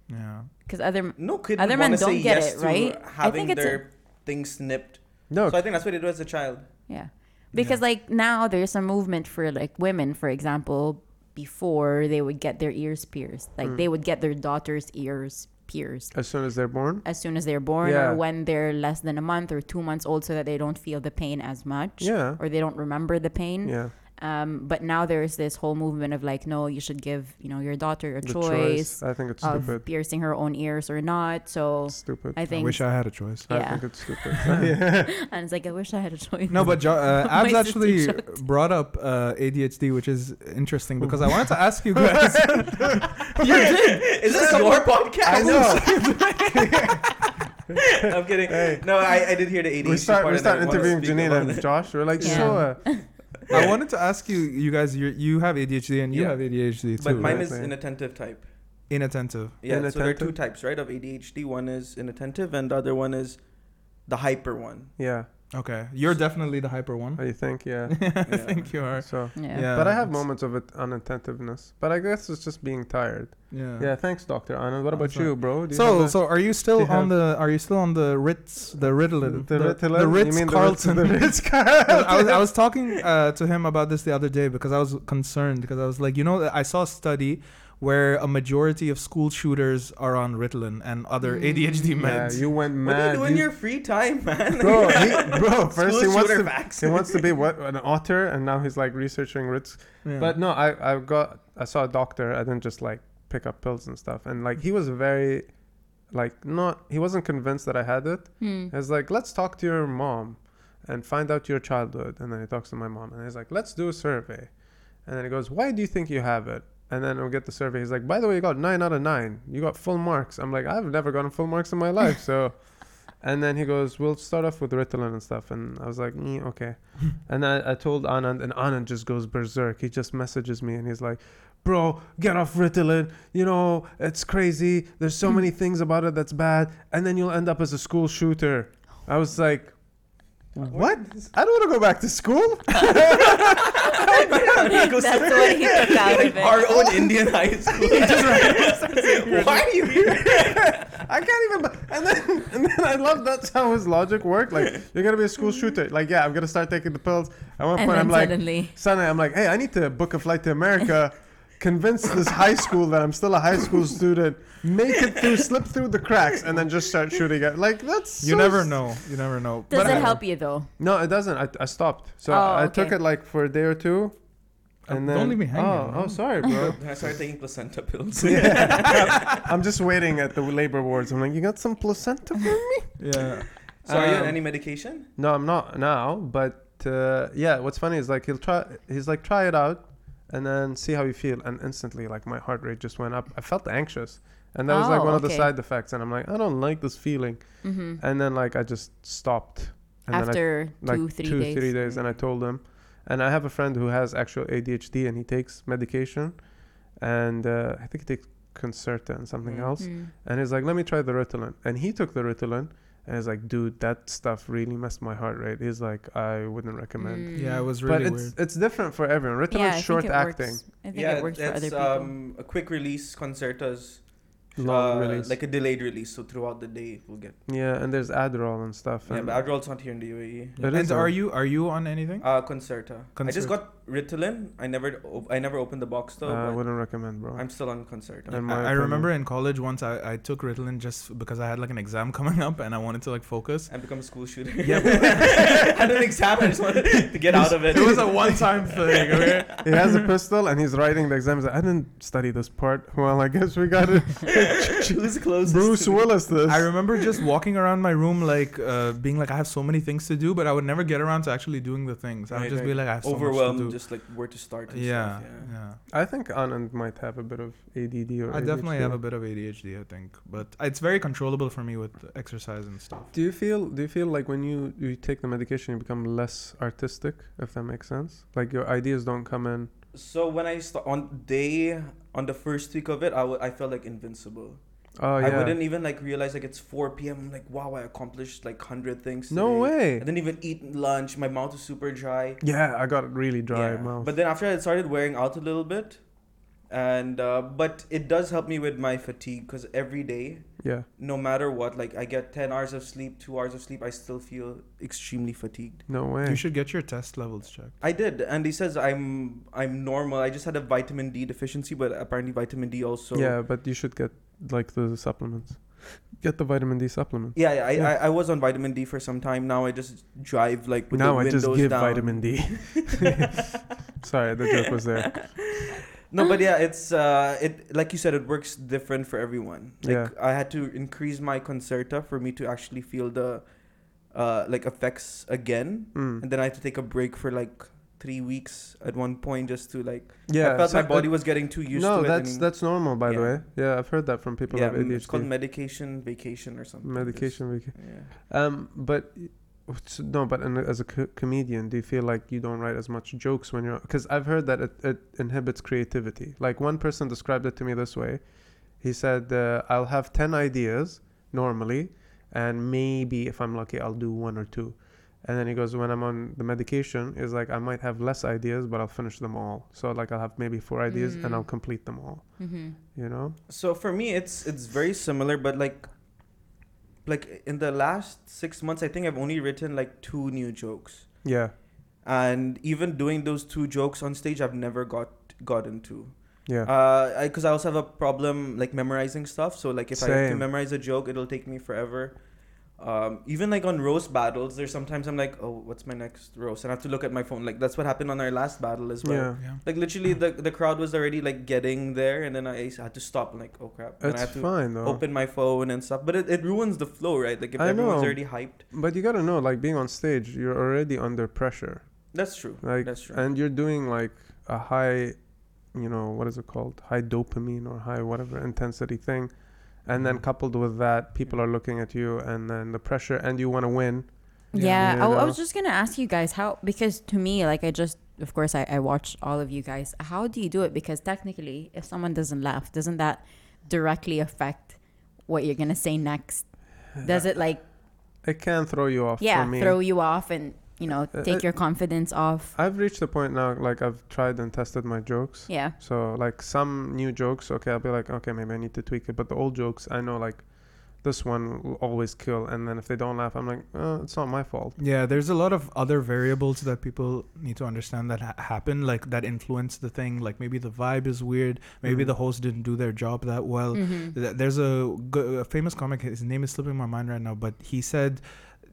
[SPEAKER 4] yeah.
[SPEAKER 1] Because other
[SPEAKER 2] No kid
[SPEAKER 1] Other
[SPEAKER 2] would
[SPEAKER 1] men
[SPEAKER 2] want to
[SPEAKER 1] don't
[SPEAKER 2] say
[SPEAKER 1] get
[SPEAKER 2] yes
[SPEAKER 1] it,
[SPEAKER 2] to
[SPEAKER 1] right? I think
[SPEAKER 2] having
[SPEAKER 1] it's a-
[SPEAKER 2] their thing snipped.
[SPEAKER 3] No,
[SPEAKER 2] So I think that's what they do as a child.
[SPEAKER 1] yeah, because like now there's a movement for like women, for example. Before they would get their ears pierced, like they would get their daughter's ears peers
[SPEAKER 3] as soon as they're born.
[SPEAKER 1] as soon as they're born
[SPEAKER 3] Yeah.
[SPEAKER 1] or when they're less than a month or two months old so that they don't feel the pain as much
[SPEAKER 3] Yeah.
[SPEAKER 1] or they don't remember the pain.
[SPEAKER 3] Yeah.
[SPEAKER 1] Um, but now there's this whole movement of like, no, you should give, you know, your daughter a
[SPEAKER 3] The
[SPEAKER 1] choice,
[SPEAKER 3] I think it's
[SPEAKER 1] of
[SPEAKER 3] stupid.
[SPEAKER 1] piercing her own ears or not. So
[SPEAKER 3] It's stupid.
[SPEAKER 1] I
[SPEAKER 4] I
[SPEAKER 1] think,
[SPEAKER 4] wish I had a choice.
[SPEAKER 3] I
[SPEAKER 1] yeah.
[SPEAKER 3] think it's stupid. yeah.
[SPEAKER 1] and it's like, I wish I had a choice.
[SPEAKER 4] No, but jo- uh,
[SPEAKER 1] My
[SPEAKER 4] Abs
[SPEAKER 1] sister
[SPEAKER 4] actually
[SPEAKER 1] joked.
[SPEAKER 4] brought up uh, ADHD, which is interesting because I wanted to ask you guys. You did.
[SPEAKER 2] Is this your podcast?
[SPEAKER 3] I know.
[SPEAKER 2] I'm kidding.
[SPEAKER 3] Hey.
[SPEAKER 2] No, I, I did hear the ADHD
[SPEAKER 3] we start we
[SPEAKER 2] part
[SPEAKER 3] start
[SPEAKER 2] and I wanna
[SPEAKER 3] interviewing
[SPEAKER 2] speak
[SPEAKER 3] Janine
[SPEAKER 2] about
[SPEAKER 3] and
[SPEAKER 2] it.
[SPEAKER 3] Josh. We're like,
[SPEAKER 1] Yeah.
[SPEAKER 3] so uh,
[SPEAKER 4] I wanted to ask you, you guys, you you have ADHD and you
[SPEAKER 2] Yeah.
[SPEAKER 4] have ADHD too.
[SPEAKER 2] But mine
[SPEAKER 4] right?
[SPEAKER 2] is
[SPEAKER 3] right?
[SPEAKER 2] inattentive type.
[SPEAKER 4] inattentive.
[SPEAKER 2] Yeah, so there are two
[SPEAKER 3] Inattentive?
[SPEAKER 2] types, right? Of ADHD. One is inattentive, and the other one is the hyper one.
[SPEAKER 3] yeah,
[SPEAKER 4] Okay, you're definitely the hyper one.
[SPEAKER 3] I think Oh, yeah.
[SPEAKER 4] I think you are.
[SPEAKER 3] So,
[SPEAKER 1] yeah.
[SPEAKER 4] Yeah.
[SPEAKER 3] but I have
[SPEAKER 4] it's-
[SPEAKER 3] moments of it, unattentiveness. But I guess it's just being tired.
[SPEAKER 4] Yeah.
[SPEAKER 3] Yeah, thanks, Doctor Anand. What
[SPEAKER 4] Oh,
[SPEAKER 3] about
[SPEAKER 4] sorry.
[SPEAKER 3] you, bro? Do you
[SPEAKER 4] So,
[SPEAKER 3] have a-
[SPEAKER 4] so are you still
[SPEAKER 3] do you
[SPEAKER 4] on the are you still on the Ritz the Ritalin
[SPEAKER 3] The Ritalin?
[SPEAKER 4] the
[SPEAKER 3] You
[SPEAKER 4] Ritz
[SPEAKER 3] mean the Ritz-
[SPEAKER 4] Carlton
[SPEAKER 3] the
[SPEAKER 4] Ritz Carlton I was I was talking uh, to him about this the other day because I was concerned because I was like you know I saw a study where a majority of school shooters are on Ritalin and other
[SPEAKER 1] Mm.
[SPEAKER 4] ADHD
[SPEAKER 3] yeah,
[SPEAKER 4] meds.
[SPEAKER 3] you went
[SPEAKER 2] What do you
[SPEAKER 3] mad.
[SPEAKER 2] do in your free time, man?
[SPEAKER 3] bro, he, bro. First he
[SPEAKER 2] School
[SPEAKER 3] wants
[SPEAKER 2] shooter
[SPEAKER 3] to
[SPEAKER 2] facts.
[SPEAKER 3] he wants to be what an author, and now he's like researching Ritz.
[SPEAKER 4] Yeah.
[SPEAKER 3] But no, I I got I saw a doctor. I didn't just like pick up pills and stuff. And like he was very, like not he wasn't convinced that I had it.
[SPEAKER 1] Hmm.
[SPEAKER 3] He's like, let's talk to your mom and find out your childhood. And then he talks to my mom and he's like, let's do a survey. And then he goes, why do you think you have it? And then we'll get the survey. He's like, by the way, you got nine out of nine. You got full marks. I'm like, I've never gotten full marks in my life. So, and then he goes, we'll start off with Ritalin and stuff. And I was like, mm, okay. and then I, I told Anand, and Anand just goes berserk. He just messages me and he's like, bro, get off Ritalin. You know, it's crazy. There's so
[SPEAKER 1] Hmm.
[SPEAKER 3] many things about it that's bad. And then you'll end up as a school shooter. I was like, what? I don't want to go back to school.
[SPEAKER 1] That's what he took out of
[SPEAKER 2] Our
[SPEAKER 1] it.
[SPEAKER 2] own Indian high school. Why are you here?
[SPEAKER 3] I can't even. b- And then, and then I love that's how his logic worked. Like, you're gonna be a school shooter. Like, yeah, I'm gonna start taking the pills. At one
[SPEAKER 1] And
[SPEAKER 3] point,
[SPEAKER 1] then
[SPEAKER 3] I'm like,
[SPEAKER 1] suddenly,
[SPEAKER 3] Sunday, I'm like, hey, I need to book a flight to America. Convince this high school that I'm still a high school student. Make it through, slip through the cracks, and then just start shooting it. Like that's
[SPEAKER 4] you
[SPEAKER 3] so
[SPEAKER 4] never
[SPEAKER 3] s-
[SPEAKER 4] know. You never know.
[SPEAKER 1] does
[SPEAKER 4] But
[SPEAKER 1] it
[SPEAKER 4] I-
[SPEAKER 1] help you though?
[SPEAKER 3] No, it doesn't. I, I stopped. So
[SPEAKER 1] Oh,
[SPEAKER 3] I
[SPEAKER 1] okay.
[SPEAKER 3] took it like for a day or two,
[SPEAKER 4] Uh,
[SPEAKER 3] and
[SPEAKER 4] don't
[SPEAKER 3] then
[SPEAKER 4] leave me hanging,
[SPEAKER 3] Oh,
[SPEAKER 4] man.
[SPEAKER 3] oh, sorry, bro.
[SPEAKER 2] I started taking placenta pills.
[SPEAKER 3] yeah. I'm just waiting at the labor wards. I'm like, you got some placenta?
[SPEAKER 4] Yeah.
[SPEAKER 2] So are you on
[SPEAKER 3] Um,
[SPEAKER 2] any medication?
[SPEAKER 3] No, I'm not now. But uh, yeah, what's funny is like he'll try. He's like, try it out, and then see how you feel. And instantly, like my heart rate just went up. I felt anxious, and that was like
[SPEAKER 1] Oh,
[SPEAKER 3] one of the
[SPEAKER 1] okay.
[SPEAKER 3] side effects. And I'm like, I don't like this feeling.
[SPEAKER 1] hmm
[SPEAKER 3] And then like I just stopped. And then I
[SPEAKER 1] After
[SPEAKER 3] like
[SPEAKER 1] two, three days.
[SPEAKER 3] three days, and I told him. And I have a friend who has actual ADHD, and he takes medication, and uh, I think he takes Concerta and something
[SPEAKER 2] Mm.
[SPEAKER 3] else.
[SPEAKER 1] Mm.
[SPEAKER 3] And he's like, "Let me try the Ritalin," and he took the Ritalin, and he's like, "Dude, that stuff really messed my heart rate." He's like, "I wouldn't recommend."
[SPEAKER 1] Mm.
[SPEAKER 4] Yeah, it was
[SPEAKER 3] But
[SPEAKER 4] really
[SPEAKER 3] it's
[SPEAKER 4] weird.
[SPEAKER 3] it's different for everyone.
[SPEAKER 1] Hmm. Yeah, I
[SPEAKER 3] Ritalin's
[SPEAKER 1] think
[SPEAKER 3] short
[SPEAKER 1] it
[SPEAKER 3] acting,
[SPEAKER 1] Works. I think it works for other
[SPEAKER 2] it's,
[SPEAKER 1] people.
[SPEAKER 2] Um, a quick release concertas,
[SPEAKER 3] long
[SPEAKER 2] uh,
[SPEAKER 3] release.
[SPEAKER 2] like a delayed release. So throughout the day, we'll get.
[SPEAKER 3] yeah, and there's Adderall and stuff.
[SPEAKER 2] Yeah,
[SPEAKER 3] and-
[SPEAKER 2] but Adderall's not here in the E. UAE.
[SPEAKER 3] It
[SPEAKER 4] and
[SPEAKER 3] is a-
[SPEAKER 4] are you are you on anything?
[SPEAKER 2] Uh, Concerta. I just
[SPEAKER 4] Concerta.
[SPEAKER 2] got Ritalin. I never, op- I never opened the box though.
[SPEAKER 3] uh, I
[SPEAKER 2] but
[SPEAKER 3] wouldn't recommend, bro.
[SPEAKER 2] I'm still on Concerta.
[SPEAKER 3] in my
[SPEAKER 4] I, I
[SPEAKER 3] opinion.
[SPEAKER 4] remember in college once I, I took Ritalin just because I had like an exam coming up and I wanted to like focus.
[SPEAKER 2] and become a school shooter. Yeah, had an exam. I just wanted to get out of it.
[SPEAKER 4] It was a one time thing. okay?
[SPEAKER 3] he has a pistol and he's writing the exam. He's like, I didn't study this part. Well, I guess we got to
[SPEAKER 2] Who's closest?
[SPEAKER 3] Bruce
[SPEAKER 2] to-
[SPEAKER 3] Willis this.
[SPEAKER 4] I remember just walking around my room like uh, being like I have so many things to do, but I would never get around to actually doing the things. I would
[SPEAKER 2] Right,
[SPEAKER 4] just
[SPEAKER 2] right.
[SPEAKER 4] be like I have so
[SPEAKER 2] Overwhelmed,
[SPEAKER 4] much to do.
[SPEAKER 2] just like where to start. And
[SPEAKER 4] yeah,
[SPEAKER 2] Stuff, yeah.
[SPEAKER 4] yeah.
[SPEAKER 3] I think Anand might have a bit of ADD or
[SPEAKER 4] I definitely
[SPEAKER 3] ADHD.
[SPEAKER 4] have a bit of ADHD, I think, but it's very controllable for me with exercise and stuff.
[SPEAKER 3] Do you feel do you feel like when you you take the medication you become less artistic if that makes sense? Like your ideas don't come in.
[SPEAKER 2] So when I st- on day on the first week of it, I wa- I felt like invincible.
[SPEAKER 3] Oh yeah.
[SPEAKER 2] I wouldn't even like realize like it's 4 p.m. I'm like, wow, I accomplished like hundred things.
[SPEAKER 3] no
[SPEAKER 2] today. I
[SPEAKER 3] way.
[SPEAKER 2] didn't even eat lunch. My mouth is super dry.
[SPEAKER 3] Yeah, I got really dry mouth.
[SPEAKER 2] But then after I started wearing out a little bit, and uh, but it does help me with my fatigue because every day,
[SPEAKER 3] yeah.
[SPEAKER 2] no matter what, like I get 10 hours of sleep, two hours of sleep, I still feel extremely fatigued.
[SPEAKER 3] No way.
[SPEAKER 4] You should get your test levels checked.
[SPEAKER 2] I did, and he says I'm I'm normal. I just had a vitamin D deficiency, but apparently vitamin D also
[SPEAKER 3] yeah, but you should get like the supplements. Get the vitamin D supplement.
[SPEAKER 2] Yeah, yeah, I,
[SPEAKER 3] Yeah.
[SPEAKER 2] I, I was on vitamin D for some time. Now I just drive like with
[SPEAKER 3] now
[SPEAKER 2] the
[SPEAKER 3] I
[SPEAKER 2] windows
[SPEAKER 3] just give
[SPEAKER 2] down.
[SPEAKER 3] vitamin D. Sorry, the joke was there.
[SPEAKER 2] No, but yeah, it's uh, it like you said, it works different for everyone. Like
[SPEAKER 3] Yeah.
[SPEAKER 2] I had to increase my concerta for me to actually feel the, uh, like effects again,
[SPEAKER 3] Mm.
[SPEAKER 2] and then I had to take a break for like three weeks at one point just to like.
[SPEAKER 3] Yeah,
[SPEAKER 2] I felt
[SPEAKER 3] so
[SPEAKER 2] my body
[SPEAKER 3] that-
[SPEAKER 2] was getting too used
[SPEAKER 3] no,
[SPEAKER 2] to it.
[SPEAKER 3] that's
[SPEAKER 2] and-
[SPEAKER 3] that's normal, by the
[SPEAKER 2] Yeah.
[SPEAKER 3] way. Yeah, I've heard that from people
[SPEAKER 2] yeah, mm,
[SPEAKER 3] with ADHD.
[SPEAKER 2] it's called medication vacation or something.
[SPEAKER 3] medication. we ca-
[SPEAKER 2] It's- yeah.
[SPEAKER 3] Um, but so- no, but in, as a co- comedian, do you feel like you don't write as much jokes when you're? Because I've heard that it, it inhibits creativity. Like one person described it to me this way. He said, uh, "I'll have ten ideas normally, and maybe if I'm lucky, I'll do one or two. And then he goes, when I'm on the medication, is like I might have less ideas, but I'll finish them all. So like I'll have maybe four ideas and
[SPEAKER 1] Mm.
[SPEAKER 3] I'll complete them all.
[SPEAKER 1] Mm-hmm.
[SPEAKER 3] You know?
[SPEAKER 2] So for me, it's it's very similar, but like, like in the last six months, I think I've only written like two new jokes.
[SPEAKER 3] Yeah,
[SPEAKER 2] and even doing those two jokes on stage i've never got gotten to
[SPEAKER 3] yeah.
[SPEAKER 2] uh because I, also have a problem like memorizing stuff so like if i have to
[SPEAKER 3] Same.
[SPEAKER 2] memorize a joke it'll take me forever um even like on roast battles there's sometimes i'm like oh what's my next roast and i have to look at my phone like that's what happened on our last battle as well
[SPEAKER 3] yeah.
[SPEAKER 4] Yeah.
[SPEAKER 2] like literally the the crowd was already like getting there and then i had to stop and like oh crap and i
[SPEAKER 3] It's
[SPEAKER 2] had to
[SPEAKER 3] fine though.
[SPEAKER 2] open my phone and stuff but it, it ruins the flow right like if
[SPEAKER 3] I
[SPEAKER 2] everyone's
[SPEAKER 3] know.
[SPEAKER 2] already hyped
[SPEAKER 3] But you gotta know, like being on stage, you're already under pressure,
[SPEAKER 2] that's true
[SPEAKER 3] Like,
[SPEAKER 2] that's true
[SPEAKER 3] and you're doing like a high, you know, what is it called? High dopamine or high whatever intensity thing, and
[SPEAKER 2] Mm-hmm.
[SPEAKER 3] then coupled with that, people are looking at you, and then the pressure, and you want to win.
[SPEAKER 1] Yeah,
[SPEAKER 3] Yeah,
[SPEAKER 1] I, I
[SPEAKER 3] no.
[SPEAKER 1] was just gonna ask you guys how because to me, like I just, of course, I, I watch all of you guys. How do you do it? Because technically, if someone doesn't laugh, doesn't that directly affect what you're gonna say next? Does it like
[SPEAKER 3] It can throw you off.
[SPEAKER 1] yeah
[SPEAKER 3] for me.
[SPEAKER 1] throw you off and you know
[SPEAKER 3] Uh,
[SPEAKER 1] take
[SPEAKER 3] uh,
[SPEAKER 1] your confidence off?
[SPEAKER 3] I've reached the point now, like I've tried and tested my jokes.
[SPEAKER 1] Yeah,
[SPEAKER 3] So like some new jokes, okay, I'll be like, okay, maybe I need to tweak it. But the old jokes, I know like this one will always kill, and then if they don't laugh, I'm like, uh, it's not my fault.
[SPEAKER 4] Yeah, there's a lot of other variables that people need to understand that ha- happen, like that influence the thing. Like maybe the vibe is weird, maybe
[SPEAKER 3] Mhm.
[SPEAKER 4] the host didn't do their job that
[SPEAKER 3] uh,
[SPEAKER 4] well.
[SPEAKER 1] Mm-hmm.
[SPEAKER 4] Th- There's a, g- a famous comic, his name is slipping my mind right now, but he said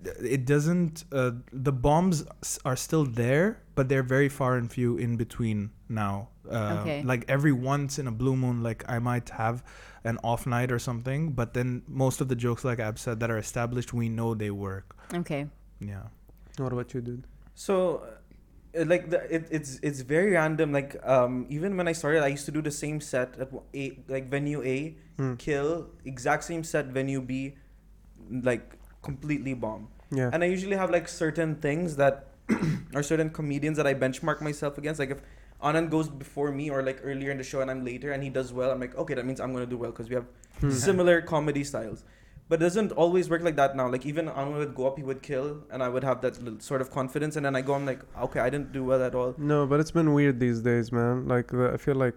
[SPEAKER 4] th- it doesn't, uh, the bombs s- are still there, but they're very far and few in between now. Uh,
[SPEAKER 1] Okay.
[SPEAKER 4] Like every once in a blue moon, like I might have an off night or something, but then most of the jokes, like I've said, that are established, we know they work.
[SPEAKER 1] okay.
[SPEAKER 4] Yeah.
[SPEAKER 3] What about you, dude?
[SPEAKER 2] So, uh, like the, it, it's it's very random. Like um, even when I started, I used to do the same set at w- a like venue A,
[SPEAKER 3] Hmm.
[SPEAKER 2] kill exact same set venue B, like completely bomb.
[SPEAKER 3] Yeah.
[SPEAKER 2] And I usually have like certain things that are certain comedians that I benchmark myself against. Like if Anand goes before me or like earlier in the show and I'm later and he does well, I'm like okay, that means I'm gonna do well because we have
[SPEAKER 3] Hmm.
[SPEAKER 2] similar comedy styles. But it doesn't always work like that now. Like even Anwar would go up, he would kill, and I would have that little sort of confidence, and then I go, I'm like, okay, I didn't do well at all.
[SPEAKER 3] No, but it's been weird these days, man. Like the, I feel like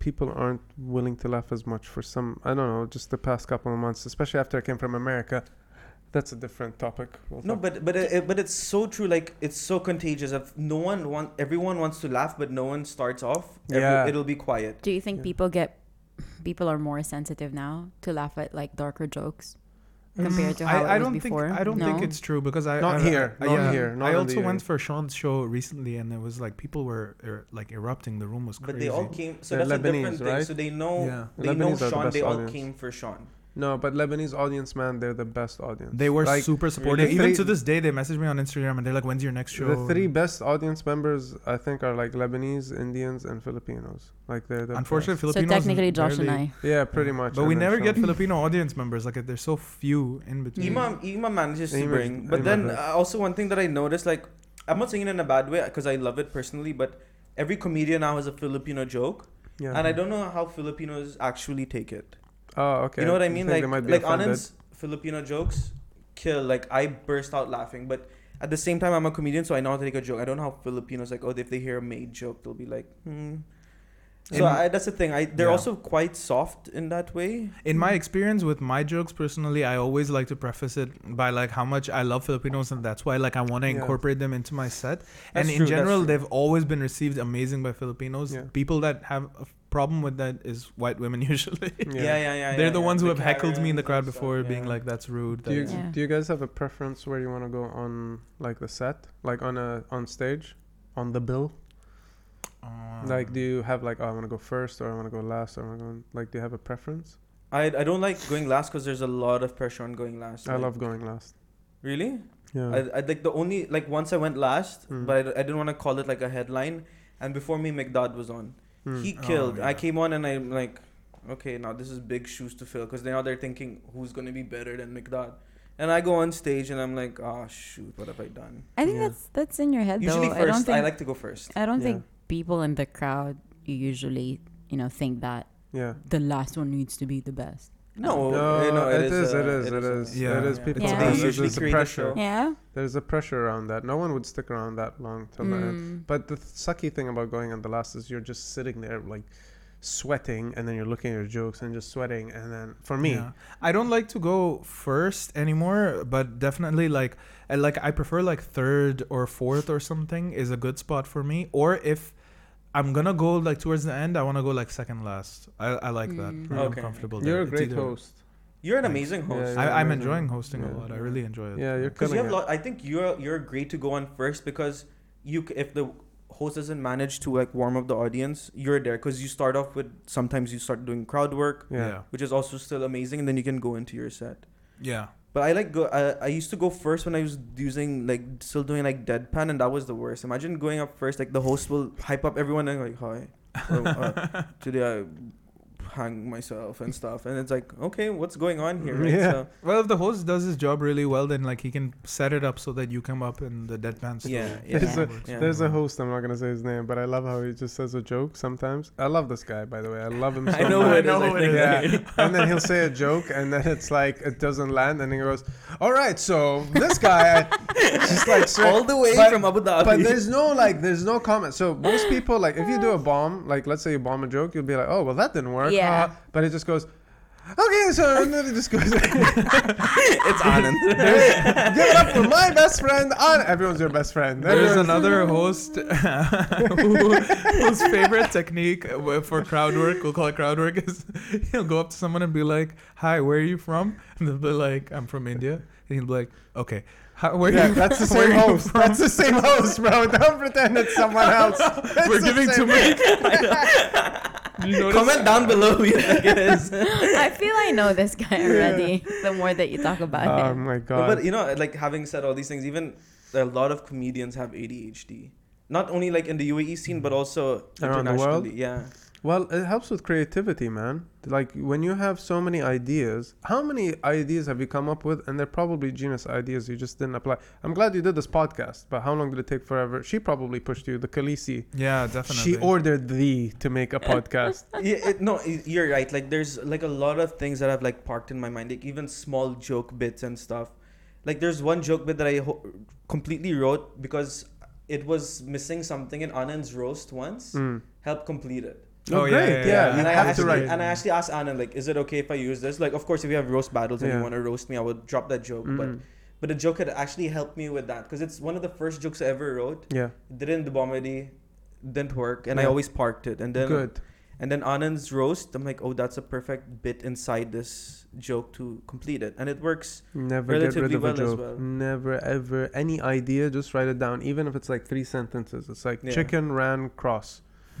[SPEAKER 3] people aren't willing to laugh as much for some. I don't know, just the past couple of months, especially after I came from America. That's a different topic. We'll
[SPEAKER 2] No,
[SPEAKER 3] talk-
[SPEAKER 2] but but it, it- but it's so true. Like it's so contagious. If no one want, everyone wants to laugh, but no one starts off. every-
[SPEAKER 3] Yeah.
[SPEAKER 2] it'll be quiet.
[SPEAKER 1] Do you think
[SPEAKER 3] Yeah.
[SPEAKER 1] people get people are more sensitive now to laugh at like darker jokes
[SPEAKER 2] Mm.
[SPEAKER 1] compared to how it
[SPEAKER 4] I, I
[SPEAKER 1] was
[SPEAKER 4] don't
[SPEAKER 1] before?
[SPEAKER 4] think I don't think
[SPEAKER 1] No?
[SPEAKER 4] it's true because I
[SPEAKER 3] Not
[SPEAKER 4] I-
[SPEAKER 3] here,
[SPEAKER 4] I,
[SPEAKER 3] not
[SPEAKER 4] yeah,
[SPEAKER 3] here, not
[SPEAKER 4] I
[SPEAKER 3] in
[SPEAKER 4] also
[SPEAKER 3] the-
[SPEAKER 4] went for Sean's show recently, and it was like people were er, like erupting. The room was crazy.
[SPEAKER 2] But they all came. So
[SPEAKER 3] They're
[SPEAKER 2] that's a
[SPEAKER 3] Lebanese,
[SPEAKER 2] different thing.
[SPEAKER 3] right?
[SPEAKER 2] So they know
[SPEAKER 3] Yeah.
[SPEAKER 2] they
[SPEAKER 3] Lebanese are
[SPEAKER 2] know
[SPEAKER 3] the
[SPEAKER 2] Sean.
[SPEAKER 3] best
[SPEAKER 2] They all
[SPEAKER 3] audience.
[SPEAKER 2] came for Sean.
[SPEAKER 3] no, but Lebanese audience, man, they're the best audience.
[SPEAKER 4] They were
[SPEAKER 3] like,
[SPEAKER 4] super supportive.
[SPEAKER 3] the
[SPEAKER 4] Even
[SPEAKER 3] three-
[SPEAKER 4] to this day, they message me on Instagram and they're like, "When's your next show?"
[SPEAKER 3] the three best audience members. I think are like Lebanese, Indians, and Filipinos. Like they're the
[SPEAKER 4] Unfortunately,
[SPEAKER 1] so
[SPEAKER 4] Filipinos.
[SPEAKER 1] technically, Josh
[SPEAKER 4] barely-
[SPEAKER 1] and
[SPEAKER 3] best. yeah, pretty much.
[SPEAKER 4] But we
[SPEAKER 3] and then
[SPEAKER 4] never get
[SPEAKER 3] Sean.
[SPEAKER 4] Filipino audience members. Like there's so few in between.
[SPEAKER 2] Imam Imam manages to
[SPEAKER 3] Imam-
[SPEAKER 2] bring, but
[SPEAKER 3] Imam
[SPEAKER 2] then
[SPEAKER 3] does.
[SPEAKER 2] uh, also one thing that I noticed, like I'm not saying it in a bad way because I love it personally, but every comedian now has a Filipino joke,
[SPEAKER 3] Yeah.
[SPEAKER 2] and I don't know how Filipinos actually take it.
[SPEAKER 3] oh, okay.
[SPEAKER 2] You know what I mean?
[SPEAKER 3] think
[SPEAKER 2] Like
[SPEAKER 3] they might be
[SPEAKER 2] like
[SPEAKER 3] offended?
[SPEAKER 2] Anand's Filipino jokes kill. Like I burst out laughing, but at the same time I'm a comedian, so I know how to take a joke. I don't know how Filipinos like. Oh, if they hear a maid joke, they'll be like, hmm. So
[SPEAKER 4] In-
[SPEAKER 2] I, that's the thing. I they're
[SPEAKER 4] Yeah.
[SPEAKER 2] also quite soft in that way.
[SPEAKER 4] In my experience with my jokes personally, I always like to preface it by like how much I love Filipinos and that's why like I want to
[SPEAKER 3] Yeah.
[SPEAKER 4] incorporate them into my set.
[SPEAKER 2] That's
[SPEAKER 4] and in
[SPEAKER 2] true, that's
[SPEAKER 4] general,
[SPEAKER 2] true.
[SPEAKER 4] they've always been received amazing by Filipinos.
[SPEAKER 3] Yeah.
[SPEAKER 4] People that have a f- problem with that is white women usually.
[SPEAKER 2] Yeah, yeah, yeah. yeah
[SPEAKER 4] They're the
[SPEAKER 2] yeah.
[SPEAKER 4] ones who have heckled me in the crowd
[SPEAKER 2] Karens and
[SPEAKER 4] before,
[SPEAKER 2] stuff,
[SPEAKER 4] being
[SPEAKER 2] yeah.
[SPEAKER 4] like, "That's rude."
[SPEAKER 3] Do you,
[SPEAKER 4] that's-
[SPEAKER 1] Yeah.
[SPEAKER 3] do you guys have a preference where you want to go on like the set, like on a on stage, on the bill? like, do you have like, oh, I want to go first, or I want to go last, or I want to go in-" like, do you have a preference?
[SPEAKER 2] I, I don't like going last because there's a lot of pressure on going last.
[SPEAKER 3] I
[SPEAKER 2] Like,
[SPEAKER 3] love going last.
[SPEAKER 2] Really?
[SPEAKER 3] Yeah.
[SPEAKER 2] I, I like the only like once I went last,
[SPEAKER 3] Mm.
[SPEAKER 2] but I, I didn't want to call it like a headline. And before me, McDodd was on.
[SPEAKER 3] Mm.
[SPEAKER 2] He
[SPEAKER 4] Oh,
[SPEAKER 2] killed. I
[SPEAKER 4] yeah.
[SPEAKER 2] came on and I'm like, okay, now this is big shoes to fill because now they're thinking who's gonna be better than McDodd. And I go on stage and I'm like, ah, shoot, what have I done?
[SPEAKER 5] I think
[SPEAKER 3] Yeah.
[SPEAKER 5] that's that's in your head
[SPEAKER 2] Usually
[SPEAKER 5] though. I don't
[SPEAKER 2] first,
[SPEAKER 5] think I,
[SPEAKER 2] I, like to go first.
[SPEAKER 5] don't
[SPEAKER 3] Yeah.
[SPEAKER 5] think people in the crowd usually you know think that
[SPEAKER 3] yeah.
[SPEAKER 5] the last one needs to be the best.
[SPEAKER 2] No,
[SPEAKER 3] No,
[SPEAKER 2] no,
[SPEAKER 3] it is,
[SPEAKER 2] a-
[SPEAKER 3] it is, it
[SPEAKER 2] a-
[SPEAKER 3] is,
[SPEAKER 4] Yeah.
[SPEAKER 3] it is.
[SPEAKER 2] Yeah.
[SPEAKER 3] People,
[SPEAKER 5] It's- they
[SPEAKER 3] there's,
[SPEAKER 2] usually
[SPEAKER 3] there's a
[SPEAKER 2] create a
[SPEAKER 3] pressure.
[SPEAKER 2] show.
[SPEAKER 5] Yeah.
[SPEAKER 3] There's a pressure around that. No one would stick around that long till the end.
[SPEAKER 1] Mm.
[SPEAKER 3] But the th- sucky thing about going on the last is you're just sitting there like sweating, and then you're looking at your jokes and just sweating, and then for me,
[SPEAKER 4] Yeah. I don't like to go first anymore, but definitely like I- like I prefer like third or fourth or something is a good spot for me. Or if I'm gonna go like towards the end, I want to go like second last. I, I like that.
[SPEAKER 1] Mm.
[SPEAKER 4] I'm
[SPEAKER 2] Okay.
[SPEAKER 4] comfortable. there.
[SPEAKER 3] you're a
[SPEAKER 4] It's
[SPEAKER 3] great
[SPEAKER 4] either-
[SPEAKER 3] host.
[SPEAKER 2] You're an
[SPEAKER 4] Thanks.
[SPEAKER 2] amazing host.
[SPEAKER 3] Yeah,
[SPEAKER 4] I,
[SPEAKER 3] yeah.
[SPEAKER 4] I'm
[SPEAKER 3] amazing.
[SPEAKER 4] enjoying hosting
[SPEAKER 3] Yeah.
[SPEAKER 4] a lot. I really enjoy it.
[SPEAKER 3] Yeah, you're
[SPEAKER 2] Because you
[SPEAKER 3] killing
[SPEAKER 2] have
[SPEAKER 3] it.
[SPEAKER 2] lot. I think you're you're great to go on first because you c- if the host doesn't manage to like warm up the audience, you're there because you start off with sometimes you start doing crowd work,
[SPEAKER 3] Yeah.
[SPEAKER 4] yeah,
[SPEAKER 2] which is also still amazing, and then you can go into your set.
[SPEAKER 4] yeah.
[SPEAKER 2] But I like go. I, I used to go first when I was using like still doing like deadpan, and that was the worst. Imagine going up first. Like the host will hype up everyone and like hi, oh, uh, today I hang myself and stuff, and it's like okay, what's going on here? right?
[SPEAKER 3] Yeah.
[SPEAKER 2] So-
[SPEAKER 4] Well, if the host does his job really well, then like he can set it up so that you come up in the deadpan. story.
[SPEAKER 2] Yeah,
[SPEAKER 4] It
[SPEAKER 2] yeah.
[SPEAKER 3] There's a-
[SPEAKER 4] works
[SPEAKER 2] yeah.
[SPEAKER 4] really
[SPEAKER 3] There's a
[SPEAKER 4] well.
[SPEAKER 3] host. I'm not gonna say his name, but I love how he just says a joke sometimes. I love this guy, by the way. I love him. So
[SPEAKER 2] I know,
[SPEAKER 3] much.
[SPEAKER 2] who it is, I
[SPEAKER 4] I know who it
[SPEAKER 2] think.
[SPEAKER 4] is.
[SPEAKER 3] Yeah, and then he'll say a joke, and then it's like it doesn't land, and he goes, "All right, so this guy, just like sir,
[SPEAKER 2] all the way
[SPEAKER 3] but-
[SPEAKER 2] from Abu Dhabi.
[SPEAKER 3] But there's no like, there's no comment. So most people like, if you do a bomb, like let's say you bomb a joke, you'll be like, "Oh, well, that didn't work."
[SPEAKER 5] Yeah.
[SPEAKER 3] huh?" but it just goes, "Okay, so," and then it just goes.
[SPEAKER 2] it's Anand.
[SPEAKER 3] There's- Give it up for my best friend. On everyone's your best friend.
[SPEAKER 4] There's
[SPEAKER 3] Everyone's-
[SPEAKER 4] another host who, whose favorite technique uh, for crowd work, we'll call it crowd work, is he'll go up to someone and be like, "Hi, where are you from?" And they'll be like, "I'm from India." And he'll be like, "Okay, how, where
[SPEAKER 3] yeah,
[SPEAKER 4] are you?"
[SPEAKER 3] that's the
[SPEAKER 4] where
[SPEAKER 3] same
[SPEAKER 4] are you
[SPEAKER 3] host.
[SPEAKER 4] from?"
[SPEAKER 3] That's the same host, bro. Don't pretend it's someone else. It's
[SPEAKER 4] We're
[SPEAKER 3] the
[SPEAKER 4] giving too
[SPEAKER 3] same-
[SPEAKER 4] much. you notice?
[SPEAKER 2] Comment down below who you think it is.
[SPEAKER 5] I feel I know this guy already. The more that you talk about
[SPEAKER 3] Oh
[SPEAKER 5] him.
[SPEAKER 3] my
[SPEAKER 2] No,
[SPEAKER 3] god.
[SPEAKER 2] but you know, like having said all these things, even a lot of comedians have ADHD. Not only like in the UAE scene, but also
[SPEAKER 3] Around the world?
[SPEAKER 2] internationally. Yeah.
[SPEAKER 3] well, it helps with creativity, man. Like when you have so many ideas, how many ideas have you come up with? And they're probably genius ideas you just didn't apply. I'm glad you did this podcast, but how long did it take forever? She probably pushed you, the Khaleesi.
[SPEAKER 4] Yeah, definitely.
[SPEAKER 3] She ordered thee to make a podcast.
[SPEAKER 2] yeah it, no, y- you're right. Like there's like a lot of things that I've like parked in my mind, like even small joke bits and stuff. Like there's one joke bit that I ho- completely wrote because it was missing something in Anand's roast once.
[SPEAKER 3] Mm.
[SPEAKER 2] Helped complete it.
[SPEAKER 3] No,
[SPEAKER 4] Oh, yeah,
[SPEAKER 3] great.
[SPEAKER 4] yeah,
[SPEAKER 3] Yeah,
[SPEAKER 4] yeah.
[SPEAKER 3] you
[SPEAKER 2] and I
[SPEAKER 3] have
[SPEAKER 2] actually,
[SPEAKER 3] to write.
[SPEAKER 2] And I actually asked Anand, like, is it okay if I use this? Like, of course, if you have roast battles and you
[SPEAKER 3] Yeah.
[SPEAKER 2] want to roast me, I would drop that joke. But
[SPEAKER 3] Mm.
[SPEAKER 2] but the joke had actually helped me with that because it's one of the first jokes I ever wrote.
[SPEAKER 3] yeah,
[SPEAKER 2] Didn't the comedy, didn't work, and I
[SPEAKER 3] Yeah.
[SPEAKER 2] always parked it. And then
[SPEAKER 3] good.
[SPEAKER 2] and then Anand's roast, I'm like, oh, that's a perfect bit inside this joke to complete it, and it works.
[SPEAKER 3] Never get rid
[SPEAKER 2] relatively
[SPEAKER 3] of
[SPEAKER 2] well
[SPEAKER 3] a
[SPEAKER 2] as
[SPEAKER 3] joke.
[SPEAKER 2] well.
[SPEAKER 3] Never ever any idea. Just write it down, even if it's like three sentences. It's like
[SPEAKER 2] Yeah.
[SPEAKER 3] chicken ran cross.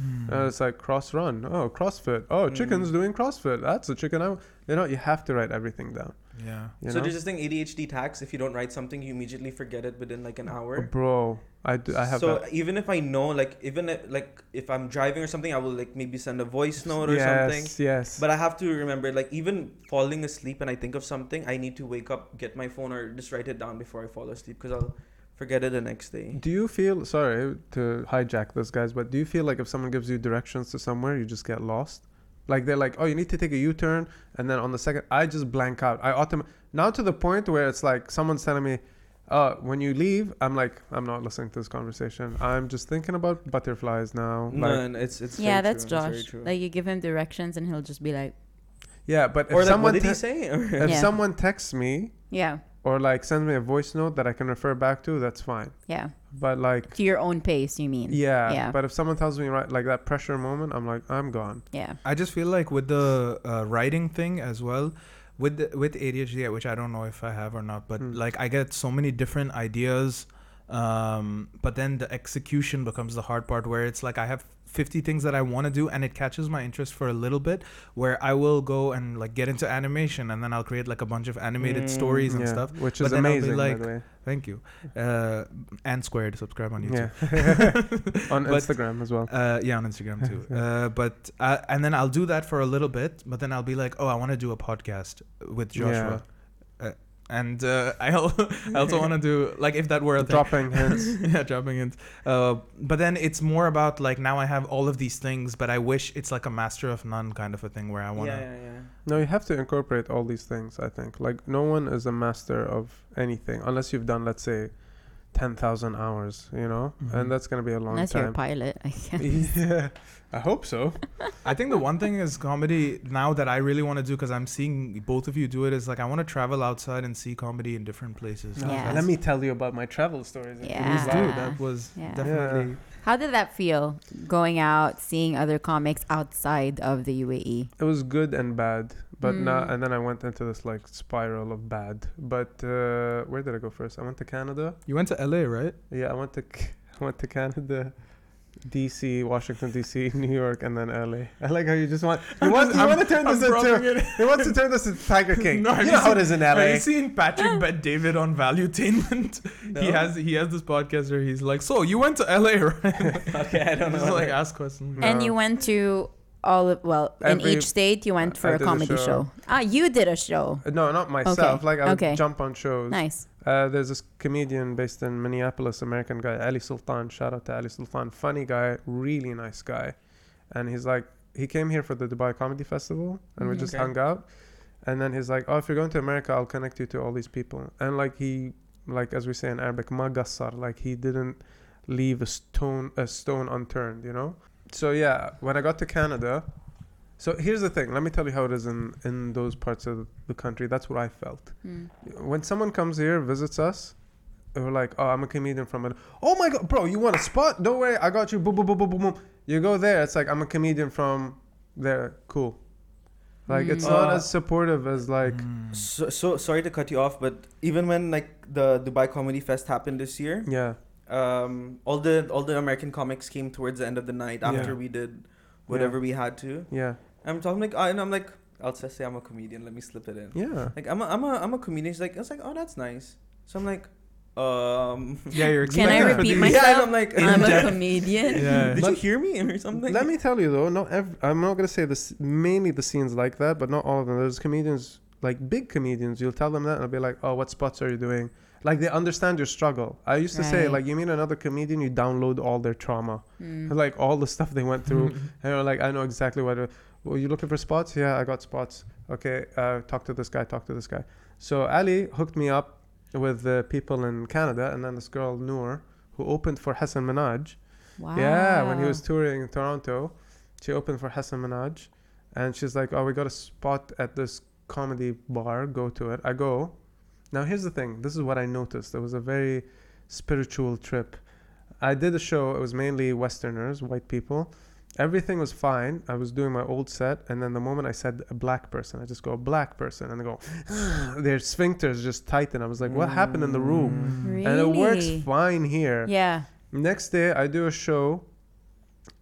[SPEAKER 4] Hmm.
[SPEAKER 3] Uh, it's like cross run. Oh, CrossFit. Oh, chicken's
[SPEAKER 2] Mm.
[SPEAKER 3] doing CrossFit. That's a chicken. I w-" You know, you have to write everything down.
[SPEAKER 4] yeah.
[SPEAKER 3] You
[SPEAKER 2] so
[SPEAKER 3] know?
[SPEAKER 2] there's this thing ADHD tax. If you don't write something, you immediately forget it within like an hour.
[SPEAKER 3] bro. I do, I have
[SPEAKER 2] so
[SPEAKER 3] that.
[SPEAKER 2] even if I know, like, even if, like if I'm driving or something, I will like maybe send a voice note or
[SPEAKER 3] yes,
[SPEAKER 2] something.
[SPEAKER 3] yes.
[SPEAKER 2] But I have to remember, like, even falling asleep and I think of something, I need to wake up, get my phone, or just write it down before I fall asleep because I'll forget it the next day.
[SPEAKER 3] do you feel sorry to hijack this, guys? But do you feel like if someone gives you directions to somewhere, you just get lost? Like they're like, oh, you need to take a U-turn, and then on the second, I just blank out. I autom now to the point where it's like someone's telling me, uh, when you leave, I'm like, I'm not listening to this conversation. I'm just thinking about butterflies now.
[SPEAKER 2] No,
[SPEAKER 3] like,
[SPEAKER 2] and it's it's
[SPEAKER 5] Yeah,
[SPEAKER 2] very
[SPEAKER 5] that's
[SPEAKER 2] true, it's very
[SPEAKER 5] Josh.
[SPEAKER 2] true.
[SPEAKER 5] Like you give him directions and he'll just be like,
[SPEAKER 3] yeah, but if
[SPEAKER 2] or like,
[SPEAKER 3] someone
[SPEAKER 2] what did
[SPEAKER 3] te-
[SPEAKER 2] he say? Or-
[SPEAKER 3] if
[SPEAKER 5] Yeah.
[SPEAKER 3] someone texts me
[SPEAKER 1] Yeah.
[SPEAKER 3] or like send me a voice note that I can refer back to, that's fine.
[SPEAKER 1] Yeah.
[SPEAKER 3] But like,
[SPEAKER 1] To your own pace, you mean?
[SPEAKER 3] yeah.
[SPEAKER 1] Yeah.
[SPEAKER 3] But if someone tells me right, like that pressure moment, I'm like, I'm gone.
[SPEAKER 1] Yeah.
[SPEAKER 4] I just feel like with the uh, writing thing as well, with the, with ADHD, which I don't know if I have or not, but
[SPEAKER 3] Hmm.
[SPEAKER 4] like I get so many different ideas, um, but then the execution becomes the hard part where it's like I have. 50 things that I want to do and it catches my interest for a little bit where I will go and like get into animation and then I'll create like a bunch of animated
[SPEAKER 2] Mm,
[SPEAKER 4] stories and
[SPEAKER 3] Yeah,
[SPEAKER 4] stuff.
[SPEAKER 3] which
[SPEAKER 4] But
[SPEAKER 3] is
[SPEAKER 4] then I'll be
[SPEAKER 3] amazing.
[SPEAKER 4] like-
[SPEAKER 3] by the way.
[SPEAKER 4] Thank you. Uh and squared subscribe on YouTube.
[SPEAKER 3] Yeah. on
[SPEAKER 4] But-
[SPEAKER 3] Instagram as well.
[SPEAKER 4] Uh, yeah, on Instagram too. Uh, but uh, and then I'll do that for a little bit, but then I'll be like, oh, I want to do a podcast with Joshua, uh, and uh, I al- I also want to do like if that were a thing.
[SPEAKER 3] Dropping hints.
[SPEAKER 4] yeah, dropping it. Uh, but then it's more about like now I have all of these things, but I wish it's like a master of none kind of a thing where I want to.
[SPEAKER 2] yeah, yeah.
[SPEAKER 3] No, you have to incorporate all these things, I think. Like, no one is a master of anything unless you've done, let's say, 10,000 hours, you know?
[SPEAKER 4] Mhm.
[SPEAKER 3] And that's going to be a long
[SPEAKER 1] Unless you're a
[SPEAKER 3] time.
[SPEAKER 1] pilot, I guess.
[SPEAKER 3] yeah, I hope so.
[SPEAKER 4] I think the one thing is comedy now that I really want to do because I'm seeing both of you do it is like I want to travel outside and see comedy in different places.
[SPEAKER 1] No, Yeah.
[SPEAKER 3] Let me tell you about my travel stories. in
[SPEAKER 1] Yeah.
[SPEAKER 4] Please do.
[SPEAKER 3] Dubai.
[SPEAKER 4] That was
[SPEAKER 1] Yeah.
[SPEAKER 4] definitely.
[SPEAKER 1] How did that feel going out, seeing other comics outside of the E? UAE?
[SPEAKER 3] It was good and bad, but now
[SPEAKER 1] Mm.
[SPEAKER 3] and then I went into this like spiral of bad. But uh, where did I go first? I went to Canada.
[SPEAKER 4] You went to LA, right?
[SPEAKER 3] Yeah, I went to C- I went to Canada, DC, Washington DC, New York, and then LA. I like how you just want you want, you want to turn this into he wants to turn this into Tiger King.
[SPEAKER 4] No,
[SPEAKER 3] you
[SPEAKER 4] I
[SPEAKER 3] know how it
[SPEAKER 4] just-
[SPEAKER 3] is in
[SPEAKER 4] Have you
[SPEAKER 3] LA.
[SPEAKER 4] seen Patrick Bet David on Valuetainment? He
[SPEAKER 2] No?
[SPEAKER 4] has he has this podcast where he's like, so you went to LA, right?
[SPEAKER 2] Okay, I don't
[SPEAKER 4] Just
[SPEAKER 2] know.
[SPEAKER 4] like ask questions.
[SPEAKER 1] And
[SPEAKER 3] No.
[SPEAKER 1] you went to all of, well,
[SPEAKER 3] Every-
[SPEAKER 1] in each state, you went
[SPEAKER 3] I-
[SPEAKER 1] for
[SPEAKER 3] I
[SPEAKER 1] a
[SPEAKER 3] did a
[SPEAKER 1] comedy
[SPEAKER 3] show.
[SPEAKER 1] show. Ah, you did a show.
[SPEAKER 3] No, not myself. Like I would
[SPEAKER 1] okay.
[SPEAKER 3] jump on shows.
[SPEAKER 1] Nice.
[SPEAKER 3] Uh, there's this comedian based in Minneapolis, American guy, Ali Sultan. Shout out to Ali Sultan. Funny guy, really nice guy. And he's like, he came here for the Dubai Comedy Festival and we
[SPEAKER 1] Mhm.
[SPEAKER 3] just
[SPEAKER 2] Okay.
[SPEAKER 3] hung out. And then he's like, oh, if you're going to America, I'll connect you to all these people. And like he, like as we say in Arabic, magassar, like he didn't leave a stone a stone unturned, you know? So yeah, when I got to Canada, so here's the thing. Let me tell you how it is in, in those parts of the country. That's what I felt
[SPEAKER 1] Mm.
[SPEAKER 3] when someone comes here visits us we're like oh i'm a comedian from it oh my god bro you want a spot don't worry i got you boom boom boom boom boom boom you go there it's like i'm a comedian from there cool like it's
[SPEAKER 2] Mm.
[SPEAKER 3] not
[SPEAKER 2] Uh,
[SPEAKER 3] as supportive as like
[SPEAKER 4] Mm.
[SPEAKER 2] So, so sorry to cut you off, but even when like the Dubai Comedy Fest happened this year,
[SPEAKER 3] yeah
[SPEAKER 2] um, all the all the American comics came towards the end of the night after
[SPEAKER 3] Yeah.
[SPEAKER 2] we did whatever we had to.
[SPEAKER 3] yeah
[SPEAKER 2] I'm talking like, I, and I'm like, I'll just say I'm a comedian. Let me slip it in.
[SPEAKER 3] yeah
[SPEAKER 2] Like I'm a, I'm a I'm a comedian. She's like, I was like, oh, that's nice. So I'm like, um,
[SPEAKER 4] Yeah, you're
[SPEAKER 1] Can I
[SPEAKER 3] Yeah.
[SPEAKER 4] expecting-
[SPEAKER 1] repeat
[SPEAKER 2] Yeah,
[SPEAKER 1] myself?
[SPEAKER 2] and I'm like-
[SPEAKER 1] I'm a
[SPEAKER 2] Yeah.
[SPEAKER 1] comedian.
[SPEAKER 4] Yeah.
[SPEAKER 2] did you hear me or something?
[SPEAKER 3] let me tell you though not ev- i'm not gonna say this mainly the scenes like that but not all of them there's comedians like big comedians you'll tell them that and they'll be like oh what spots are you doing like they understand your struggle i used to say
[SPEAKER 1] Right.
[SPEAKER 3] like you mean another comedian you download all their trauma
[SPEAKER 1] Mm.
[SPEAKER 3] like all the stuff they went through and you're like i know exactly what well you looking for spots yeah i got spots okay uh, talk to this guy talk to this guy so ali hooked me up with the people in canada and then this girl noor who opened for hassan minaj
[SPEAKER 1] Wow.
[SPEAKER 3] yeah when he
[SPEAKER 1] Ah.
[SPEAKER 3] was touring in toronto she opened for hassan minaj and she's like oh we got a spot at this comedy bar go to it i go now here's the thing this is what i noticed it was a very spiritual trip I did a show. It was mainly Westerners, white people. Everything was fine. I was doing my old set, and then the moment I said a black person, I just go a black person, and they go, their sphincters just tighten. I was like, what happened in the room?
[SPEAKER 1] Really?
[SPEAKER 3] And it works fine here.
[SPEAKER 1] Yeah.
[SPEAKER 3] Next day, I do a show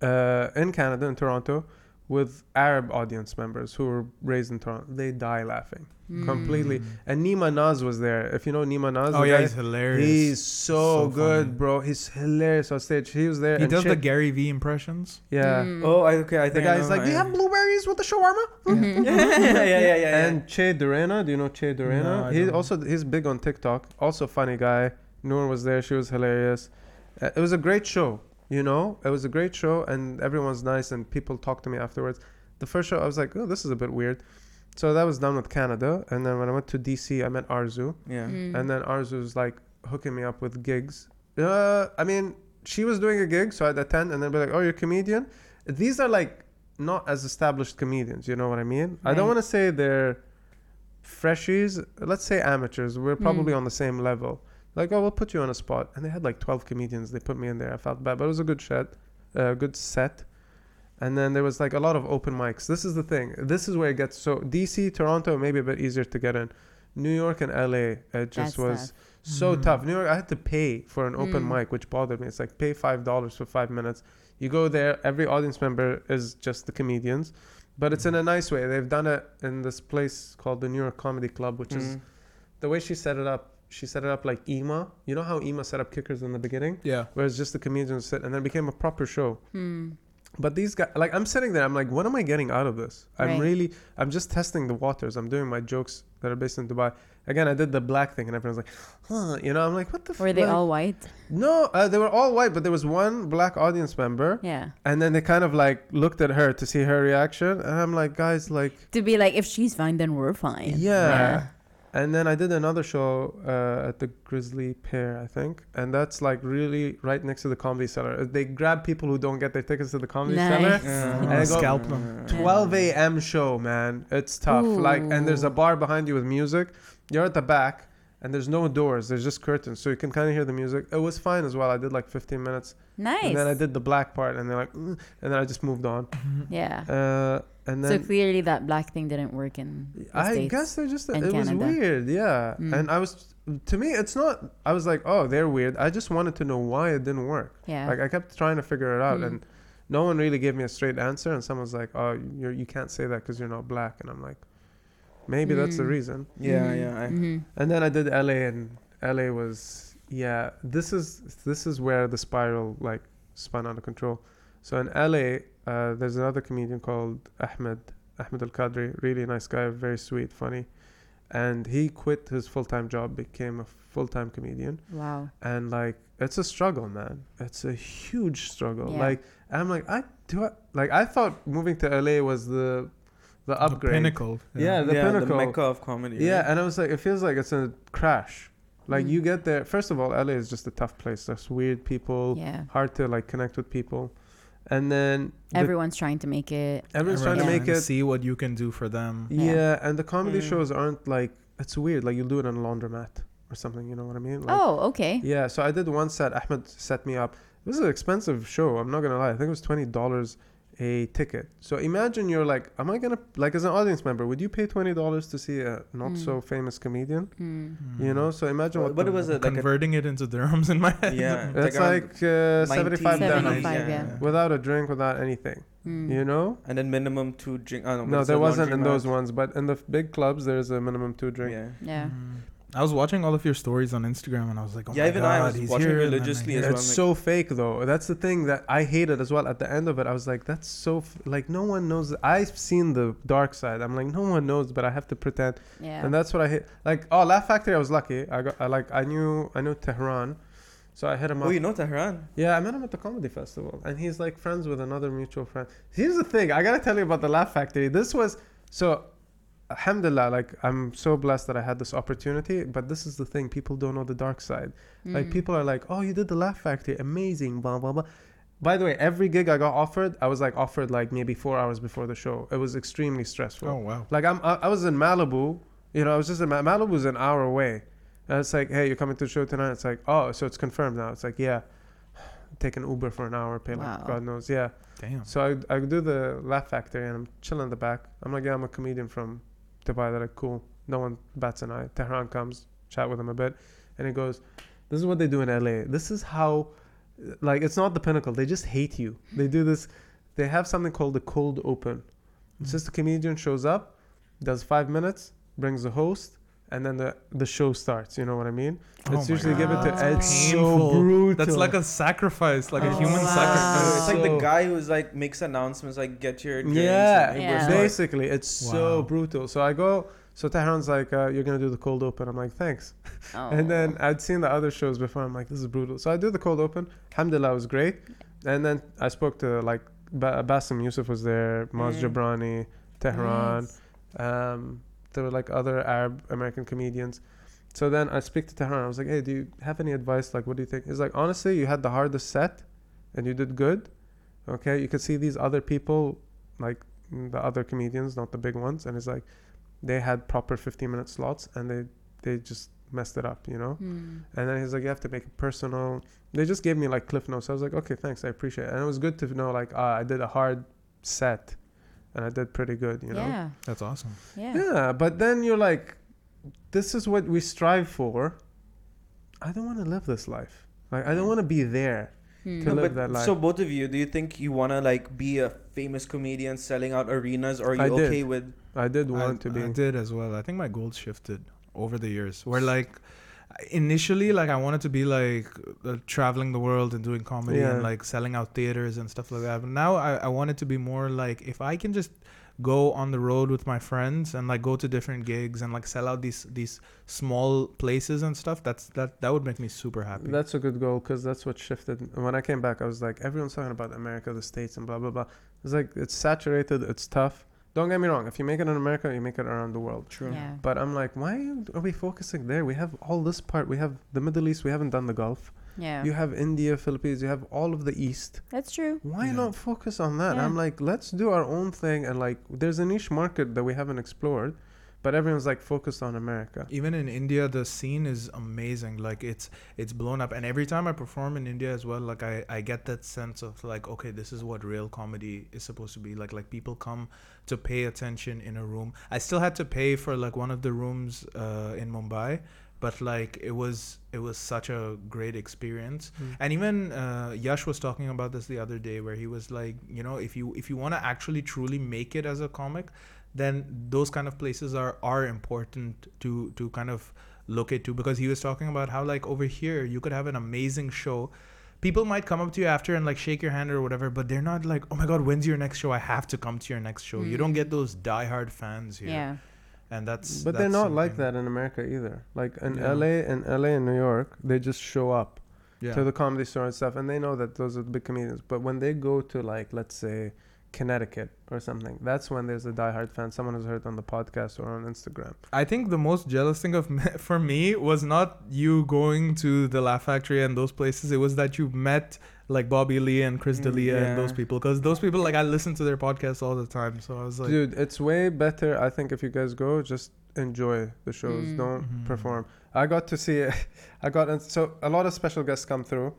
[SPEAKER 3] uh, in Canada, in Toronto, with Arab audience members who were raised in Toronto. They die laughing
[SPEAKER 1] Mm.
[SPEAKER 3] completely. And Nima Naz was there. If you know Nima Naz,
[SPEAKER 4] Oh
[SPEAKER 3] the
[SPEAKER 4] yeah,
[SPEAKER 3] guy-
[SPEAKER 4] he's hilarious.
[SPEAKER 3] He's so,
[SPEAKER 4] So
[SPEAKER 3] good,
[SPEAKER 4] funny.
[SPEAKER 3] bro. He's hilarious on stage. He was there.
[SPEAKER 4] he
[SPEAKER 3] and
[SPEAKER 4] does the
[SPEAKER 3] shit-
[SPEAKER 4] Gary Vee impressions.
[SPEAKER 3] yeah.
[SPEAKER 1] Mm.
[SPEAKER 2] Oh, I, okay. I
[SPEAKER 3] The
[SPEAKER 2] think I
[SPEAKER 3] guy's
[SPEAKER 2] know
[SPEAKER 3] like, "Do you
[SPEAKER 2] I-
[SPEAKER 3] have blueberries with the shawarma?"
[SPEAKER 1] Mhm.
[SPEAKER 2] yeah, yeah, yeah, yeah, yeah.
[SPEAKER 3] And Che Durena, do you know Che
[SPEAKER 4] No,
[SPEAKER 3] Durena?
[SPEAKER 4] I
[SPEAKER 3] he
[SPEAKER 4] don't.
[SPEAKER 3] also he's big on TikTok. Also funny guy. Noor was there. She was hilarious. Uh, it was a great show. You know, it was a great show, and everyone's nice, and people talk to me afterwards. The first show, I was like, "Oh, this is a bit weird." So that was done with Canada, and then when I went to DC, I met Arzu.
[SPEAKER 2] yeah.
[SPEAKER 1] Mm.
[SPEAKER 3] and then ours was like hooking me up with gigs. Uh, I mean, she was doing a gig, so I'd attend, and then be like, "Oh, you're a comedian." These are like not as established comedians, you know what I mean? I don't
[SPEAKER 1] Right.
[SPEAKER 3] want to say they're freshies, let's say amateurs, we're probably on the same level. Like, oh, we'll put you on a spot, and they had like twelve comedians. They put me in there. I felt bad, but it was a good set, uh, good set. And then there was like a lot of open mics. This is the thing. This is where it gets so DC, Toronto, maybe a bit easier to get in. New York and LA, it just
[SPEAKER 1] That's
[SPEAKER 3] was
[SPEAKER 1] tough.
[SPEAKER 3] so tough. New York, I had to pay for an open
[SPEAKER 1] Mm.
[SPEAKER 3] mic, which bothered me. It's like pay five dollars for five minutes. You go there, every audience member is just the comedians, but it's in a nice way. They've done it in this place called the New York Comedy Club, which is
[SPEAKER 2] Mm.
[SPEAKER 3] the way she set it up. She set it up like Ema. You know how Ema set up kickers in the beginning,
[SPEAKER 4] Yeah.
[SPEAKER 3] where it's just the comedians sit, and then it became a proper show.
[SPEAKER 1] Hmm.
[SPEAKER 3] But these guys, like, I'm sitting there, I'm like, what am I getting out of this? I'm
[SPEAKER 1] Right.
[SPEAKER 3] really, I'm just testing the waters. I'm doing my jokes that are based in Dubai. Again, I did the black thing, and everyone's like, huh, you know, I'm like, what the
[SPEAKER 1] Were they
[SPEAKER 3] like-
[SPEAKER 1] all white?
[SPEAKER 3] No, uh, they were all white, but there was one black audience member,
[SPEAKER 1] Yeah.
[SPEAKER 3] and then they kind of like looked at her to see her reaction, and I'm like, guys, like,
[SPEAKER 1] To be like, if she's fine, then we're fine.
[SPEAKER 3] yeah. And then I did another show uh, at the Grizzly Pier, I think, and that's like really right next to the Comedy Cellar. They grab people who don't get their tickets to the Comedy Cellar,
[SPEAKER 1] Nice.
[SPEAKER 2] Yeah.
[SPEAKER 3] I
[SPEAKER 4] Uh,
[SPEAKER 3] got-
[SPEAKER 4] scalp them.
[SPEAKER 3] 12 a.m. show, man. It's tough. Like, and there's a bar behind you with music. You're at the back, and there's no doors. There's just curtains, so you can kind of hear the music. It was fine as well. I did like 15 minutes,
[SPEAKER 1] Nice.
[SPEAKER 3] and then I did the black part, and they're like, "Mm," and then I just moved on.
[SPEAKER 1] yeah.
[SPEAKER 3] Uh, and
[SPEAKER 1] so
[SPEAKER 3] then
[SPEAKER 1] clearly that black thing didn't work in the
[SPEAKER 3] I
[SPEAKER 1] States.
[SPEAKER 3] guess they just it
[SPEAKER 1] and
[SPEAKER 3] was
[SPEAKER 1] Canada.
[SPEAKER 3] weird, yeah.
[SPEAKER 1] Mm.
[SPEAKER 3] And I was to me, it's not. I was like, oh, they're weird. I just wanted to know why it didn't work.
[SPEAKER 1] Yeah.
[SPEAKER 3] Like I kept trying to figure it out,
[SPEAKER 1] Mm.
[SPEAKER 3] and no one really gave me a straight answer. And someone's like, "Oh, you're, you can't say that because you're not black." And I'm like, maybe that's the
[SPEAKER 1] Mm.
[SPEAKER 3] reason.
[SPEAKER 2] Yeah, yeah. I,
[SPEAKER 1] Mhm.
[SPEAKER 3] And then I did LA, and LA was yeah. This is this is where the spiral like spun out of control. So in LA, uh, there's another comedian called Ahmed Ahmed Al Qadri, really nice guy, very sweet, funny, and he quit his full time job, became a full time comedian
[SPEAKER 1] Wow.
[SPEAKER 3] and like it's a struggle man it's a huge struggle
[SPEAKER 1] Yeah.
[SPEAKER 3] like i'm like i do I, like i thought moving to la was the the
[SPEAKER 4] The
[SPEAKER 3] upgrade
[SPEAKER 4] pinnacle.
[SPEAKER 3] yeah the
[SPEAKER 2] yeah,
[SPEAKER 3] pinnacle
[SPEAKER 2] the mecca of comedy.
[SPEAKER 3] yeah
[SPEAKER 2] right?
[SPEAKER 3] and i was like it feels like it's a crash like
[SPEAKER 1] Mm.
[SPEAKER 3] you get there first of all la is just a tough place there's weird people
[SPEAKER 1] Yeah.
[SPEAKER 3] hard to like connect with people and then the-
[SPEAKER 1] Everyone's trying to make it.
[SPEAKER 3] everyone's
[SPEAKER 1] Everyone
[SPEAKER 3] trying to
[SPEAKER 1] Yeah.
[SPEAKER 3] make it
[SPEAKER 4] See what you can do for them.
[SPEAKER 3] yeah.
[SPEAKER 1] Yeah.
[SPEAKER 3] and the comedy
[SPEAKER 2] Mm.
[SPEAKER 3] shows aren't like it's weird like you'll do it on a laundromat or something you know what i mean like,
[SPEAKER 1] Oh, okay.
[SPEAKER 3] Yeah, so I did one set. Ahmed set me up. This is an expensive show. I'm not gonna lie. I think it was twenty dollars a ticket. So imagine you're like, am I gonna like as an audience member? Would you pay twenty dollars to see a not
[SPEAKER 1] Mm.
[SPEAKER 3] so famous comedian?
[SPEAKER 1] Mm.
[SPEAKER 3] You know. So imagine
[SPEAKER 2] What,
[SPEAKER 3] what.
[SPEAKER 2] what
[SPEAKER 3] the-
[SPEAKER 2] was it like? A,
[SPEAKER 4] Hmm. Converting it into dirhams in my head.
[SPEAKER 2] yeah,
[SPEAKER 3] That's
[SPEAKER 2] around
[SPEAKER 3] like, uh, 75 dirhams
[SPEAKER 1] 75. yeah.
[SPEAKER 3] without a drink, without anything.
[SPEAKER 1] Mm.
[SPEAKER 3] You know.
[SPEAKER 2] And then minimum two drink. I don't know,
[SPEAKER 3] No, there wasn't in those ones, but in the f- big clubs, there's a minimum two drink.
[SPEAKER 2] Yeah.
[SPEAKER 1] Yeah.
[SPEAKER 4] Mm. I was watching all of your stories on Instagram and I was like, oh
[SPEAKER 2] Yeah,
[SPEAKER 4] my
[SPEAKER 2] even
[SPEAKER 4] God,
[SPEAKER 2] I was
[SPEAKER 4] he's
[SPEAKER 2] watching
[SPEAKER 4] here. and then I
[SPEAKER 2] religiously
[SPEAKER 4] hear
[SPEAKER 2] as
[SPEAKER 4] it.
[SPEAKER 2] well.
[SPEAKER 3] That's
[SPEAKER 2] like-
[SPEAKER 3] so fake, though. That's the thing that I hated as well. At the end of it, I was like, "That's so f- like no one knows." I've seen the dark side. I'm like, no one knows, but I have to pretend,
[SPEAKER 1] Yeah.
[SPEAKER 3] Mm-hmm. and that's what I hate. Like, oh, Laugh Factory, I was lucky. I got I, like I knew I knew Tehran, so I hit him up.
[SPEAKER 2] Oh, you know Tehran.
[SPEAKER 3] Yeah, I met him at the comedy festival, and he's like friends with another mutual friend. Here's the thing I gotta tell you about the Laugh Factory. This was so, alhamdulillah, like I'm so blessed that I had this opportunity, but this is the thing people don't know the dark side. Like,
[SPEAKER 1] Mm.
[SPEAKER 3] people are like, oh, you did the Laugh Factory, amazing, blah, blah, blah. By the way, every gig I got offered, I was like offered like maybe four hours before the show. It was extremely stressful.
[SPEAKER 4] Oh, wow.
[SPEAKER 3] Like I'm, I, I was in Malibu. You know, I was just in Ma- Malibu's an hour away. And it's like, hey, you're coming to the show tonight. It's like, oh, so it's confirmed now. It's like, yeah, take an Uber for an hour, pay like
[SPEAKER 1] Wow.
[SPEAKER 3] God knows, yeah.
[SPEAKER 4] Damn.
[SPEAKER 3] So I, I do the Laugh Factory and I'm chilling in the back. I'm like, yeah, I'm a comedian from Dubai. They're like, cool. No one bats an eye. Tehran comes, chat with him a bit, and he goes, this is what they do in LA. This is how, like, it's not the pinnacle. They just hate you. They do this. They have something called the cold open. It's just a comedian shows up, does five minutes, brings a host, and then the, the show starts. You know what I mean?
[SPEAKER 4] Oh
[SPEAKER 3] it's
[SPEAKER 4] my
[SPEAKER 3] usually given
[SPEAKER 1] God.
[SPEAKER 3] to. It's so
[SPEAKER 4] Painful.
[SPEAKER 3] brutal.
[SPEAKER 4] That's like a sacrifice, like a
[SPEAKER 1] Oh,
[SPEAKER 4] human
[SPEAKER 1] wow.
[SPEAKER 2] So
[SPEAKER 4] sacrifice.
[SPEAKER 2] it's like the
[SPEAKER 3] So-
[SPEAKER 2] guy who's like makes announcements like get your drinks.
[SPEAKER 3] Yeah,
[SPEAKER 2] and
[SPEAKER 1] Yeah.
[SPEAKER 2] Uber's like-
[SPEAKER 3] basically, it's so
[SPEAKER 4] Wow.
[SPEAKER 3] brutal. So I go. So Tehran's like, uh, "You're gonna do the cold open." I'm like, "Thanks."
[SPEAKER 5] Oh.
[SPEAKER 3] And then I'd seen the other shows before. I'm like, "This is brutal." So I do the cold open. Alhamdulillah, it was great. And then I spoke to like ba- Bassem Youssef was there, Maz
[SPEAKER 2] Mm.
[SPEAKER 3] Jabrani, Tehran.
[SPEAKER 1] Nice.
[SPEAKER 3] Um, there were like other Arab American comedians. So then I speak to Tehran. I was like, "Hey, do you have any advice? Like, what do you think?" He's like, "Honestly, you had the hardest set, and you did good. Okay, you could see these other people, like mm, the other comedians, not the big ones." And he's like, they had proper 15 minute slots and they they just messed it up you know
[SPEAKER 1] Mm.
[SPEAKER 5] Hmm.
[SPEAKER 3] and then he's like you have to make it personal they just gave me like cliff notes i was like okay thanks i appreciate it and it was good to know like ah, i did a hard set and i did pretty good you know
[SPEAKER 1] yeah,
[SPEAKER 4] That's awesome.
[SPEAKER 1] yeah.
[SPEAKER 3] yeah, but then you're like, this is what we strive for. I don't want to live this life. Like, I don't want to be there.
[SPEAKER 1] Hmm.
[SPEAKER 3] To
[SPEAKER 2] No, but-
[SPEAKER 3] live that life.
[SPEAKER 2] So both of you, do you think you wanna like be a famous comedian selling out arenas, or are you
[SPEAKER 3] I did.
[SPEAKER 2] okay with?
[SPEAKER 3] I did
[SPEAKER 4] I-
[SPEAKER 3] want to be.
[SPEAKER 4] I did as well. I think my goals shifted over the years. Where like initially, like I wanted to be like uh, traveling the world and doing comedy and
[SPEAKER 3] Yeah.
[SPEAKER 4] like selling out theaters and stuff like that. But now I, I want it to be more like if I can just go on the road with my friends and like go to different gigs and like sell out these these small places and stuff. That's that that would make me super happy.
[SPEAKER 3] That's a good goal because that's what shifted. When I came back, I was like, everyone's talking about America, the States, and blah, blah, blah. It's like, it's saturated, it's tough. Don't get me wrong. If you make it in America, you make it around the world.
[SPEAKER 2] True.
[SPEAKER 1] Yeah.
[SPEAKER 3] But I'm like, why are we focusing there? We have all this part. We have the Middle East. We haven't done the Gulf.
[SPEAKER 1] Yeah.
[SPEAKER 3] You have India, Philippines. You have all of the East.
[SPEAKER 1] That's true.
[SPEAKER 3] why
[SPEAKER 4] Yeah.
[SPEAKER 3] not focus on that
[SPEAKER 1] Yeah.
[SPEAKER 3] i'm like let's do our own thing and like there's a niche market that we haven't explored but everyone's like focused on america
[SPEAKER 4] even in india the scene is amazing like it's it's blown up and every time i perform in india as well like i i get that sense of like okay this is what real comedy is supposed to be like like people come to pay attention in a room i still had to pay for like one of the rooms uh in mumbai but like it was it was such a great experience
[SPEAKER 3] Mm.
[SPEAKER 4] and even uh, yash was talking about this the other day where he was like you know if you if you want to actually truly make it as a comic then those kind of places are are important to to kind of locate to because he was talking about how like over here you could have an amazing show people might come up to you after and like shake your hand or whatever but they're not like oh my god when's your next show i have to come to your next show you don't get those diehard fans here
[SPEAKER 1] Yeah.
[SPEAKER 4] and that's
[SPEAKER 3] but they're
[SPEAKER 4] that's
[SPEAKER 3] not like
[SPEAKER 4] something-
[SPEAKER 3] that in america either like in
[SPEAKER 4] Yeah.
[SPEAKER 3] la in la and new york they just show up
[SPEAKER 4] yeah
[SPEAKER 3] to the comedy store and stuff and they know that those are the big comedians but when they go to like let's say connecticut or something that's when there's a diehard fan someone who's heard on the podcast or on instagram
[SPEAKER 4] I think the most jealous thing of me, for me was not you going to the Laugh Factory and those places. It was that you met like Bobby Lee and Chris
[SPEAKER 2] Mm,
[SPEAKER 4] D'Elia
[SPEAKER 2] yeah.
[SPEAKER 4] and those people because those people like I listen to their podcasts all the time. So I was like,
[SPEAKER 3] Dude, it's way better. I think if you guys go, just enjoy the shows.
[SPEAKER 1] Mm.
[SPEAKER 3] Don't
[SPEAKER 4] Mhm.
[SPEAKER 3] perform. I got to see. I got and so a lot of special guests come through.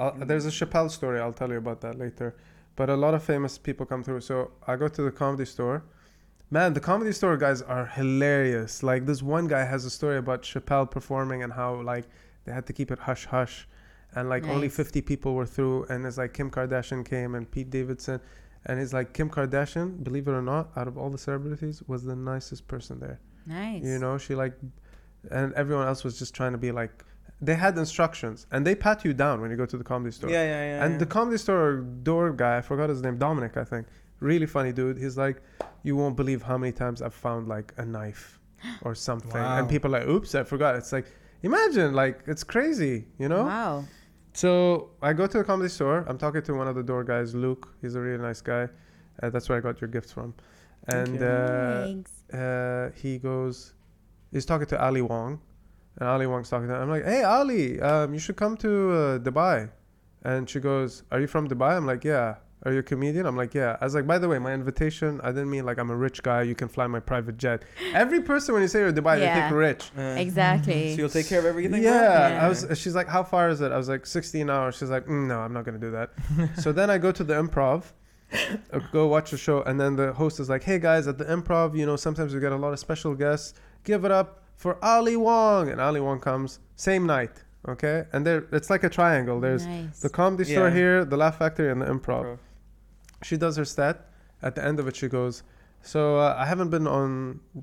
[SPEAKER 3] I'll,
[SPEAKER 4] Mm-hmm.
[SPEAKER 3] There's a Chappelle story. I'll tell you about that later. But a lot of famous people come through. So I go to the comedy store. Man, the comedy store guys are hilarious. Like this one guy has a story about Chappelle performing and how like they had to keep it hush hush, and like only
[SPEAKER 1] Nice.
[SPEAKER 3] 50 people were through. And it's like Kim Kardashian came and Pete Davidson, and it's like Kim Kardashian, believe it or not, out of all the celebrities, was the nicest person there.
[SPEAKER 1] Nice.
[SPEAKER 3] You know, she like, and everyone else was just trying to be like, they had instructions and they pat you down when you go to the comedy store.
[SPEAKER 2] Yeah, yeah, yeah.
[SPEAKER 3] And
[SPEAKER 2] yeah.
[SPEAKER 3] the comedy store door guy, I forgot his name, Dominic, I think. Really funny dude. He's like, you won't believe how many times I've found like a knife or something.
[SPEAKER 4] Wow.
[SPEAKER 3] And people are like, oops, I forgot. It's like, imagine, like, it's crazy, you know?
[SPEAKER 1] Wow.
[SPEAKER 3] So I go to the comedy store. I'm talking to one of the door guys, Luke. He's a really nice guy. Uh, that's where I got your gift from.
[SPEAKER 2] Thank
[SPEAKER 3] And
[SPEAKER 2] you.
[SPEAKER 3] uh,
[SPEAKER 1] Thanks.
[SPEAKER 3] uh, he goes, he's talking to Ali Wong, and Ali Wong's talking to him. I'm like, hey, Ali, um, you should come to uh, Dubai. And she goes, are you from Dubai? I'm like, yeah. Are you a comedian? I'm like, yeah. I was like, by the way, my invitation, I didn't mean like I'm a rich guy, you can fly my private jet. Every person, when you say you're Dubai, they
[SPEAKER 1] Yeah.
[SPEAKER 3] think rich.
[SPEAKER 2] Uh,
[SPEAKER 1] Exactly.
[SPEAKER 2] So you'll take care of everything. bro?
[SPEAKER 3] Yeah,
[SPEAKER 1] Yeah.
[SPEAKER 3] I was. She's like, "How far is it?" I was like, "16 hours." She's like, mm, "No, I'm not gonna do that." so then I go to the improv, uh, go watch the show, and then the host is like, "Hey guys, at the improv, you know, sometimes we get a lot of special guests. Give it up for Ali Wong." And Ali Wong comes same night, okay? And there, it's like a triangle. There's
[SPEAKER 1] nice.
[SPEAKER 3] the comedy store
[SPEAKER 2] Yeah.
[SPEAKER 3] here, the Laugh Factory, and the improv.
[SPEAKER 2] Improv.
[SPEAKER 3] She does her stat. At the end of it, she goes, "So uh, I haven't been on,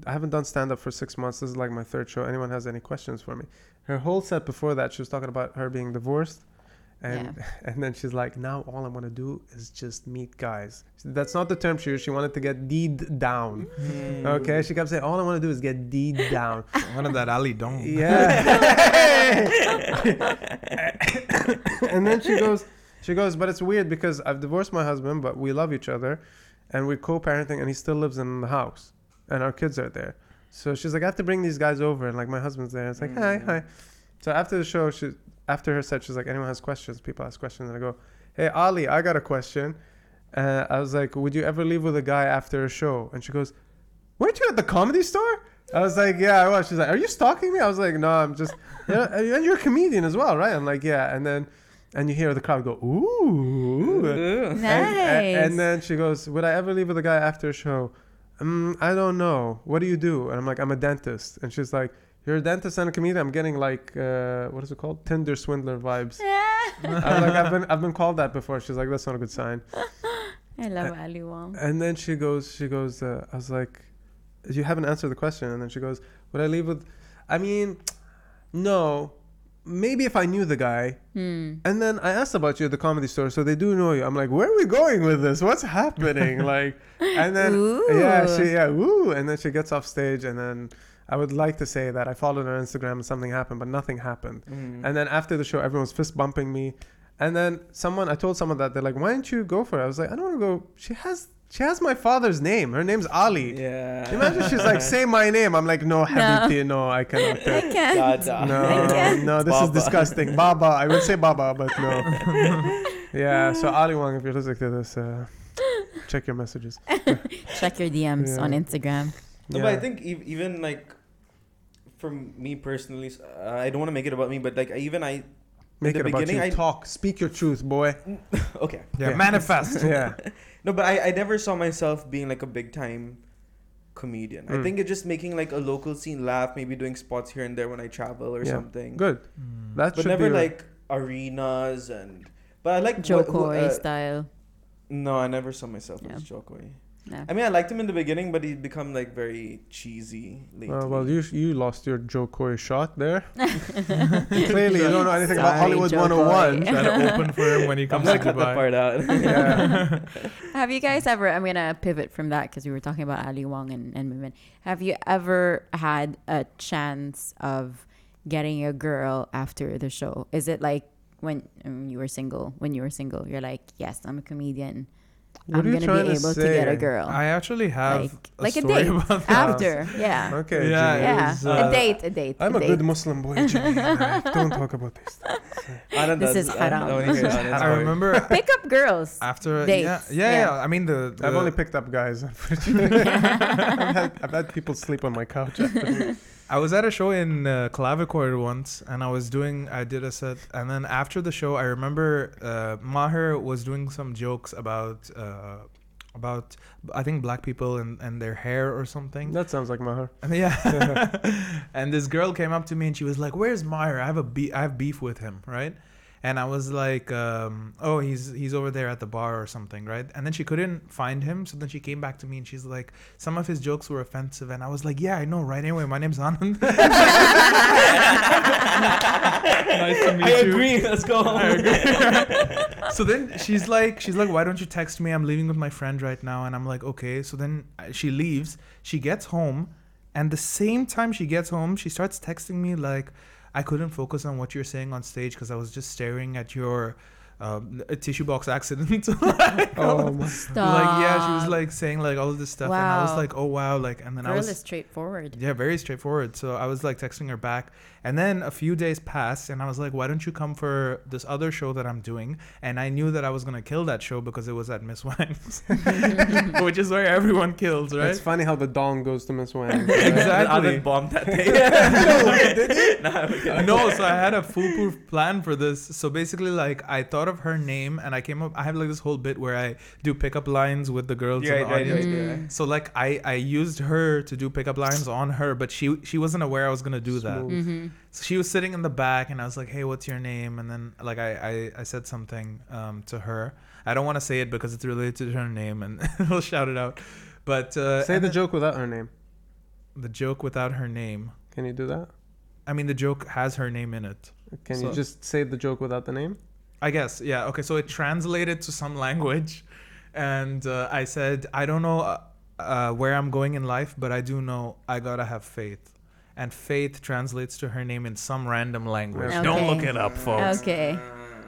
[SPEAKER 3] I haven't done stand up for six months. This is like my third show. Anyone has any questions for me?" Her whole set before that, she was talking about her being divorced, and and then she's like, "Now all I want to do is just meet guys." That's not the term she used. She wanted to get deed down.
[SPEAKER 2] Mm.
[SPEAKER 3] Okay, she kept saying, "All I want to do is get deed down."
[SPEAKER 4] one of that Ali Dong.
[SPEAKER 3] Yeah. and then she goes, she goes, but it's weird because I've divorced my husband, but we love each other, and we're co-parenting, and he still lives in the house, and our kids are there. So she's like, I have to bring these guys over, and like my husband's there. And it's like, hi, hi. So after the show, she, after her set, she's like, anyone has questions? People ask questions, and I go, hey Ali, I got a question. Uh, I was like, would you ever leave with a guy after a show? And she goes, weren't you at the comedy store? I was like, yeah, I was. She's like, are you stalking me? I was like, no, I'm just. You know, and you're a comedian as well, right? I'm like, yeah. And then, and you hear the crowd go, ooh.
[SPEAKER 2] Ugh.
[SPEAKER 3] And- And,
[SPEAKER 5] Nice.
[SPEAKER 3] and then she goes, would I ever leave with a guy after a show? Um, I don't know. What do you do? And I'm like, I'm a dentist. And she's like, you're a dentist and a comedian. I'm getting like, uh, what is it called? Tinder swindler vibes. I'm like, I've been, I've been called that before. She's like, that's not a good sign.
[SPEAKER 5] I love Ali Wong.
[SPEAKER 3] And then she goes, she goes, uh, I was like, you haven't answered the question. And then she goes, would I leave with, I mean, no, maybe if I knew the guy.
[SPEAKER 5] Hmm.
[SPEAKER 3] And then I asked about you at the comedy store, so they do know you. I'm like, where are we going with this? What's happening? like, and then, yeah, she, yeah, ooh. And then she gets off stage and then, I would like to say that I followed her on Instagram and something happened, but nothing happened.
[SPEAKER 2] Mm. Mm-hmm.
[SPEAKER 3] And then after the show, everyone was fist bumping me. And then someone, I told someone that they're like, "Why didn't you go for it?" I was like, "I don't want to go." She has, she has my father's name. Her name's Ali.
[SPEAKER 2] Yeah.
[SPEAKER 3] Imagine she's like, "Say my name." I'm like, "No, Habibti, no, I cannot."
[SPEAKER 5] I can't.
[SPEAKER 2] Dada.
[SPEAKER 3] No, no, this is
[SPEAKER 2] Baba.
[SPEAKER 3] disgusting. Baba, I would say Baba, but no. yeah, so Ali Wong, if you're listening to this, uh, check your messages.
[SPEAKER 5] Check your DMs on
[SPEAKER 3] Yeah.
[SPEAKER 5] Instagram.
[SPEAKER 2] No, but I
[SPEAKER 3] Yeah.
[SPEAKER 2] think ev- even like, for me personally, s- uh, I don't want to make it about me, but like I- even I,
[SPEAKER 3] Make
[SPEAKER 2] the
[SPEAKER 3] it about you.
[SPEAKER 2] beginning, I-
[SPEAKER 3] Talk, speak your truth, boy.
[SPEAKER 2] okay,
[SPEAKER 4] Yeah,
[SPEAKER 3] Yeah.
[SPEAKER 4] manifest.
[SPEAKER 3] Yeah.
[SPEAKER 2] no, but I, I never saw myself being like a big time comedian. I
[SPEAKER 3] Mm.
[SPEAKER 2] think it's just making like a local scene laugh, maybe doing spots here and there when I travel or
[SPEAKER 3] Yeah.
[SPEAKER 2] something.
[SPEAKER 3] Good. That
[SPEAKER 2] but
[SPEAKER 3] should
[SPEAKER 2] never
[SPEAKER 3] be
[SPEAKER 2] like arenas and. But I like
[SPEAKER 5] Joe
[SPEAKER 2] what- what,
[SPEAKER 5] Coy
[SPEAKER 2] uh,
[SPEAKER 5] style.
[SPEAKER 2] No, I never saw myself
[SPEAKER 5] Yeah.
[SPEAKER 2] as Jokoi.
[SPEAKER 5] Yeah.
[SPEAKER 2] I mean, I liked him in the beginning, but he's become like very cheesy lately.
[SPEAKER 3] Uh, well, you you lost your Joe Coy shot there. Clearly, you don't know anything about
[SPEAKER 5] Sorry,
[SPEAKER 3] Hollywood
[SPEAKER 5] Joe
[SPEAKER 3] 101.
[SPEAKER 5] Coy.
[SPEAKER 4] Try to open for him when he
[SPEAKER 2] I'm
[SPEAKER 4] comes
[SPEAKER 2] gonna
[SPEAKER 4] to
[SPEAKER 2] cut that
[SPEAKER 4] Dubai.
[SPEAKER 2] part out.
[SPEAKER 3] Yeah.
[SPEAKER 5] Have you guys ever? I'm gonna pivot from that because we were talking about Ali Wong and, and women. Have you ever had a chance of getting a girl after the show? Is it like when um, you were single? When you were single, you're like, yes, I'm a comedian.
[SPEAKER 3] What are
[SPEAKER 5] I'm
[SPEAKER 3] you
[SPEAKER 5] gonna
[SPEAKER 3] trying
[SPEAKER 5] be
[SPEAKER 3] to
[SPEAKER 5] able to get a
[SPEAKER 3] say?
[SPEAKER 5] girl.
[SPEAKER 4] I actually have
[SPEAKER 5] like
[SPEAKER 4] a
[SPEAKER 5] like a
[SPEAKER 4] story
[SPEAKER 5] date
[SPEAKER 4] about that.
[SPEAKER 5] after, yeah.
[SPEAKER 3] Okay.
[SPEAKER 4] Yeah,
[SPEAKER 3] Jimmy.
[SPEAKER 4] it
[SPEAKER 5] yeah,
[SPEAKER 4] was,
[SPEAKER 5] a
[SPEAKER 4] uh,
[SPEAKER 5] date, a date.
[SPEAKER 3] I'm
[SPEAKER 5] a
[SPEAKER 3] a
[SPEAKER 5] date.
[SPEAKER 3] good Muslim boy. Jimmy. don't talk about this.
[SPEAKER 2] Anand
[SPEAKER 5] This is
[SPEAKER 2] does- I- I
[SPEAKER 5] haram.
[SPEAKER 2] wanna hear Anand's
[SPEAKER 4] I
[SPEAKER 2] part.
[SPEAKER 4] remember
[SPEAKER 5] Pick up girls.
[SPEAKER 4] after
[SPEAKER 5] Dates.
[SPEAKER 4] yeah, yeah,
[SPEAKER 5] Yeah.
[SPEAKER 4] yeah, I mean the, the
[SPEAKER 3] I've only picked up guys. unfortunately. I've, had, I've had people sleep on my couch. After me.
[SPEAKER 4] I was at a show in uh, Clavichord once, and I was doing, I did a set, and then after the show, I remember uh, Maher was doing some jokes about, uh, about I think black people and, and their hair or something.
[SPEAKER 3] That sounds like Maher.
[SPEAKER 4] And yeah, and this girl came up to me and she was like, "Where's Maher? I have a be- I have beef with him, right?" And I was like, um, "Oh, he's he's over there at the bar or something, right?" And then she couldn't find him, so then she came back to me and she's like, "Some of his jokes were offensive," and I was like, "Yeah, I know, right? Anyway, my name's Anand." nice to meet
[SPEAKER 2] I
[SPEAKER 4] you.
[SPEAKER 2] agree. Let's go home.
[SPEAKER 4] so then she's like she's like why don't you text me i'm leaving with my friend right now and i'm like okay so then uh, she leaves she gets home and the same time she gets home she starts texting me like i couldn't focus on what you're saying on stage because i was just staring at your um, a tissue box accident like,
[SPEAKER 3] Oh, my.
[SPEAKER 5] Stop.
[SPEAKER 4] yeah she was like saying like all of this stuff and i was
[SPEAKER 5] Wow.
[SPEAKER 4] like oh wow like and then i
[SPEAKER 5] girl
[SPEAKER 4] was
[SPEAKER 5] is straightforward.
[SPEAKER 4] yeah, very straightforward. So I was like texting her back. And then a few days passed and I was like, why don't you come for this other show that I'm doing? And I knew that I was going to kill that show because it was at Miss Wang's, which is where everyone kills,
[SPEAKER 3] It's
[SPEAKER 4] right?
[SPEAKER 3] funny how the dong goes to Miss Wang.
[SPEAKER 4] Exactly.
[SPEAKER 2] Anand bombed that day. Nah, I'm kidding.
[SPEAKER 4] no, so I had a foolproof plan for this. So basically, like, I thought of her name and I came up, I have like this whole bit where I do pickup lines with the girls
[SPEAKER 2] Yeah,
[SPEAKER 4] in the
[SPEAKER 2] right, right,
[SPEAKER 4] audience.
[SPEAKER 2] right, yeah.
[SPEAKER 4] So like I, I used her to do pickup lines on her, but she she wasn't aware I was gonna do that.
[SPEAKER 3] Smooth.
[SPEAKER 5] Mm-hmm.
[SPEAKER 4] So she was sitting in the back, and I was like, "Hey, what's your name?" And then like I I, I said something um, to her. I don't want to say it because it's related to her name, and we'll shout it out. But uh,
[SPEAKER 3] Say
[SPEAKER 4] and
[SPEAKER 3] the joke without her name.
[SPEAKER 4] the joke without her name.
[SPEAKER 3] Can you do that?
[SPEAKER 4] I mean, the joke has her name in it.
[SPEAKER 3] Can you
[SPEAKER 4] So-
[SPEAKER 3] just say the joke without the name?
[SPEAKER 4] I guess, yeah. Okay, so it translated to some language, and uh, I said, I don't know uh, uh, where I'm going in life, but I do know I gotta have faith. And faith translates to her name in some random language.
[SPEAKER 3] Okay.
[SPEAKER 4] Don't look it up,
[SPEAKER 3] oh.
[SPEAKER 4] folks.
[SPEAKER 5] Okay.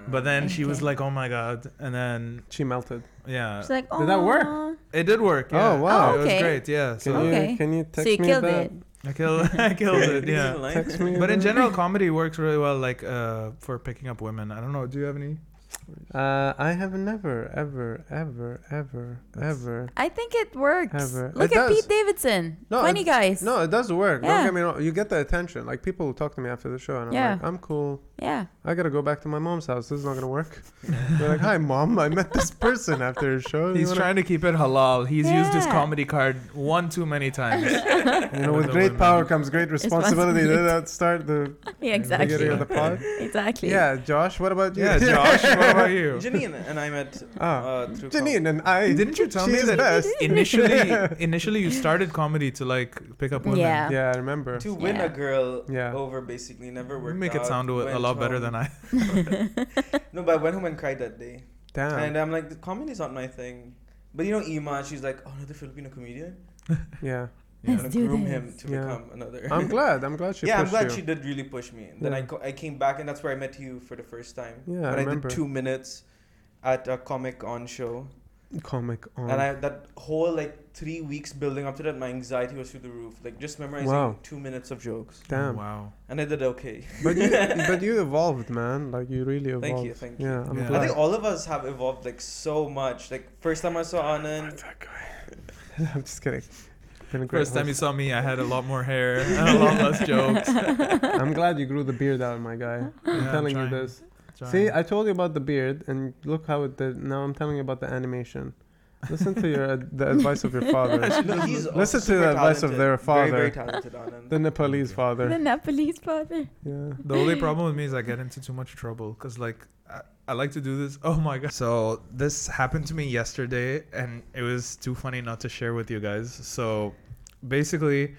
[SPEAKER 4] But then she was
[SPEAKER 5] Okay.
[SPEAKER 4] like, "Oh my god!" And then
[SPEAKER 3] She melted.
[SPEAKER 4] yeah,
[SPEAKER 5] She's like, oh,
[SPEAKER 3] Did that work?
[SPEAKER 4] it did work.
[SPEAKER 3] Oh,
[SPEAKER 4] yeah.
[SPEAKER 3] wow.
[SPEAKER 4] it was
[SPEAKER 5] Okay.
[SPEAKER 4] great. Yeah,
[SPEAKER 3] Can
[SPEAKER 4] so
[SPEAKER 3] you
[SPEAKER 5] Okay.
[SPEAKER 3] can you text
[SPEAKER 5] so you
[SPEAKER 3] me
[SPEAKER 5] killed
[SPEAKER 3] about,
[SPEAKER 5] it.
[SPEAKER 4] I killed, I killed it. Yeah,
[SPEAKER 2] Line.
[SPEAKER 3] Text me.
[SPEAKER 4] but in
[SPEAKER 3] about-
[SPEAKER 4] general, comedy works really well, like uh, for picking up women. I don't know. Do you have any
[SPEAKER 3] Uh, I have never, ever, ever, ever, ever.
[SPEAKER 5] I think it works.
[SPEAKER 3] Ever.
[SPEAKER 5] Look
[SPEAKER 3] It
[SPEAKER 5] at
[SPEAKER 3] does.
[SPEAKER 5] Pete Davidson.
[SPEAKER 3] No,
[SPEAKER 5] Funny
[SPEAKER 3] it-
[SPEAKER 5] guys.
[SPEAKER 3] No, it does work. Don't
[SPEAKER 5] Yeah.
[SPEAKER 3] get me wrong. You get the attention. Like people talk to me after the show, and I'm
[SPEAKER 5] Yeah.
[SPEAKER 3] like, I'm cool.
[SPEAKER 5] Yeah.
[SPEAKER 3] I gotta go back to my mom's house. This is not gonna work. They're like, "Hi, mom. I met this person after a show. You
[SPEAKER 4] He's
[SPEAKER 3] wanna-
[SPEAKER 4] trying to keep it halal. He's used his
[SPEAKER 5] Yeah.
[SPEAKER 4] comedy card one too many times.
[SPEAKER 3] You know,
[SPEAKER 4] with
[SPEAKER 3] with
[SPEAKER 4] the
[SPEAKER 3] great
[SPEAKER 4] women.
[SPEAKER 3] power comes great responsibility. Did
[SPEAKER 5] Responsibility.
[SPEAKER 3] that start the
[SPEAKER 5] Yeah,
[SPEAKER 3] beginning of
[SPEAKER 5] exactly.
[SPEAKER 3] the pod?
[SPEAKER 5] Exactly.
[SPEAKER 3] Yeah, Josh. What about you?
[SPEAKER 4] yeah, Josh, what about you?
[SPEAKER 2] Janine and I met
[SPEAKER 3] Ah,
[SPEAKER 2] uh, through com-
[SPEAKER 3] Janine and I.
[SPEAKER 4] Didn't you tell
[SPEAKER 3] she
[SPEAKER 4] me
[SPEAKER 3] is
[SPEAKER 4] that-
[SPEAKER 3] best.
[SPEAKER 4] Initially, initially you started comedy to like pick up women.
[SPEAKER 5] Yeah.
[SPEAKER 3] Yeah, I remember.
[SPEAKER 2] to win a
[SPEAKER 5] Yeah.
[SPEAKER 2] girl
[SPEAKER 3] Yeah.
[SPEAKER 2] over basically never
[SPEAKER 4] You
[SPEAKER 2] worked.
[SPEAKER 4] make
[SPEAKER 2] out.
[SPEAKER 4] it sound a, a
[SPEAKER 2] Went
[SPEAKER 4] lot better
[SPEAKER 2] home.
[SPEAKER 4] than I.
[SPEAKER 2] No, but I went home and cried that day,
[SPEAKER 3] Damn.
[SPEAKER 2] and I'm like, the comedy's not my thing. But you know, Ima, she's like oh, another Filipino comedian.
[SPEAKER 3] Yeah.
[SPEAKER 1] Let's
[SPEAKER 2] and
[SPEAKER 1] do
[SPEAKER 2] groom
[SPEAKER 1] this.
[SPEAKER 2] him to
[SPEAKER 3] Yeah.
[SPEAKER 2] become another.
[SPEAKER 3] I'm glad. I'm glad she
[SPEAKER 2] yeah, I'm
[SPEAKER 3] pushed
[SPEAKER 2] glad
[SPEAKER 3] you.
[SPEAKER 2] she did really push me. And then I,
[SPEAKER 3] Yeah.
[SPEAKER 2] co- I came back, and that's where I met you for the first time.
[SPEAKER 3] Yeah, I
[SPEAKER 2] when I,
[SPEAKER 3] remember.
[SPEAKER 2] did two minutes at a Comic On show,
[SPEAKER 3] Comic on.
[SPEAKER 2] and I that whole like three weeks building up to that, my anxiety was through the roof. Like just memorizing
[SPEAKER 3] Wow.
[SPEAKER 2] two minutes of jokes,
[SPEAKER 3] Damn.
[SPEAKER 4] Wow.
[SPEAKER 2] and I did okay.
[SPEAKER 3] But you, but you evolved, man. Like you really evolved.
[SPEAKER 2] Thank you, thank you.
[SPEAKER 3] Yeah, I'm
[SPEAKER 4] Yeah. I
[SPEAKER 2] I
[SPEAKER 3] glad.
[SPEAKER 2] think all of us have evolved like so much. Like first time I saw Anand,
[SPEAKER 3] That guy. I'm just kidding. Been a great
[SPEAKER 4] First time you
[SPEAKER 3] host.
[SPEAKER 4] saw me, I had a lot more hair and a lot less jokes.
[SPEAKER 3] I'm glad you grew the beard out, my guy. I'm
[SPEAKER 4] I'm
[SPEAKER 3] telling
[SPEAKER 4] trying.
[SPEAKER 3] you this. See,
[SPEAKER 4] Sorry.
[SPEAKER 3] I told you about the beard, and look how it did. Now I'm telling you about the animation. Listen to your the advice of your father,
[SPEAKER 2] no, he's
[SPEAKER 3] Listen to
[SPEAKER 2] super
[SPEAKER 3] the advice of
[SPEAKER 2] talented.
[SPEAKER 3] their
[SPEAKER 2] Very, very
[SPEAKER 3] father.
[SPEAKER 2] talented Anand.
[SPEAKER 3] the Nepalese
[SPEAKER 5] The
[SPEAKER 3] father.
[SPEAKER 5] Nepalese father.
[SPEAKER 3] Yeah.
[SPEAKER 4] the only problem with me is I get into too much trouble because like I, I like to do this. Oh my god! So this happened to me yesterday, and it was too funny not to share with you guys. So basically,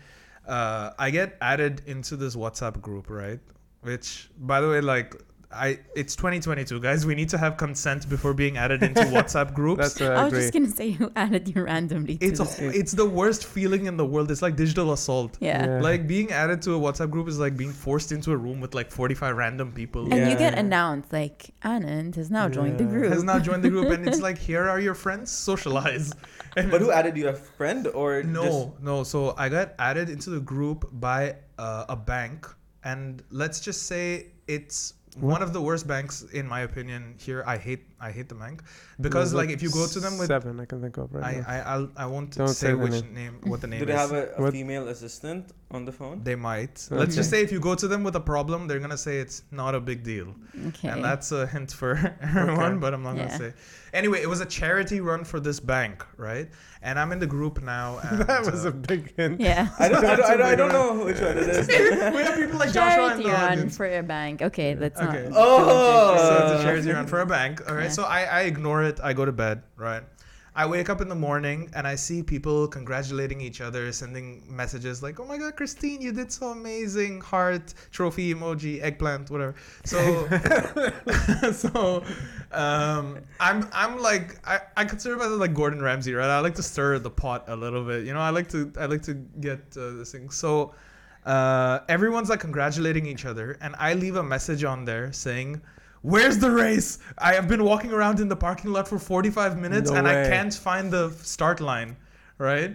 [SPEAKER 4] uh, I get added into this WhatsApp group, right? Which, by the way, like. I it's 2022 guys we need to have consent before being added into WhatsApp groups
[SPEAKER 3] That's what
[SPEAKER 5] I
[SPEAKER 3] I
[SPEAKER 5] was
[SPEAKER 3] agree.
[SPEAKER 5] just gonna say who added you randomly to
[SPEAKER 4] it's
[SPEAKER 5] the
[SPEAKER 4] a, it's the worst feeling in the world it's like digital assault
[SPEAKER 5] yeah.
[SPEAKER 3] Yeah.
[SPEAKER 4] like being added to a WhatsApp group is like being forced into a room with like 45 random people.
[SPEAKER 5] And you get
[SPEAKER 3] Yeah.
[SPEAKER 5] announced like Anand has now joined the
[SPEAKER 3] Yeah.
[SPEAKER 5] group.
[SPEAKER 4] Has now joined the group, and it's like, here are your friends, socialize. And
[SPEAKER 2] But who added you? A friend or
[SPEAKER 4] no,
[SPEAKER 2] Just,
[SPEAKER 4] no. So I got added into the group by uh, a bank, and let's just say it's one of the worst banks in my opinion. Here, I hate, I hate the bank because
[SPEAKER 3] There's,
[SPEAKER 4] like if you go to them with, I,
[SPEAKER 3] seven, I can think of right now.
[SPEAKER 4] I, I'll, I won't
[SPEAKER 3] Don't
[SPEAKER 4] say,
[SPEAKER 3] say the
[SPEAKER 4] which name.
[SPEAKER 3] name.
[SPEAKER 4] what the name
[SPEAKER 2] do
[SPEAKER 4] is.
[SPEAKER 2] they have a, a
[SPEAKER 3] What-
[SPEAKER 2] female assistant on the phone?
[SPEAKER 4] They might. Let's just say if you go to them with a problem, they're gonna say it's not a big deal,
[SPEAKER 5] okay.
[SPEAKER 4] and that's a hint for everyone. But I'm not
[SPEAKER 5] Yeah.
[SPEAKER 4] gonna say. Anyway, it was a charity run for this bank, right? And I'm in the group now. And,
[SPEAKER 3] that was
[SPEAKER 4] uh,
[SPEAKER 3] a big hint.
[SPEAKER 5] yeah.
[SPEAKER 2] I don't, I don't, I don't, I
[SPEAKER 4] That's a
[SPEAKER 2] don't know which one it is.
[SPEAKER 4] we have people like Joshua
[SPEAKER 5] Charity
[SPEAKER 4] in the
[SPEAKER 5] run
[SPEAKER 4] audience.
[SPEAKER 5] for a bank. Okay, let's
[SPEAKER 4] Okay.
[SPEAKER 5] not.
[SPEAKER 4] so
[SPEAKER 2] Oh!
[SPEAKER 4] it's a charity run for a bank. All right.
[SPEAKER 5] Yeah.
[SPEAKER 4] So I, I ignore it. I go to bed. Right. I wake up in the morning and I see people congratulating each other, sending messages like, "Oh my God, Christine, you did so amazing!" Heart, trophy emoji, eggplant, whatever. So, so um, I'm I'm like I, I consider myself like Gordon Ramsay, right? I like to stir the pot a little bit. You know, I like to I like to get uh, this thing. So uh, everyone's like congratulating each other, and I leave a message on there saying, "Where's the race? I have been walking around in the parking lot for 45 minutes,
[SPEAKER 3] No
[SPEAKER 4] and I
[SPEAKER 3] way.
[SPEAKER 4] can't find the start line." Right?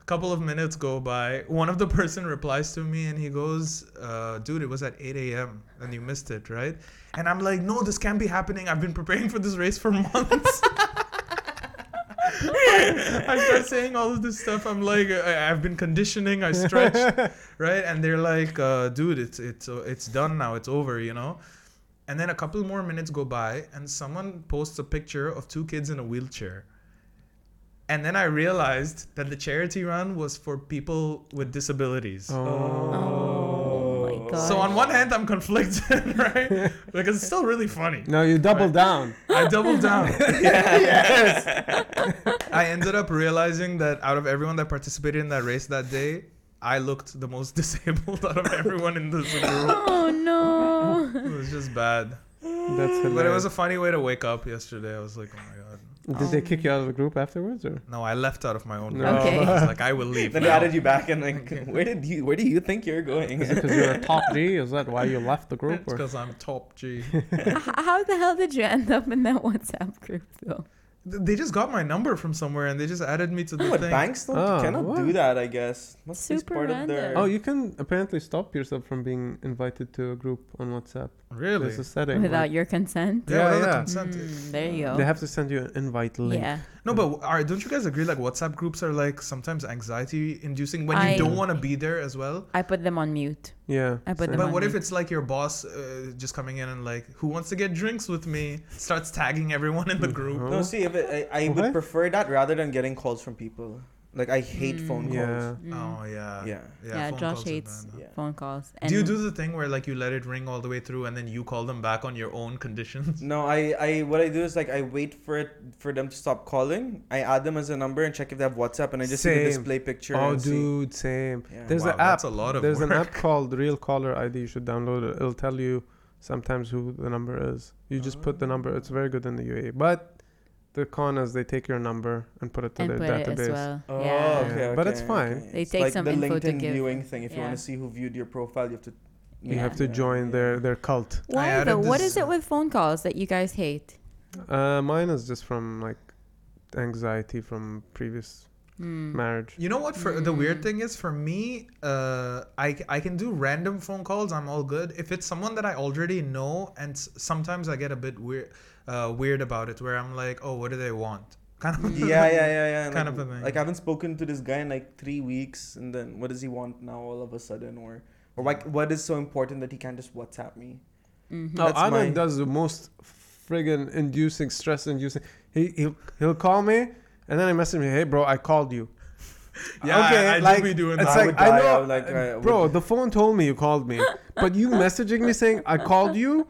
[SPEAKER 4] A couple of minutes go by. One of the person replies to me, and he goes, uh, "Dude, it was at 8 a.m. and you missed it, right?" And I'm like, "No, this can't be happening. I've been preparing for this race for months." I start saying all of this stuff. I'm like, I, I've been conditioning. I stretched, right? And they're like, uh, dude, it's it's uh, it's done now. It's over, you know. And then a couple more minutes go by, and someone posts a picture of two kids in a wheelchair. And then I realized that the charity run was for people with
[SPEAKER 3] Oh.
[SPEAKER 4] disabilities.
[SPEAKER 5] Oh my god.
[SPEAKER 4] So on one hand, I'm conflicted, right? Because it's still really funny.
[SPEAKER 3] No, you double
[SPEAKER 4] Right.
[SPEAKER 3] down.
[SPEAKER 4] I doubled down. I ended up realizing that out of everyone that participated in that race that day, I looked the most disabled out of everyone in this group.
[SPEAKER 5] oh no.
[SPEAKER 4] It was just bad.
[SPEAKER 3] That's hilarious.
[SPEAKER 4] But it was a funny way to wake up yesterday. I was like, oh my god.
[SPEAKER 3] Did they kick you out of the group afterwards, or?
[SPEAKER 4] No, I left out of my own.
[SPEAKER 3] No.
[SPEAKER 5] Okay.
[SPEAKER 4] I was like, I will leave.
[SPEAKER 2] Then they
[SPEAKER 4] now.
[SPEAKER 2] added you back, and like, where did you, where do you think you're going?
[SPEAKER 3] Is it because you're a top G? Is that why you left the group? Or?
[SPEAKER 4] because I'm top G.
[SPEAKER 5] H- How the hell did you end up in that WhatsApp group though?
[SPEAKER 4] Th- They just got my number from somewhere and they just added me to the
[SPEAKER 2] But
[SPEAKER 4] thing.
[SPEAKER 2] banks don't
[SPEAKER 3] Ah,
[SPEAKER 2] cannot
[SPEAKER 3] what?
[SPEAKER 2] do that. I guess must be
[SPEAKER 5] Super
[SPEAKER 2] part of their.
[SPEAKER 5] random.
[SPEAKER 3] Oh, you can apparently stop yourself from being invited to a group on WhatsApp.
[SPEAKER 4] Really?
[SPEAKER 3] There's a setting. where
[SPEAKER 5] without your consent.
[SPEAKER 4] Yeah,
[SPEAKER 3] Yeah,
[SPEAKER 4] without the
[SPEAKER 3] yeah.
[SPEAKER 4] consent.
[SPEAKER 5] Mm, there you go.
[SPEAKER 3] uh, they have to send you an invite link.
[SPEAKER 5] yeah.
[SPEAKER 4] No, but w- are, don't you guys agree? Like WhatsApp groups are like sometimes anxiety inducing when
[SPEAKER 5] I-
[SPEAKER 4] you don't want to be there as well.
[SPEAKER 5] I put them on mute.
[SPEAKER 3] Yeah.
[SPEAKER 5] I put
[SPEAKER 3] same.
[SPEAKER 5] them
[SPEAKER 4] But
[SPEAKER 5] on
[SPEAKER 4] what if
[SPEAKER 5] me.
[SPEAKER 4] it's like your boss uh, just coming in and like, who wants to get drinks with me? Starts tagging everyone
[SPEAKER 2] Mm-hmm.
[SPEAKER 4] in the group.
[SPEAKER 2] No, see, if it, I, I
[SPEAKER 3] What?
[SPEAKER 2] would prefer that rather than getting calls from people. Like I hate phone
[SPEAKER 5] Hmm.
[SPEAKER 2] calls.
[SPEAKER 3] Yeah.
[SPEAKER 4] Oh yeah.
[SPEAKER 2] Yeah.
[SPEAKER 5] Mm. Yeah,
[SPEAKER 4] phone
[SPEAKER 5] Josh
[SPEAKER 4] calls are
[SPEAKER 5] hates-
[SPEAKER 4] bad.
[SPEAKER 2] Yeah.
[SPEAKER 5] Phone calls.
[SPEAKER 4] Do you do the thing where like you let it ring all the way through and then you call them back on your own conditions?
[SPEAKER 2] No, I, I what I do is like I wait for it for them to stop calling. I add them as a number and check if they have WhatsApp, and I just see the
[SPEAKER 3] Same.
[SPEAKER 2] display picture.
[SPEAKER 3] Oh,
[SPEAKER 2] and see-
[SPEAKER 3] dude, same.
[SPEAKER 2] Yeah.
[SPEAKER 3] There's
[SPEAKER 4] Wow,
[SPEAKER 3] an app.
[SPEAKER 4] that's a lot of
[SPEAKER 3] There's an
[SPEAKER 4] work.
[SPEAKER 3] app called Real Caller ID. You should download it. It'll tell you sometimes who the number is. You just put the number. It's very good in the UAE. But the con is they take your number and put it to
[SPEAKER 5] and
[SPEAKER 3] their
[SPEAKER 5] put
[SPEAKER 3] database.
[SPEAKER 5] it as well.
[SPEAKER 2] Oh,
[SPEAKER 5] yeah.
[SPEAKER 2] okay, okay.
[SPEAKER 3] But it's fine.
[SPEAKER 2] okay.
[SPEAKER 5] They
[SPEAKER 2] It's
[SPEAKER 5] take
[SPEAKER 2] like
[SPEAKER 5] some
[SPEAKER 2] the
[SPEAKER 5] info to
[SPEAKER 2] LinkedIn
[SPEAKER 5] give.
[SPEAKER 2] viewing thing. If you
[SPEAKER 5] Yeah.
[SPEAKER 2] want to see who viewed your profile, you have to.
[SPEAKER 3] You
[SPEAKER 5] Yeah.
[SPEAKER 3] have to
[SPEAKER 2] Yeah.
[SPEAKER 3] join their their cult.
[SPEAKER 5] Why
[SPEAKER 4] added
[SPEAKER 5] though? What
[SPEAKER 4] this-
[SPEAKER 5] is it with phone calls that you guys hate?
[SPEAKER 3] Uh, mine is just from like anxiety from previous
[SPEAKER 2] Hmm.
[SPEAKER 3] marriage.
[SPEAKER 4] You know what? For the weird thing is, for me, uh, I c- I can do random phone calls. I'm all good. If it's someone that I already know, and s- sometimes I get a bit weird, uh, weird about it, where I'm like, oh, what do they want? Kind of.
[SPEAKER 2] Yeah, yeah, yeah, yeah.
[SPEAKER 4] Kind
[SPEAKER 2] like,
[SPEAKER 4] of a thing.
[SPEAKER 2] Like I haven't spoken to this guy in like three weeks, and then what does he want now all of a sudden, or or like what is so important that he can't just WhatsApp me?
[SPEAKER 3] No,
[SPEAKER 2] That's
[SPEAKER 3] Anand
[SPEAKER 2] my-
[SPEAKER 3] does the most friggin' inducing, stress inducing. He he'll, he'll call me and then I message me, hey bro, I called you.
[SPEAKER 4] Yeah, I- I do be doing
[SPEAKER 3] it's
[SPEAKER 4] that.
[SPEAKER 2] I
[SPEAKER 3] like
[SPEAKER 2] would
[SPEAKER 3] I
[SPEAKER 2] die. I
[SPEAKER 3] know, uh,
[SPEAKER 2] would, like, I
[SPEAKER 3] bro.
[SPEAKER 2] would-
[SPEAKER 3] The phone told me you called me, but you messaging me saying I called you.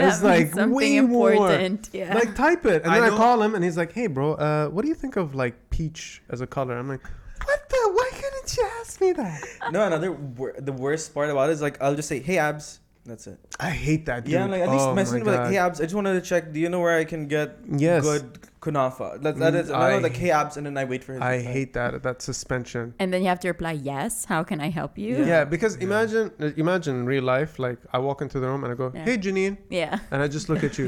[SPEAKER 5] That
[SPEAKER 3] is
[SPEAKER 5] means
[SPEAKER 3] like
[SPEAKER 5] something
[SPEAKER 3] way
[SPEAKER 5] important.
[SPEAKER 3] more.
[SPEAKER 5] Yeah.
[SPEAKER 3] Like type it, and
[SPEAKER 4] I
[SPEAKER 3] then I
[SPEAKER 4] know-
[SPEAKER 3] call him, and he's like, "Hey, bro, uh, what do you think of like peach as a color?" I'm like, "What the? Why couldn't you ask me that?"
[SPEAKER 2] No, another wor- the worst part about it is like I'll just say, "Hey, abs." That's it.
[SPEAKER 3] I hate that. Dude.
[SPEAKER 2] Yeah, like at least
[SPEAKER 3] Oh my
[SPEAKER 2] message me like,
[SPEAKER 3] God.
[SPEAKER 2] "Hey, abs, I just wanted to check. Do you know where I can get
[SPEAKER 3] Yes.
[SPEAKER 2] good kunafa?" That, that
[SPEAKER 3] Mm,
[SPEAKER 2] is, and I,
[SPEAKER 3] I
[SPEAKER 2] was like, "Hey, abs," and then I wait for his.
[SPEAKER 3] I
[SPEAKER 2] reply.
[SPEAKER 3] hate that that suspension.
[SPEAKER 5] and then you have to reply, yes. How can I help you?
[SPEAKER 3] Yeah,
[SPEAKER 2] Yeah.
[SPEAKER 3] because imagine uh, imagine in real life, like I walk into the room and I go,
[SPEAKER 5] Yeah.
[SPEAKER 3] "Hey, Janine,"
[SPEAKER 5] Yeah.
[SPEAKER 3] and I just look at you.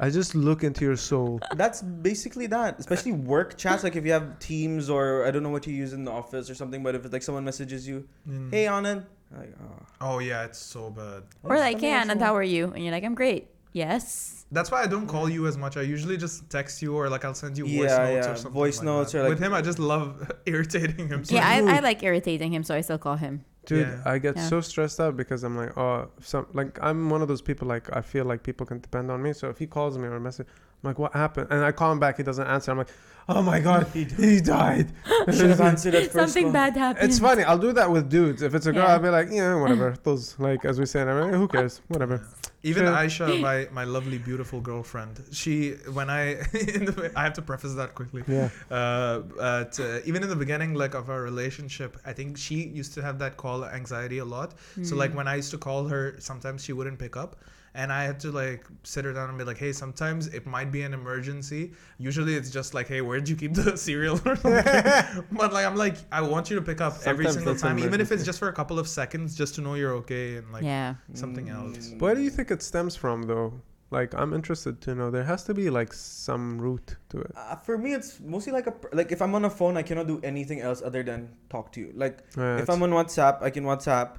[SPEAKER 3] I just look into your soul.
[SPEAKER 2] That's basically that. Especially work chats, like if you have Teams or I don't know what you use in the office or something, but if it's like someone messages you,
[SPEAKER 4] Mm.
[SPEAKER 2] "Hey, Anand," like, oh.
[SPEAKER 4] Oh yeah, it's so bad.
[SPEAKER 5] Or like,
[SPEAKER 2] Something
[SPEAKER 5] yeah,
[SPEAKER 2] else
[SPEAKER 5] and
[SPEAKER 2] you
[SPEAKER 5] how are you? And you're like, I'm great. Yes.
[SPEAKER 4] That's why I don't call you as much. I usually just text you or like I'll send you voice
[SPEAKER 2] Yeah,
[SPEAKER 4] notes
[SPEAKER 2] yeah,
[SPEAKER 4] or something.
[SPEAKER 2] voice
[SPEAKER 4] like
[SPEAKER 2] notes
[SPEAKER 4] that.
[SPEAKER 2] or, like-
[SPEAKER 4] with him, I just love irritating him. so
[SPEAKER 5] Yeah,
[SPEAKER 4] much.
[SPEAKER 5] I, I like irritating him, so I still call him.
[SPEAKER 3] Dude,
[SPEAKER 4] Yeah.
[SPEAKER 3] I get
[SPEAKER 5] Yeah.
[SPEAKER 3] so stressed out because I'm like, oh, some like I'm one of those people like I feel like people can depend on me. So if he calls me or a message, I'm like, what happened? And I call him back, he doesn't answer. I'm like, oh my god, he died.
[SPEAKER 2] Should have answered at first.
[SPEAKER 5] Something
[SPEAKER 2] call.
[SPEAKER 5] bad happened.
[SPEAKER 3] it's funny. I'll do that with dudes. If it's a girl,
[SPEAKER 5] Yeah.
[SPEAKER 3] I'll be like, yeah, whatever. Those like as we say, in Iran, who cares? Whatever.
[SPEAKER 4] Even
[SPEAKER 3] Sure.
[SPEAKER 4] Aisha, my, my lovely, beautiful girlfriend, she, when I, in the, I have to preface that quickly.
[SPEAKER 3] Yeah.
[SPEAKER 4] Uh, but uh, even in the beginning, like of our relationship, I think she used to have that call anxiety a lot. So like when I used to call her, sometimes she wouldn't pick up, and I had to like sit her down and be like, "Hey, sometimes it might be an emergency. Usually it's just like, hey, where'd you keep the cereal or something?" but like I'm like, I want you to pick up every
[SPEAKER 3] Sometimes
[SPEAKER 4] single
[SPEAKER 3] it's an
[SPEAKER 4] time, even if it's
[SPEAKER 3] emergency.
[SPEAKER 4] just for a couple of seconds, just to know you're okay and like
[SPEAKER 5] yeah.
[SPEAKER 2] Mm.
[SPEAKER 4] something else.
[SPEAKER 3] Where do you think it stems from, though? Like, I'm interested to know. There has to be like some root to it.
[SPEAKER 2] Uh, for me, it's mostly like a pr- like if I'm on a phone, I cannot do anything else other than talk to you. Like
[SPEAKER 3] Uh,
[SPEAKER 2] if I'm on WhatsApp, I can WhatsApp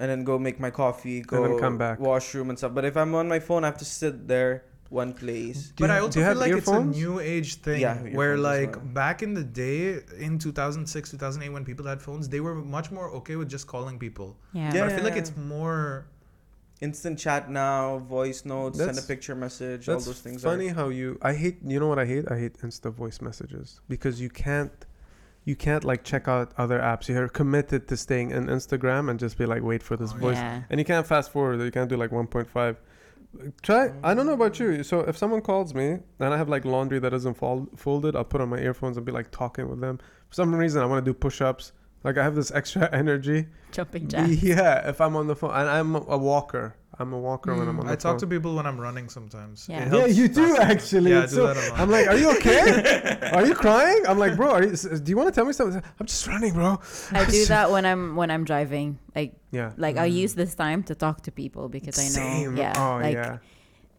[SPEAKER 2] and then go make my coffee, go
[SPEAKER 3] then come back.
[SPEAKER 2] washroom and stuff. But if I'm on my phone, I have to sit there one place.
[SPEAKER 3] Do
[SPEAKER 4] but
[SPEAKER 3] you-
[SPEAKER 4] I
[SPEAKER 3] do
[SPEAKER 4] also
[SPEAKER 3] you
[SPEAKER 4] feel
[SPEAKER 3] have
[SPEAKER 4] like
[SPEAKER 3] earphones?
[SPEAKER 4] it's a new age thing
[SPEAKER 2] Yeah, I have
[SPEAKER 4] where
[SPEAKER 2] earphones as
[SPEAKER 4] like
[SPEAKER 2] well.
[SPEAKER 4] back in the day in 2006 2008 when people had phones they were much more okay with just calling people
[SPEAKER 5] Yeah.
[SPEAKER 2] Yeah.
[SPEAKER 4] but I feel like it's more
[SPEAKER 2] Instant chat now, voice notes, send a
[SPEAKER 3] That's-
[SPEAKER 2] picture message, all
[SPEAKER 3] That's
[SPEAKER 2] those things. are-
[SPEAKER 3] funny how you. I hate. You know what I hate? I hate Insta voice messages because you can't. You can't like check out other apps. You're committed to staying in Instagram and just be like, wait for this
[SPEAKER 4] Oh,
[SPEAKER 3] voice,
[SPEAKER 5] Yeah.
[SPEAKER 3] and you can't fast forward. You can't do like 1.5. Try. I don't know about you. So if someone calls me and I have like laundry that isn't fold, folded, I'll put on my earphones and be like talking with them. For some reason, I want to do push-ups. Like I have this extra energy.
[SPEAKER 5] Jumping jack.
[SPEAKER 3] Yeah, if I'm on the phone, and I'm a walker. I'm a walker when
[SPEAKER 2] Mm,
[SPEAKER 3] I'm on the
[SPEAKER 4] I
[SPEAKER 3] phone.
[SPEAKER 4] talk to people when I'm running sometimes It
[SPEAKER 5] Yeah. Yeah,
[SPEAKER 3] yeah,
[SPEAKER 4] helps
[SPEAKER 3] you do
[SPEAKER 4] massively.
[SPEAKER 3] actually.
[SPEAKER 4] yeah I
[SPEAKER 3] It's
[SPEAKER 4] do
[SPEAKER 3] so-
[SPEAKER 4] that a lot
[SPEAKER 3] I'm like, are you okay? are you crying? I'm like, bro, are you, s- do you want to tell me something? I'm just running, bro.
[SPEAKER 5] I do that when I'm when I'm driving. Like
[SPEAKER 3] Yeah.
[SPEAKER 5] like I use this time to talk to people because I know.
[SPEAKER 3] Mm. Same.
[SPEAKER 5] Yeah.
[SPEAKER 3] Oh
[SPEAKER 5] like
[SPEAKER 3] yeah.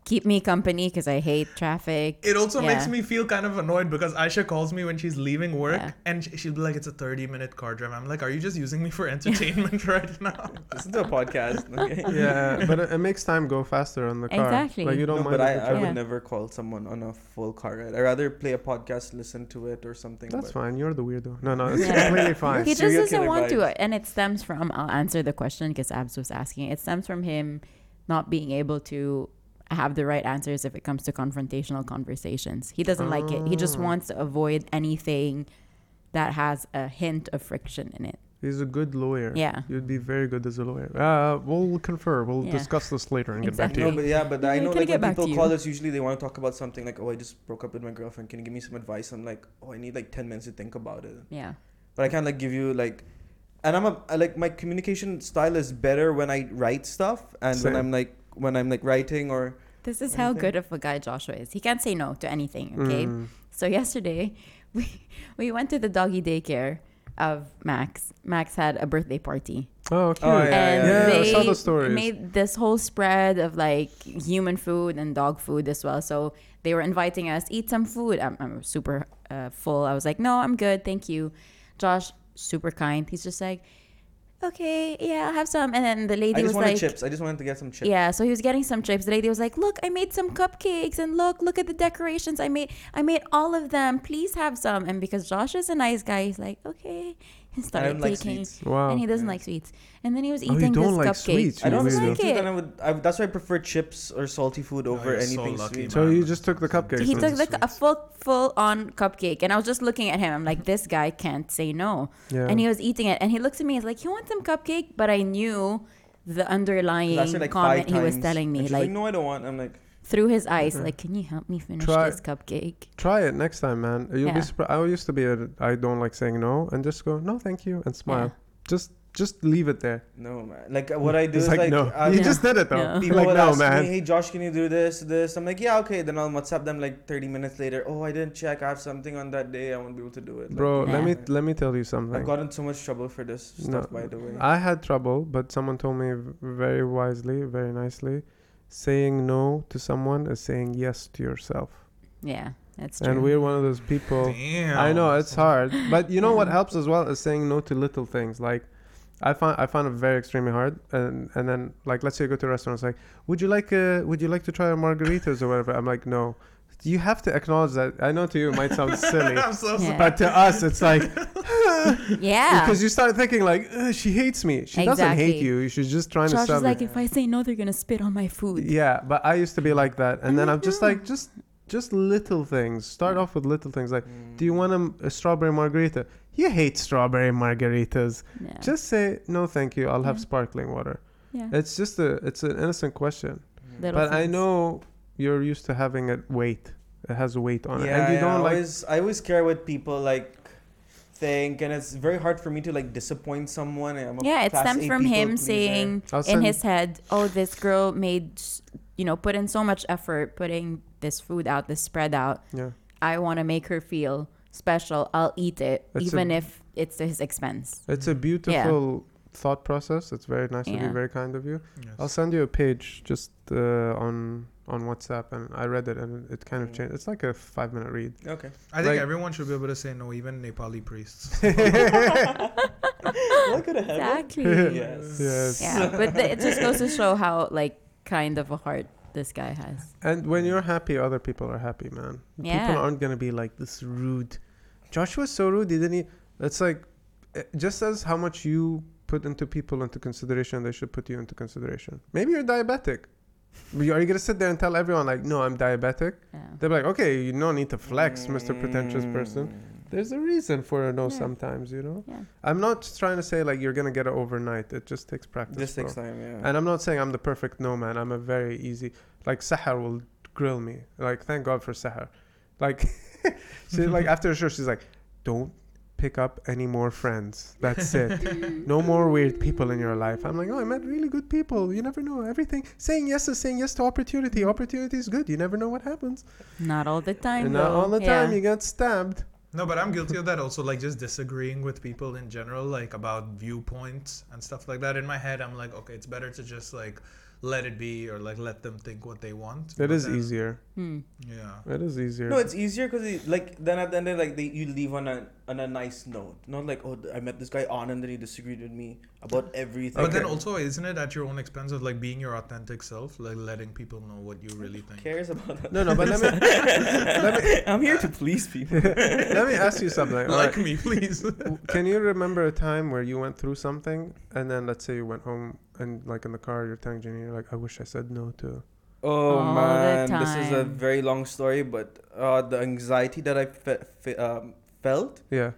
[SPEAKER 1] keep me company because I hate traffic.
[SPEAKER 4] It also makes
[SPEAKER 1] Yeah.
[SPEAKER 4] me feel kind of annoyed because Aisha calls me when she's leaving work
[SPEAKER 1] Yeah.
[SPEAKER 4] and sh- she'll be like, it's a 30 minute car drive. I'm like, are you just using me for entertainment right now?
[SPEAKER 2] This is a podcast. Okay.
[SPEAKER 3] yeah, but it, it makes time go faster on the car.
[SPEAKER 1] Exactly.
[SPEAKER 3] Like you don't
[SPEAKER 2] No,
[SPEAKER 3] mind.
[SPEAKER 2] but I,
[SPEAKER 3] if
[SPEAKER 2] I
[SPEAKER 3] it-
[SPEAKER 2] would
[SPEAKER 1] Yeah.
[SPEAKER 2] never call someone on a full car ride. I'd rather play a podcast, listen to it, or something.
[SPEAKER 3] That's
[SPEAKER 2] but
[SPEAKER 3] fine. You're the weirdo. No, no, it's
[SPEAKER 1] Yeah.
[SPEAKER 3] completely fine.
[SPEAKER 1] he just
[SPEAKER 2] serial
[SPEAKER 1] doesn't
[SPEAKER 2] killer
[SPEAKER 1] want
[SPEAKER 2] vibes.
[SPEAKER 1] to, and it stems from. I'll answer the question because Abs was asking. It stems from him not being able to have the right answers if it comes to confrontational conversations. He doesn't like it. He just
[SPEAKER 3] Oh.
[SPEAKER 1] wants to avoid anything that has a hint of friction in it.
[SPEAKER 3] He's a good lawyer.
[SPEAKER 1] Yeah.
[SPEAKER 3] You'd be very good as a lawyer. Uh, we'll confer. We'll
[SPEAKER 1] Yeah.
[SPEAKER 3] discuss this later and
[SPEAKER 1] Exactly.
[SPEAKER 2] No,
[SPEAKER 3] get back
[SPEAKER 2] but yeah, but I
[SPEAKER 1] We're
[SPEAKER 2] know
[SPEAKER 1] gonna
[SPEAKER 2] like
[SPEAKER 1] get
[SPEAKER 2] when
[SPEAKER 1] back to
[SPEAKER 2] people
[SPEAKER 1] you.
[SPEAKER 2] call us, usually they want to talk about something like, "Oh, I just broke up with my girlfriend. Can you give me some advice?" I'm like, "Oh, I need like ten minutes to think about it."
[SPEAKER 1] Yeah.
[SPEAKER 2] But I can't like give you like, and I'm a I, like my communication style is better when I write stuff and
[SPEAKER 3] Same.
[SPEAKER 2] when I'm like when I'm like writing or
[SPEAKER 1] This is how
[SPEAKER 2] Anything?
[SPEAKER 1] good of a guy Joshua is. He can't say no to anything.
[SPEAKER 3] to you.
[SPEAKER 1] Okay.
[SPEAKER 3] Mm.
[SPEAKER 1] So yesterday, we we went to the doggy daycare of Max. Max had a birthday party.
[SPEAKER 3] Oh, cute.
[SPEAKER 2] yeah,
[SPEAKER 1] and
[SPEAKER 3] yeah, yeah.
[SPEAKER 1] they
[SPEAKER 3] I saw the stories.
[SPEAKER 1] made this whole spread of like human food and dog food as well. So they were inviting us eat some food. I'm, I'm super uh, full. I was like, no, I'm good, thank you. Josh, super kind. He's just like, okay, yeah, I'll have some. And then the lady
[SPEAKER 2] I
[SPEAKER 1] was
[SPEAKER 2] just wanted
[SPEAKER 1] like,
[SPEAKER 2] chips. I just wanted to get some chips.
[SPEAKER 1] yeah, so he was getting some chips. The lady was like, "Look, I made some cupcakes, and look, look at the decorations I made. I made all of them. Please have some." And because Josh is a nice guy, he's like, "Okay." He
[SPEAKER 2] I
[SPEAKER 1] started
[SPEAKER 2] don't like
[SPEAKER 1] taking,
[SPEAKER 2] sweets.
[SPEAKER 3] Wow.
[SPEAKER 1] and he doesn't
[SPEAKER 2] Yeah.
[SPEAKER 1] like sweets. And then he was
[SPEAKER 3] Oh, you
[SPEAKER 1] eating
[SPEAKER 3] don't
[SPEAKER 1] this
[SPEAKER 3] like
[SPEAKER 1] cupcake.
[SPEAKER 3] sweets,
[SPEAKER 2] I
[SPEAKER 3] you
[SPEAKER 2] don't
[SPEAKER 1] Doesn't
[SPEAKER 3] weirdo.
[SPEAKER 2] like
[SPEAKER 1] like
[SPEAKER 2] it.
[SPEAKER 1] it.
[SPEAKER 2] Then I would. I, that's why I prefer chips or salty food
[SPEAKER 6] No,
[SPEAKER 2] over
[SPEAKER 6] you're so
[SPEAKER 2] anything
[SPEAKER 6] lucky,
[SPEAKER 2] sweet.
[SPEAKER 6] man.
[SPEAKER 3] so you just took the cupcake.
[SPEAKER 1] He
[SPEAKER 6] Sweets
[SPEAKER 1] took
[SPEAKER 6] is
[SPEAKER 1] like a
[SPEAKER 6] sweets.
[SPEAKER 1] full, full on cupcake, and I was just looking at him. I'm like, "This guy can't say no."
[SPEAKER 3] yeah.
[SPEAKER 1] And he was eating it, and he looks at me. He's like, "You want some cupcake?" But I knew the underlying
[SPEAKER 2] That's it, like five
[SPEAKER 1] comment he was
[SPEAKER 2] times.
[SPEAKER 1] telling
[SPEAKER 2] And
[SPEAKER 1] me,
[SPEAKER 2] she's
[SPEAKER 1] like
[SPEAKER 2] no, I don't want. I'm like,
[SPEAKER 1] through his eyes,
[SPEAKER 3] Mhm.
[SPEAKER 1] like, "Can you help me finish
[SPEAKER 3] Try-
[SPEAKER 1] this cupcake?"
[SPEAKER 3] Try it next time, man. You'll
[SPEAKER 1] Yeah.
[SPEAKER 3] be surprised. I used to be a I don't like saying no and just go no, thank you, and smile. Just just leave it there.
[SPEAKER 2] no, man. Like what I do
[SPEAKER 3] It's
[SPEAKER 2] is
[SPEAKER 3] like,
[SPEAKER 2] like,
[SPEAKER 3] no.
[SPEAKER 2] I-
[SPEAKER 3] you just did it though.
[SPEAKER 1] No.
[SPEAKER 2] People
[SPEAKER 3] Like
[SPEAKER 2] will
[SPEAKER 3] no,
[SPEAKER 2] ask
[SPEAKER 3] man.
[SPEAKER 2] me, hey Josh, can you do this, this? I'm like, yeah, okay. Then I'll WhatsApp them like 30 minutes later. Oh, I didn't check. I have something on that day. I won't be able to do it. Like,
[SPEAKER 3] Bro,
[SPEAKER 1] Yeah.
[SPEAKER 3] let me let me tell you
[SPEAKER 2] I've
[SPEAKER 3] something.
[SPEAKER 2] gotten so much trouble for this
[SPEAKER 3] No.
[SPEAKER 2] stuff, by the way.
[SPEAKER 3] I had trouble, but someone told me v- very wisely, very nicely, saying no to someone is saying yes to yourself.
[SPEAKER 1] Yeah, that's true.
[SPEAKER 3] And we're one of those people.
[SPEAKER 4] Damn.
[SPEAKER 3] I know it's hard, but you know what
[SPEAKER 1] Yeah.
[SPEAKER 3] helps as well is saying no to little things. Like, I find I find it very extremely hard, and and then like let's say you go to a restaurant, it's like, would you like uh would you like to try our margaritas or whatever? I'm like, no. You have to acknowledge that. I know to you it might sound silly,
[SPEAKER 4] I'm so
[SPEAKER 1] Yeah.
[SPEAKER 3] but to us it's like
[SPEAKER 1] yeah.
[SPEAKER 3] because you start thinking like "Ugh, she hates me. She doesn't hate
[SPEAKER 1] Exactly.
[SPEAKER 3] you. She's just trying to
[SPEAKER 1] Josh
[SPEAKER 3] sell
[SPEAKER 1] is
[SPEAKER 3] me.
[SPEAKER 1] like, if I say no, they're gonna spit on my food.
[SPEAKER 3] Yeah, but I used to be like that, and then
[SPEAKER 1] I
[SPEAKER 3] I'm just
[SPEAKER 1] know.
[SPEAKER 3] like just just little things. Start off with little things like,
[SPEAKER 2] Mm.
[SPEAKER 3] do you want a, a strawberry margarita? You hate strawberry margaritas.
[SPEAKER 1] Yeah.
[SPEAKER 3] Just say no, thank you. I'll have
[SPEAKER 1] Yeah.
[SPEAKER 3] sparkling water.
[SPEAKER 1] yeah.
[SPEAKER 3] It's just a it's an innocent question,
[SPEAKER 1] Little
[SPEAKER 3] but I
[SPEAKER 1] things.
[SPEAKER 3] know you're used to having it weight. It has weight on it,
[SPEAKER 2] yeah,
[SPEAKER 3] and you
[SPEAKER 2] Mm. yeah,
[SPEAKER 3] don't
[SPEAKER 2] I
[SPEAKER 3] like.
[SPEAKER 2] always, I always care what people like think, and it's very hard for me to like disappoint someone. I'm a
[SPEAKER 1] Yeah, it
[SPEAKER 2] class
[SPEAKER 1] stems
[SPEAKER 2] A
[SPEAKER 1] from
[SPEAKER 2] people
[SPEAKER 1] him
[SPEAKER 2] pleaser.
[SPEAKER 1] saying
[SPEAKER 3] I'll
[SPEAKER 1] in
[SPEAKER 3] send-
[SPEAKER 1] his head, "Oh, this girl made, s- you know, put in so much effort putting this food out, this spread out.
[SPEAKER 3] yeah,
[SPEAKER 1] I want to make her feel special. I'll eat it,
[SPEAKER 3] It's a-
[SPEAKER 1] even if it's to his expense."
[SPEAKER 3] it's a beautiful thought process. It's very nice of you,
[SPEAKER 1] Yeah.
[SPEAKER 3] very kind of you.
[SPEAKER 4] Yes.
[SPEAKER 3] I'll send you a page just uh, on on WhatsApp, and I read it, and it kind of
[SPEAKER 2] Mm.
[SPEAKER 3] changed. It's like a five minute read.
[SPEAKER 2] Okay.
[SPEAKER 4] I think
[SPEAKER 3] Like-
[SPEAKER 4] everyone should be able to say no, even Nepali priests.
[SPEAKER 2] Look at that.
[SPEAKER 1] Exactly. yeah.
[SPEAKER 2] Yes.
[SPEAKER 3] Yes.
[SPEAKER 1] but th- it just goes to show how like kind of a heart this guy has.
[SPEAKER 3] And when you're happy, other people are happy, man.
[SPEAKER 1] Yeah.
[SPEAKER 3] People aren't gonna be like this rude. Joshua's so rude. He didn't. e- It's like, uh, just as how much you put into people into consideration, they should put you into consideration. Maybe you're diabetic. But you- Are you gonna sit there and tell everyone like, no, I'm diabetic?
[SPEAKER 1] Yeah.
[SPEAKER 3] They're like, okay, you no need to flex, Mr. Pretentious Person.
[SPEAKER 2] Mm.
[SPEAKER 3] There's a reason for a no
[SPEAKER 1] Yeah.
[SPEAKER 3] sometimes, you know.
[SPEAKER 1] Yeah.
[SPEAKER 3] I'm not just trying to say like you're gonna get it overnight. It just takes practice.
[SPEAKER 2] This
[SPEAKER 3] bro.
[SPEAKER 2] takes time, yeah.
[SPEAKER 3] And I'm not saying I'm the perfect no man. I'm a very easy. Like Sahar will grill me. Like thank God for Sahar. Like she like after a show she's like, don't pick up any more friends. That's it. no more weird people in your life. I'm like, oh, I met really good people. You never know everything. Saying yes is saying yes to opportunity. Opportunity is good. You never know what happens.
[SPEAKER 1] Not all the time.
[SPEAKER 3] and not
[SPEAKER 1] though.
[SPEAKER 3] all the
[SPEAKER 1] Yeah.
[SPEAKER 3] time you get stabbed.
[SPEAKER 4] no, but I'm guilty of that also, like just disagreeing with people in general, like about viewpoints and stuff like that. In my head, I'm like, okay, it's better to just like
[SPEAKER 7] let it be or like let them think what they want.
[SPEAKER 3] It
[SPEAKER 7] But
[SPEAKER 3] is
[SPEAKER 7] then-
[SPEAKER 3] easier.
[SPEAKER 5] Hmm.
[SPEAKER 7] Yeah.
[SPEAKER 3] It is easier.
[SPEAKER 2] No, it's easier because like then at the end of, like they, you leave on a on a nice note, not like oh I met this guy on and then he disagreed with me about everything.
[SPEAKER 7] But then also, isn't it at your own expense of like being your authentic self, like letting people know what you really
[SPEAKER 2] Who
[SPEAKER 7] think?
[SPEAKER 2] cares about that?
[SPEAKER 3] no, no, but let me let me
[SPEAKER 2] I'm here to please people.
[SPEAKER 3] let me ask you something. all
[SPEAKER 7] Like
[SPEAKER 3] right?
[SPEAKER 7] me, please.
[SPEAKER 3] Can you remember a time where you went through something and then let's say you went home and like in the car you're telling Jenny you're like I wish I said no to.
[SPEAKER 2] Oh
[SPEAKER 5] All the
[SPEAKER 2] man, this is a
[SPEAKER 5] time.
[SPEAKER 2] very long story, but uh, the anxiety that I fe- fe- um, felt.
[SPEAKER 3] Yeah.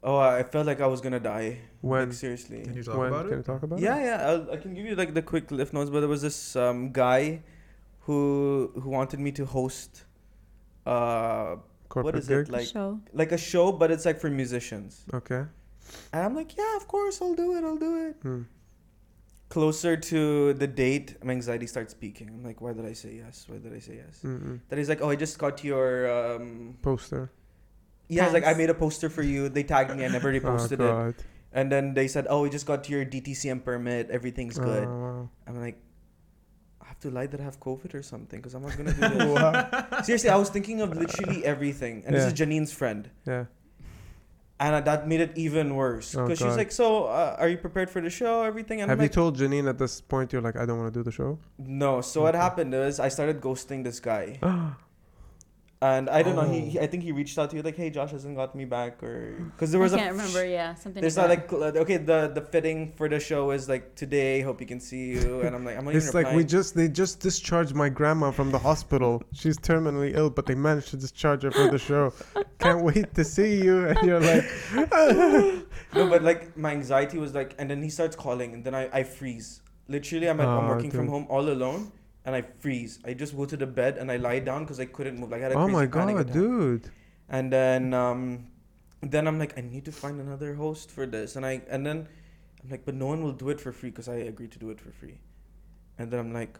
[SPEAKER 2] Oh, I felt like I was gonna die.
[SPEAKER 3] When
[SPEAKER 2] Like, seriously.
[SPEAKER 7] Can you talk
[SPEAKER 3] when
[SPEAKER 7] about
[SPEAKER 3] can
[SPEAKER 7] it?
[SPEAKER 3] you talk about
[SPEAKER 2] Yeah,
[SPEAKER 3] it?
[SPEAKER 2] yeah. I'll, I can give you like the quick lift notes, but there was this um, guy who who wanted me to host uh
[SPEAKER 3] Corporate
[SPEAKER 2] what is
[SPEAKER 3] gig.
[SPEAKER 2] it like
[SPEAKER 5] show.
[SPEAKER 2] like a show, but it's like for musicians.
[SPEAKER 3] Okay.
[SPEAKER 2] And I'm like, yeah, of course, I'll do it. I'll do it.
[SPEAKER 3] Hmm.
[SPEAKER 2] Closer to the date, my anxiety starts peaking. I'm like, why did I say yes? Why did I say yes?
[SPEAKER 3] Mm-mm.
[SPEAKER 2] Then he's like, oh, I just got your um,
[SPEAKER 3] mm, Poster.
[SPEAKER 2] Yeah, it's like I
[SPEAKER 5] Thanks.
[SPEAKER 2] made a poster for you. They tagged me. I never reposted
[SPEAKER 3] oh
[SPEAKER 2] it.
[SPEAKER 3] god.
[SPEAKER 2] And then they said, "Oh, we just got your DTCM permit. Everything's good."
[SPEAKER 3] Oh, wow.
[SPEAKER 2] I'm like, I have to lie that I have COVID or something because I'm not gonna do this. Seriously, I was thinking of literally everything. And this is
[SPEAKER 3] Yeah.
[SPEAKER 2] Janine's friend,
[SPEAKER 3] Yeah.
[SPEAKER 2] and uh, that made it even worse
[SPEAKER 3] Oh,
[SPEAKER 2] because she's
[SPEAKER 3] God.
[SPEAKER 2] like, "So, uh, are you prepared for the show? Everything?" And
[SPEAKER 3] Have
[SPEAKER 2] I'm
[SPEAKER 3] you
[SPEAKER 2] like,
[SPEAKER 3] told Janine at this point you're like I don't want to do the show?
[SPEAKER 2] "No." So what happened is I started ghosting this guy, and I don't know. He,
[SPEAKER 7] Oh.
[SPEAKER 2] he, I think he reached out to you like, "Hey, Josh hasn't got me back," or because there was
[SPEAKER 5] I
[SPEAKER 2] a
[SPEAKER 5] can't remember. Yeah, something.
[SPEAKER 2] There's not
[SPEAKER 5] like,
[SPEAKER 2] like cl- okay the the fitting for the show is like today. Hope you can see you. And I'm like I'm not
[SPEAKER 3] It's
[SPEAKER 2] even
[SPEAKER 3] like we
[SPEAKER 2] replying.
[SPEAKER 3] just they just discharged my grandma from the hospital. She's terminally ill, but they managed to discharge her for the show. Can't wait to see you. And you're like,
[SPEAKER 2] no, but like my anxiety was like, and then he starts calling, and then I I freeze. Literally, I'm at, I'm
[SPEAKER 3] Ah,
[SPEAKER 2] working from
[SPEAKER 3] dude.
[SPEAKER 2] home all alone, and I freeze. I just go to the bed and I lie down because I couldn't move. Like I had a
[SPEAKER 3] oh
[SPEAKER 2] crazy
[SPEAKER 3] my
[SPEAKER 2] panic
[SPEAKER 3] god,
[SPEAKER 2] attack.
[SPEAKER 3] dude.
[SPEAKER 2] And then um, then I'm like I need to find another host for this, and I and then I'm like, but no one will do it for free because I agreed to do it for free. And then I'm like,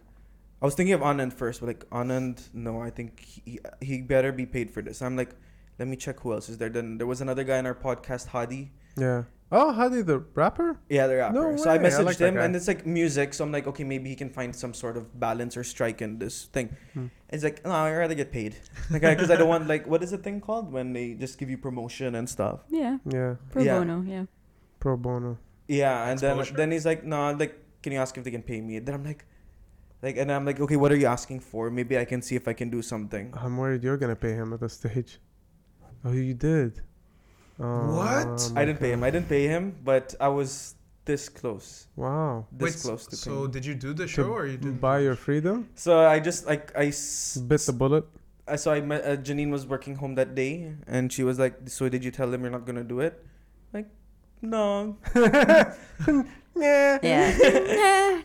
[SPEAKER 2] I was thinking of Anand first, but like Anand, no, I think he he better be paid for this. I'm like, let me check who else is there. Then there was another guy in our podcast, Hadi.
[SPEAKER 3] Yeah. Oh, Hadi the rapper.
[SPEAKER 2] Yeah, the rapper.
[SPEAKER 3] No
[SPEAKER 2] so I
[SPEAKER 3] way, I
[SPEAKER 2] messaged
[SPEAKER 3] like that
[SPEAKER 2] him,
[SPEAKER 3] guy.
[SPEAKER 2] and it's like music. So I'm like, okay, maybe he can find some sort of balance or strike in this thing.
[SPEAKER 3] Hmm.
[SPEAKER 2] It's like, no, I'd rather get paid, like, because I don't want like what is the thing called when they just give you promotion and stuff.
[SPEAKER 5] yeah,
[SPEAKER 3] Yeah.
[SPEAKER 5] pro
[SPEAKER 2] Yeah.
[SPEAKER 5] bono. Yeah.
[SPEAKER 3] Pro bono.
[SPEAKER 2] Yeah, and then
[SPEAKER 7] Exposure.
[SPEAKER 2] then he's like, no, like, can you ask if they can pay me? Then I'm like, like, and I'm like, okay, what are you asking for? Maybe I can see if I can do something.
[SPEAKER 3] I'm worried you're gonna pay him at the stage. Oh, you did. Oh,
[SPEAKER 7] What?
[SPEAKER 3] my
[SPEAKER 2] I didn't pay him.
[SPEAKER 3] God.
[SPEAKER 2] I didn't pay him, but I was this close,
[SPEAKER 3] Wow.
[SPEAKER 2] this
[SPEAKER 7] Wait,
[SPEAKER 2] close to
[SPEAKER 7] so
[SPEAKER 2] paying.
[SPEAKER 7] did you do the show or you didn't?
[SPEAKER 3] Buy your freedom.
[SPEAKER 2] So I just like I s-
[SPEAKER 3] Bit the bullet.
[SPEAKER 2] I so I met uh, Janine was working home that day, and she was like, so did you tell them you're not gonna do it? Like, no.
[SPEAKER 3] yeah.
[SPEAKER 5] Yeah.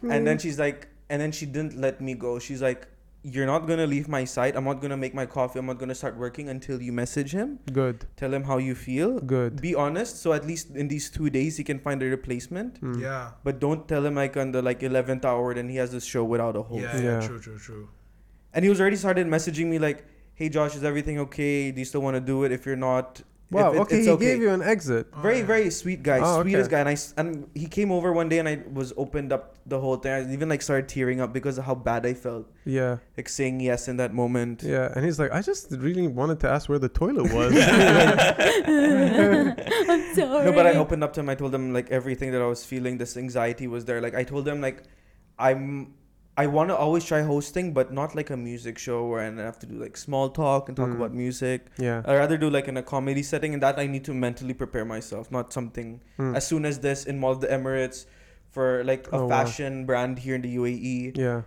[SPEAKER 3] Hmm.
[SPEAKER 2] And then she's like, and then she didn't let me go. She's like. You're not gonna leave my site. I'm not gonna make my coffee. I'm not gonna start working until you message him.
[SPEAKER 3] Good.
[SPEAKER 2] Tell him how you feel.
[SPEAKER 3] Good.
[SPEAKER 2] be honest so at least in these two days he can find a replacement
[SPEAKER 3] Mm.
[SPEAKER 7] Yeah.
[SPEAKER 2] but don't tell him like on the like 11th hour then he has this show without a host
[SPEAKER 7] Yeah, yeah.
[SPEAKER 3] Oh, Yeah.
[SPEAKER 7] True. True. True.
[SPEAKER 2] and he was already started messaging me like hey josh is everything okay do you still want to do it if you're not
[SPEAKER 3] Wow.
[SPEAKER 2] if it-
[SPEAKER 3] okay.
[SPEAKER 2] it's
[SPEAKER 3] He gave you an exit.
[SPEAKER 7] Oh,
[SPEAKER 2] very
[SPEAKER 7] yeah.
[SPEAKER 2] very sweet guy
[SPEAKER 3] Oh,
[SPEAKER 2] sweetest
[SPEAKER 3] okay.
[SPEAKER 2] guy and i s- and he came over one day and i was opened up the whole thing i even like started tearing up because of how bad i felt
[SPEAKER 3] Yeah.
[SPEAKER 2] like saying yes in that moment
[SPEAKER 3] Yeah, and he's like, I just really wanted to ask where the toilet was.
[SPEAKER 5] I'm sorry.
[SPEAKER 2] No, but I opened up to him. I told him like everything that I was feeling. This anxiety was there. Like I told him like I'm I want to always try hosting, but not like a music show where I have to do like small talk and talk
[SPEAKER 3] Mm.
[SPEAKER 2] about music.
[SPEAKER 3] yeah.
[SPEAKER 2] I rather do like in a comedy setting, and that I need to mentally prepare myself, not something
[SPEAKER 3] Mm.
[SPEAKER 2] as soon as this involved the Emirates for like a
[SPEAKER 3] Oh, wow.
[SPEAKER 2] fashion brand here in the UAE
[SPEAKER 3] yeah.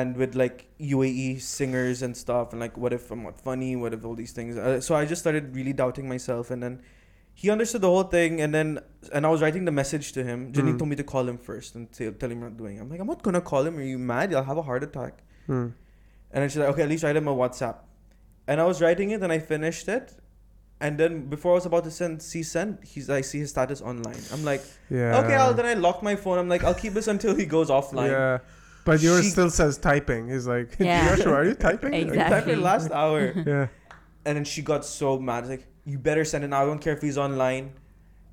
[SPEAKER 2] and with like UAE singers and stuff, and like, what if I'm not funny? What if all these things? Uh, so I just started really doubting myself, and then he understood the whole thing, and then and I was writing the message to him. Janine
[SPEAKER 3] Mm.
[SPEAKER 2] told me to call him first and say, tell him I'm not doing. it. I'm like, I'm not gonna call him. Are you mad? You'll have a heart attack.
[SPEAKER 3] Mm.
[SPEAKER 2] And then she's like, okay, at least write him a WhatsApp. And I was writing it, and I finished it, and then before I was about to send see send, he's I see his status online. I'm like,
[SPEAKER 3] Yeah.
[SPEAKER 2] okay, I'll, then I locked my phone. I'm like, I'll keep this until he goes offline.
[SPEAKER 3] Yeah. But yours
[SPEAKER 2] She-
[SPEAKER 3] still says typing. He's like,
[SPEAKER 5] Yeah.
[SPEAKER 3] Joshua, are you typing?
[SPEAKER 2] Like, type
[SPEAKER 5] Exactly.
[SPEAKER 2] in last hour.
[SPEAKER 3] Yeah.
[SPEAKER 2] and then she got so mad like you better send it now i don't care if he's online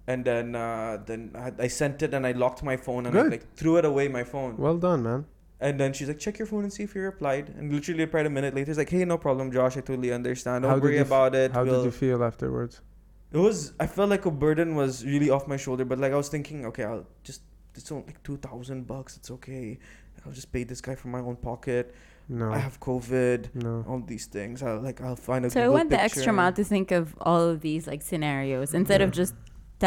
[SPEAKER 2] and then uh then i, I sent it and i locked my phone and I,
[SPEAKER 3] Good.
[SPEAKER 2] like threw it away my phone
[SPEAKER 3] Well done, man.
[SPEAKER 2] And then she's like, check your phone and see if you replied. And literally replied a minute later. It's like, hey, no problem, Josh. I totally understand. Don't
[SPEAKER 3] How did
[SPEAKER 2] worry
[SPEAKER 3] you f-
[SPEAKER 2] about it.
[SPEAKER 3] How
[SPEAKER 2] We'll-
[SPEAKER 3] did you feel afterwards?
[SPEAKER 2] it was. I felt like a burden was really off my shoulder. But like I was thinking, okay, I'll just it's only like two thousand bucks. It's okay. I'll just pay this guy from my own pocket.
[SPEAKER 3] No,
[SPEAKER 2] I have COVID.
[SPEAKER 3] no.
[SPEAKER 2] All these things. I'll like I'll find a.
[SPEAKER 1] So I
[SPEAKER 2] Google
[SPEAKER 1] went the
[SPEAKER 2] picture
[SPEAKER 1] extra
[SPEAKER 2] and-
[SPEAKER 1] mile to think of all of these like scenarios instead of
[SPEAKER 3] Yeah.
[SPEAKER 1] just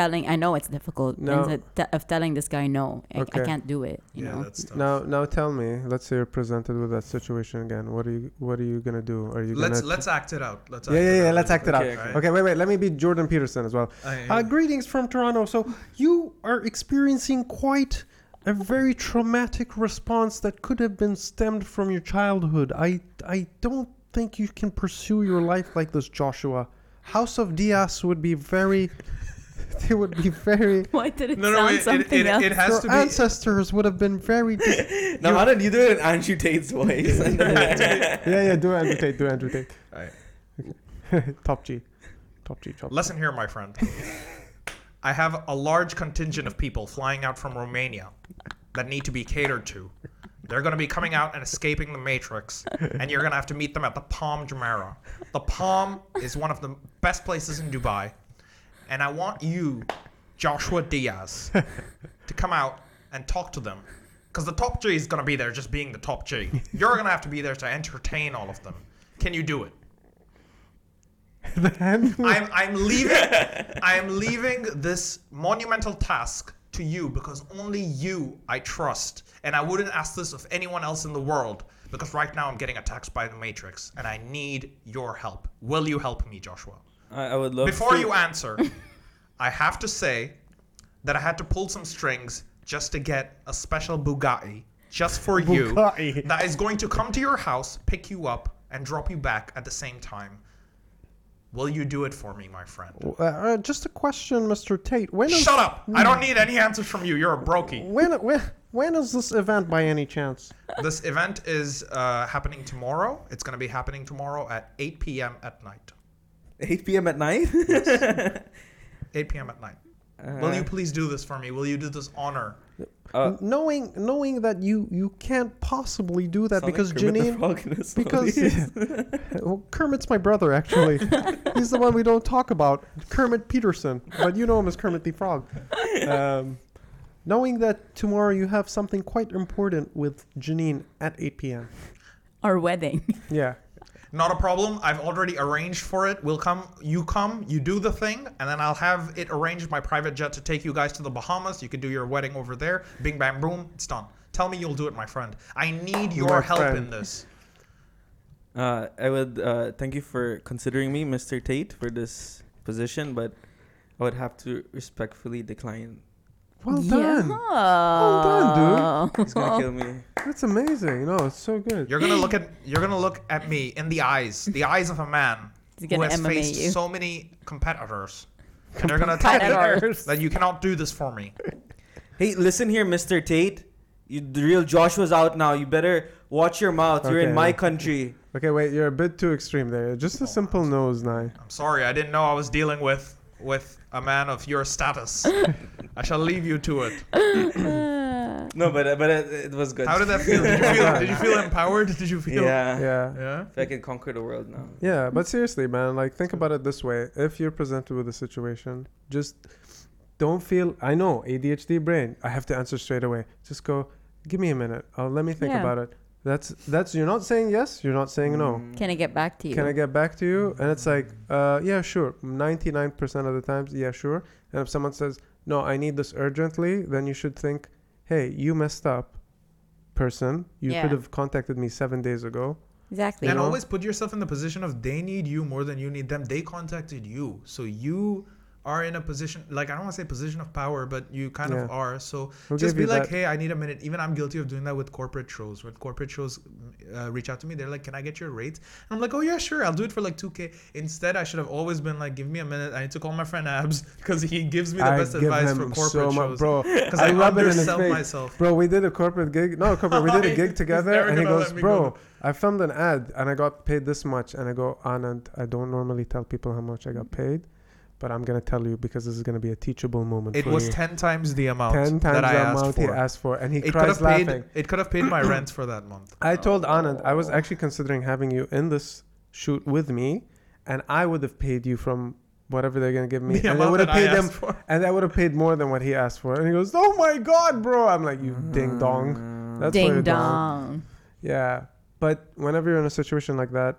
[SPEAKER 1] telling. I know it's difficult.
[SPEAKER 3] No.
[SPEAKER 1] Instead te- of telling this guy no, I, I
[SPEAKER 3] Okay.
[SPEAKER 1] can't do it. You
[SPEAKER 4] yeah,
[SPEAKER 1] know.
[SPEAKER 4] that's tough.
[SPEAKER 3] Now, now tell me. Let's say you're presented with that situation again. What are you? What are you gonna do? Are you
[SPEAKER 4] let's
[SPEAKER 3] gonna?
[SPEAKER 4] let's act it out. Let's
[SPEAKER 3] Yeah,
[SPEAKER 4] act
[SPEAKER 3] yeah,
[SPEAKER 4] it
[SPEAKER 3] yeah,
[SPEAKER 4] out.
[SPEAKER 3] let's act it
[SPEAKER 2] Okay, out. okay.
[SPEAKER 3] okay, wait, wait. Let me be Jordan Peterson as well.
[SPEAKER 4] I-
[SPEAKER 3] Uh, greetings from Toronto. So you are experiencing quite a very traumatic response that could have been stemmed from your childhood. I I don't think you can pursue your life like this, Joshua. House of Diaz would be very. They would be very.
[SPEAKER 1] Why did it
[SPEAKER 4] no, no,
[SPEAKER 1] sound
[SPEAKER 4] it, it,
[SPEAKER 1] something
[SPEAKER 4] it,
[SPEAKER 1] else?
[SPEAKER 4] it has
[SPEAKER 3] Your
[SPEAKER 4] to be.
[SPEAKER 3] ancestors would have been very. Dis-
[SPEAKER 2] Now how did you do it in Andrew Tate's voice?
[SPEAKER 3] yeah, yeah. Do Andrew Tate. Do Andrew Tate.
[SPEAKER 4] Alright.
[SPEAKER 3] Top G. Top G. Top. G.
[SPEAKER 4] Listen here, my friend. I have a large contingent of people flying out from Romania that need to be catered to. They're going to be coming out and escaping the Matrix, and you're going to have to meet them at the Palm Jumeirah. The Palm is one of the best places in Dubai, and I want you, Joshua Diaz, to come out and talk to them. Because the top G is going to be there just being the top G. You're going to have to be there to entertain all of them. Can you do it? I'm, I'm leaving I am leaving this monumental task to you because only you I trust and I wouldn't ask this of anyone else in the world because right now I'm getting attacked by the matrix and I need your help. Will you help me, Joshua?
[SPEAKER 2] I, I would love
[SPEAKER 4] Before
[SPEAKER 2] to-
[SPEAKER 4] you answer, I have to say that I had to pull some strings just to get a special Bugatti just for you
[SPEAKER 3] Bugatti.
[SPEAKER 4] that is going to come to your house, pick you up, and drop you back at the same time. Will you do it for me, my friend?
[SPEAKER 3] Uh, uh, just a question, Mr. Tate. When is
[SPEAKER 4] Shut up! I don't need any answers from you. You're a brokey.
[SPEAKER 3] when when when is this event by any chance?
[SPEAKER 4] This event is uh, happening tomorrow. It's going to be happening tomorrow at 8 p.m. at night.
[SPEAKER 2] 8 p.m. at night.
[SPEAKER 4] 8 p.m. at night. Will you please do this for me? Will you do this honor?
[SPEAKER 2] Uh,
[SPEAKER 3] knowing knowing that you you can't possibly do
[SPEAKER 2] Sound
[SPEAKER 3] that
[SPEAKER 2] like
[SPEAKER 3] because
[SPEAKER 2] Kermit the
[SPEAKER 3] Janine
[SPEAKER 2] Frog in a song.
[SPEAKER 3] because well, Kermit's my brother actually. He's the one we don't talk about, Kermit Peterson, but you know him as Kermit the Frog. Um, knowing that tomorrow you have something quite important with Janine at 8 p.m.
[SPEAKER 1] Our wedding.
[SPEAKER 3] Yeah.
[SPEAKER 4] Not a problem. I've already arranged for it. We'll come. You come. You do the thing, and then I'll have it arranged my private jet to take you guys to the Bahamas. You can do your wedding over there. Bing bang boom. It's done. Tell me you'll do it, my friend. I need your
[SPEAKER 3] My
[SPEAKER 4] help
[SPEAKER 3] friend.
[SPEAKER 4] in this.
[SPEAKER 2] Uh, I would uh, thank you for considering me, Mr. Tate, for this position, but I would have to respectfully decline.
[SPEAKER 3] Well done.
[SPEAKER 1] Well done,
[SPEAKER 2] He's gonna kill me.
[SPEAKER 3] That's amazing. No, it's so good.
[SPEAKER 4] You're gonna look at you're gonna look at me in the eyes, the eyes of a man
[SPEAKER 1] He's
[SPEAKER 4] who
[SPEAKER 1] gonna
[SPEAKER 4] has
[SPEAKER 1] MMA
[SPEAKER 4] faced
[SPEAKER 1] you.
[SPEAKER 4] so many competitors. And they're gonna tell me
[SPEAKER 1] Competitors.
[SPEAKER 4] that you cannot do this for me.
[SPEAKER 2] Hey, listen here, Mr. Tate. You, the real Joshua's out now. You better watch your mouth. You're in
[SPEAKER 3] Okay.
[SPEAKER 2] my country.
[SPEAKER 3] Okay, wait, you're a bit too extreme there. Just a simple nose now.
[SPEAKER 4] I'm sorry, I didn't know I was dealing with with a man of your status. I shall leave you to it.
[SPEAKER 2] No, but uh, but it, it was good.
[SPEAKER 4] How did that feel? Did you feel, did you feel empowered? Did you feel?
[SPEAKER 2] Uh, Yeah.
[SPEAKER 3] Yeah.
[SPEAKER 4] Yeah?
[SPEAKER 2] If I can conquer the world now.
[SPEAKER 3] Yeah, but seriously, man, like think about it this way: if you're presented with a situation, just don't feel. I know ADHD brain. I have to answer straight away. Just go. Give me a minute. Uh, let me think
[SPEAKER 1] Yeah.
[SPEAKER 3] about it. That's that's. You're not saying yes. You're not saying no.
[SPEAKER 1] Can I get back to you?
[SPEAKER 3] Can I get back to you?
[SPEAKER 4] Mm-hmm.
[SPEAKER 3] And it's like, uh, yeah, sure. Ninety-nine percent of the times, yeah, sure. And if someone says, no, I need this urgently, then you should think, hey, you messed up, person. You
[SPEAKER 1] Yeah.
[SPEAKER 3] could have contacted me seven days ago.
[SPEAKER 1] exactly.
[SPEAKER 4] And
[SPEAKER 3] know?
[SPEAKER 4] always put yourself in the position of they need you more than you need them. They contacted you, so you are in a position like I don't want to say position of power, but you kind of
[SPEAKER 3] Yeah.
[SPEAKER 4] are. So
[SPEAKER 3] We'll
[SPEAKER 4] just
[SPEAKER 3] give
[SPEAKER 4] be
[SPEAKER 3] you
[SPEAKER 4] like,
[SPEAKER 3] that.
[SPEAKER 4] hey, I need a minute. Even I'm guilty of doing that with corporate shows. When corporate shows uh, reach out to me, they're like, can I get your rate? And I'm like, oh yeah, sure, I'll do it for like 2k. Instead, I should have always been like, give me a minute. I need to call my friend Abs because he gives me the best advice for corporate shows.
[SPEAKER 3] bro.
[SPEAKER 4] Because
[SPEAKER 3] I
[SPEAKER 4] I,
[SPEAKER 3] rub it in his
[SPEAKER 4] undersell
[SPEAKER 3] face.
[SPEAKER 4] myself.
[SPEAKER 3] Bro, we did a corporate gig. No, corporate. We did a gig
[SPEAKER 4] He's
[SPEAKER 3] together,
[SPEAKER 4] never
[SPEAKER 3] and he
[SPEAKER 4] gonna let
[SPEAKER 3] goes,
[SPEAKER 4] me
[SPEAKER 3] "Bro,
[SPEAKER 4] go.
[SPEAKER 3] I filmed an ad, and I got paid this much." And I go, "Anand, I don't normally tell people how much I got paid, But I'm gonna tell you because this is gonna be a teachable moment.
[SPEAKER 4] It
[SPEAKER 3] for
[SPEAKER 4] was
[SPEAKER 3] you.
[SPEAKER 4] ten times the amount
[SPEAKER 3] ten times
[SPEAKER 4] that I
[SPEAKER 3] the
[SPEAKER 4] asked
[SPEAKER 3] amount he
[SPEAKER 4] for.
[SPEAKER 3] asked for, and he
[SPEAKER 4] it could
[SPEAKER 3] cries
[SPEAKER 4] have paid.
[SPEAKER 3] laughing.
[SPEAKER 4] It could have paid my rent for that month.
[SPEAKER 3] I told Anand I was actually
[SPEAKER 4] Oh.
[SPEAKER 3] considering having you in this shoot with me, and I would have paid you from whatever they're gonna give me,
[SPEAKER 4] The
[SPEAKER 3] and I
[SPEAKER 4] amount
[SPEAKER 3] would have
[SPEAKER 4] that I
[SPEAKER 3] paid them,
[SPEAKER 4] asked for.
[SPEAKER 3] and I would have paid more than what he asked for. And he goes, "Oh my god, bro!" I'm like, "You
[SPEAKER 4] Mm.
[SPEAKER 2] Mm.
[SPEAKER 3] ding dong." That's what
[SPEAKER 1] Ding
[SPEAKER 3] it was.
[SPEAKER 1] dong.
[SPEAKER 3] Yeah, but whenever you're in a situation like that,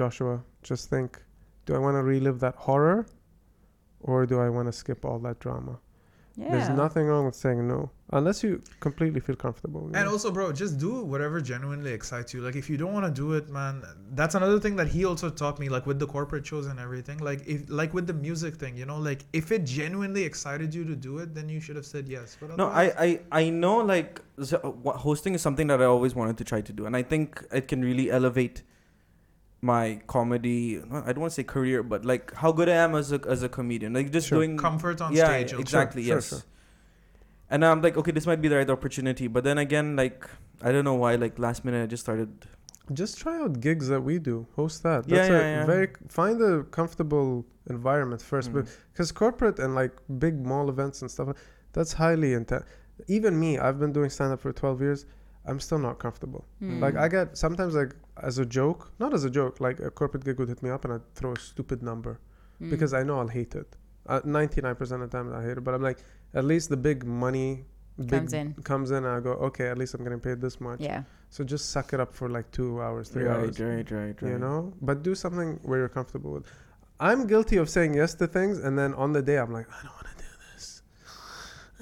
[SPEAKER 3] Joshua, just think: Do I want to relive that horror, or do I want to skip all that drama?
[SPEAKER 1] Yeah.
[SPEAKER 3] There's nothing wrong with saying no, unless you completely feel comfortable. you
[SPEAKER 4] And
[SPEAKER 3] know?
[SPEAKER 4] also, bro, just do whatever genuinely excites you. Like, if you don't want to do it, man, that's another thing that he also taught me. Like with the corporate shows and everything. Like if, like with the music thing, you know, like if it genuinely excited you to do it, then you should have said yes. But
[SPEAKER 2] No, I,
[SPEAKER 4] otherwise-
[SPEAKER 2] I, I know like so, uh, wha- hosting is something that I always wanted to try to do, and I think it can really elevate my comedy. no, I don't want to say career, but like how good I am as a as a comedian, like just
[SPEAKER 3] Sure.
[SPEAKER 2] doing
[SPEAKER 4] comfort on
[SPEAKER 2] yeah,
[SPEAKER 4] stage. also.
[SPEAKER 2] exactly,
[SPEAKER 3] Sure,
[SPEAKER 2] yes.
[SPEAKER 3] sure.
[SPEAKER 2] And I'm like, okay, this might be the right opportunity, but then again, like I don't know why, like last minute I just started.
[SPEAKER 3] Just try out gigs that we do. Host that.
[SPEAKER 2] Yeah,
[SPEAKER 3] That's
[SPEAKER 2] yeah,
[SPEAKER 3] a
[SPEAKER 2] yeah.
[SPEAKER 3] very find a comfortable environment first,
[SPEAKER 2] Mm.
[SPEAKER 3] because corporate and like big mall events and stuff, that's highly intense. Even me, I've been doing stand up for 12 years. I'm still not comfortable.
[SPEAKER 2] Hmm. Mm.
[SPEAKER 3] Like I get sometimes like as a joke, not as a joke, like a corporate gig would hit me up and I'd throw a stupid number
[SPEAKER 2] Hmm. Mm.
[SPEAKER 3] because I know I'll hate it. Uh, 99% of the time I hate it, but I'm like, at least the big money big,
[SPEAKER 1] Comes in.
[SPEAKER 3] Comes in, and I go, okay, at least I'm getting paid this much.
[SPEAKER 1] Yeah.
[SPEAKER 3] So just suck it up for like two hours, three hours,
[SPEAKER 2] right, right,
[SPEAKER 3] you know. But do something where you're comfortable with. I'm guilty of saying yes to things, and then on the day I'm like, "Ah, I don't want to do this.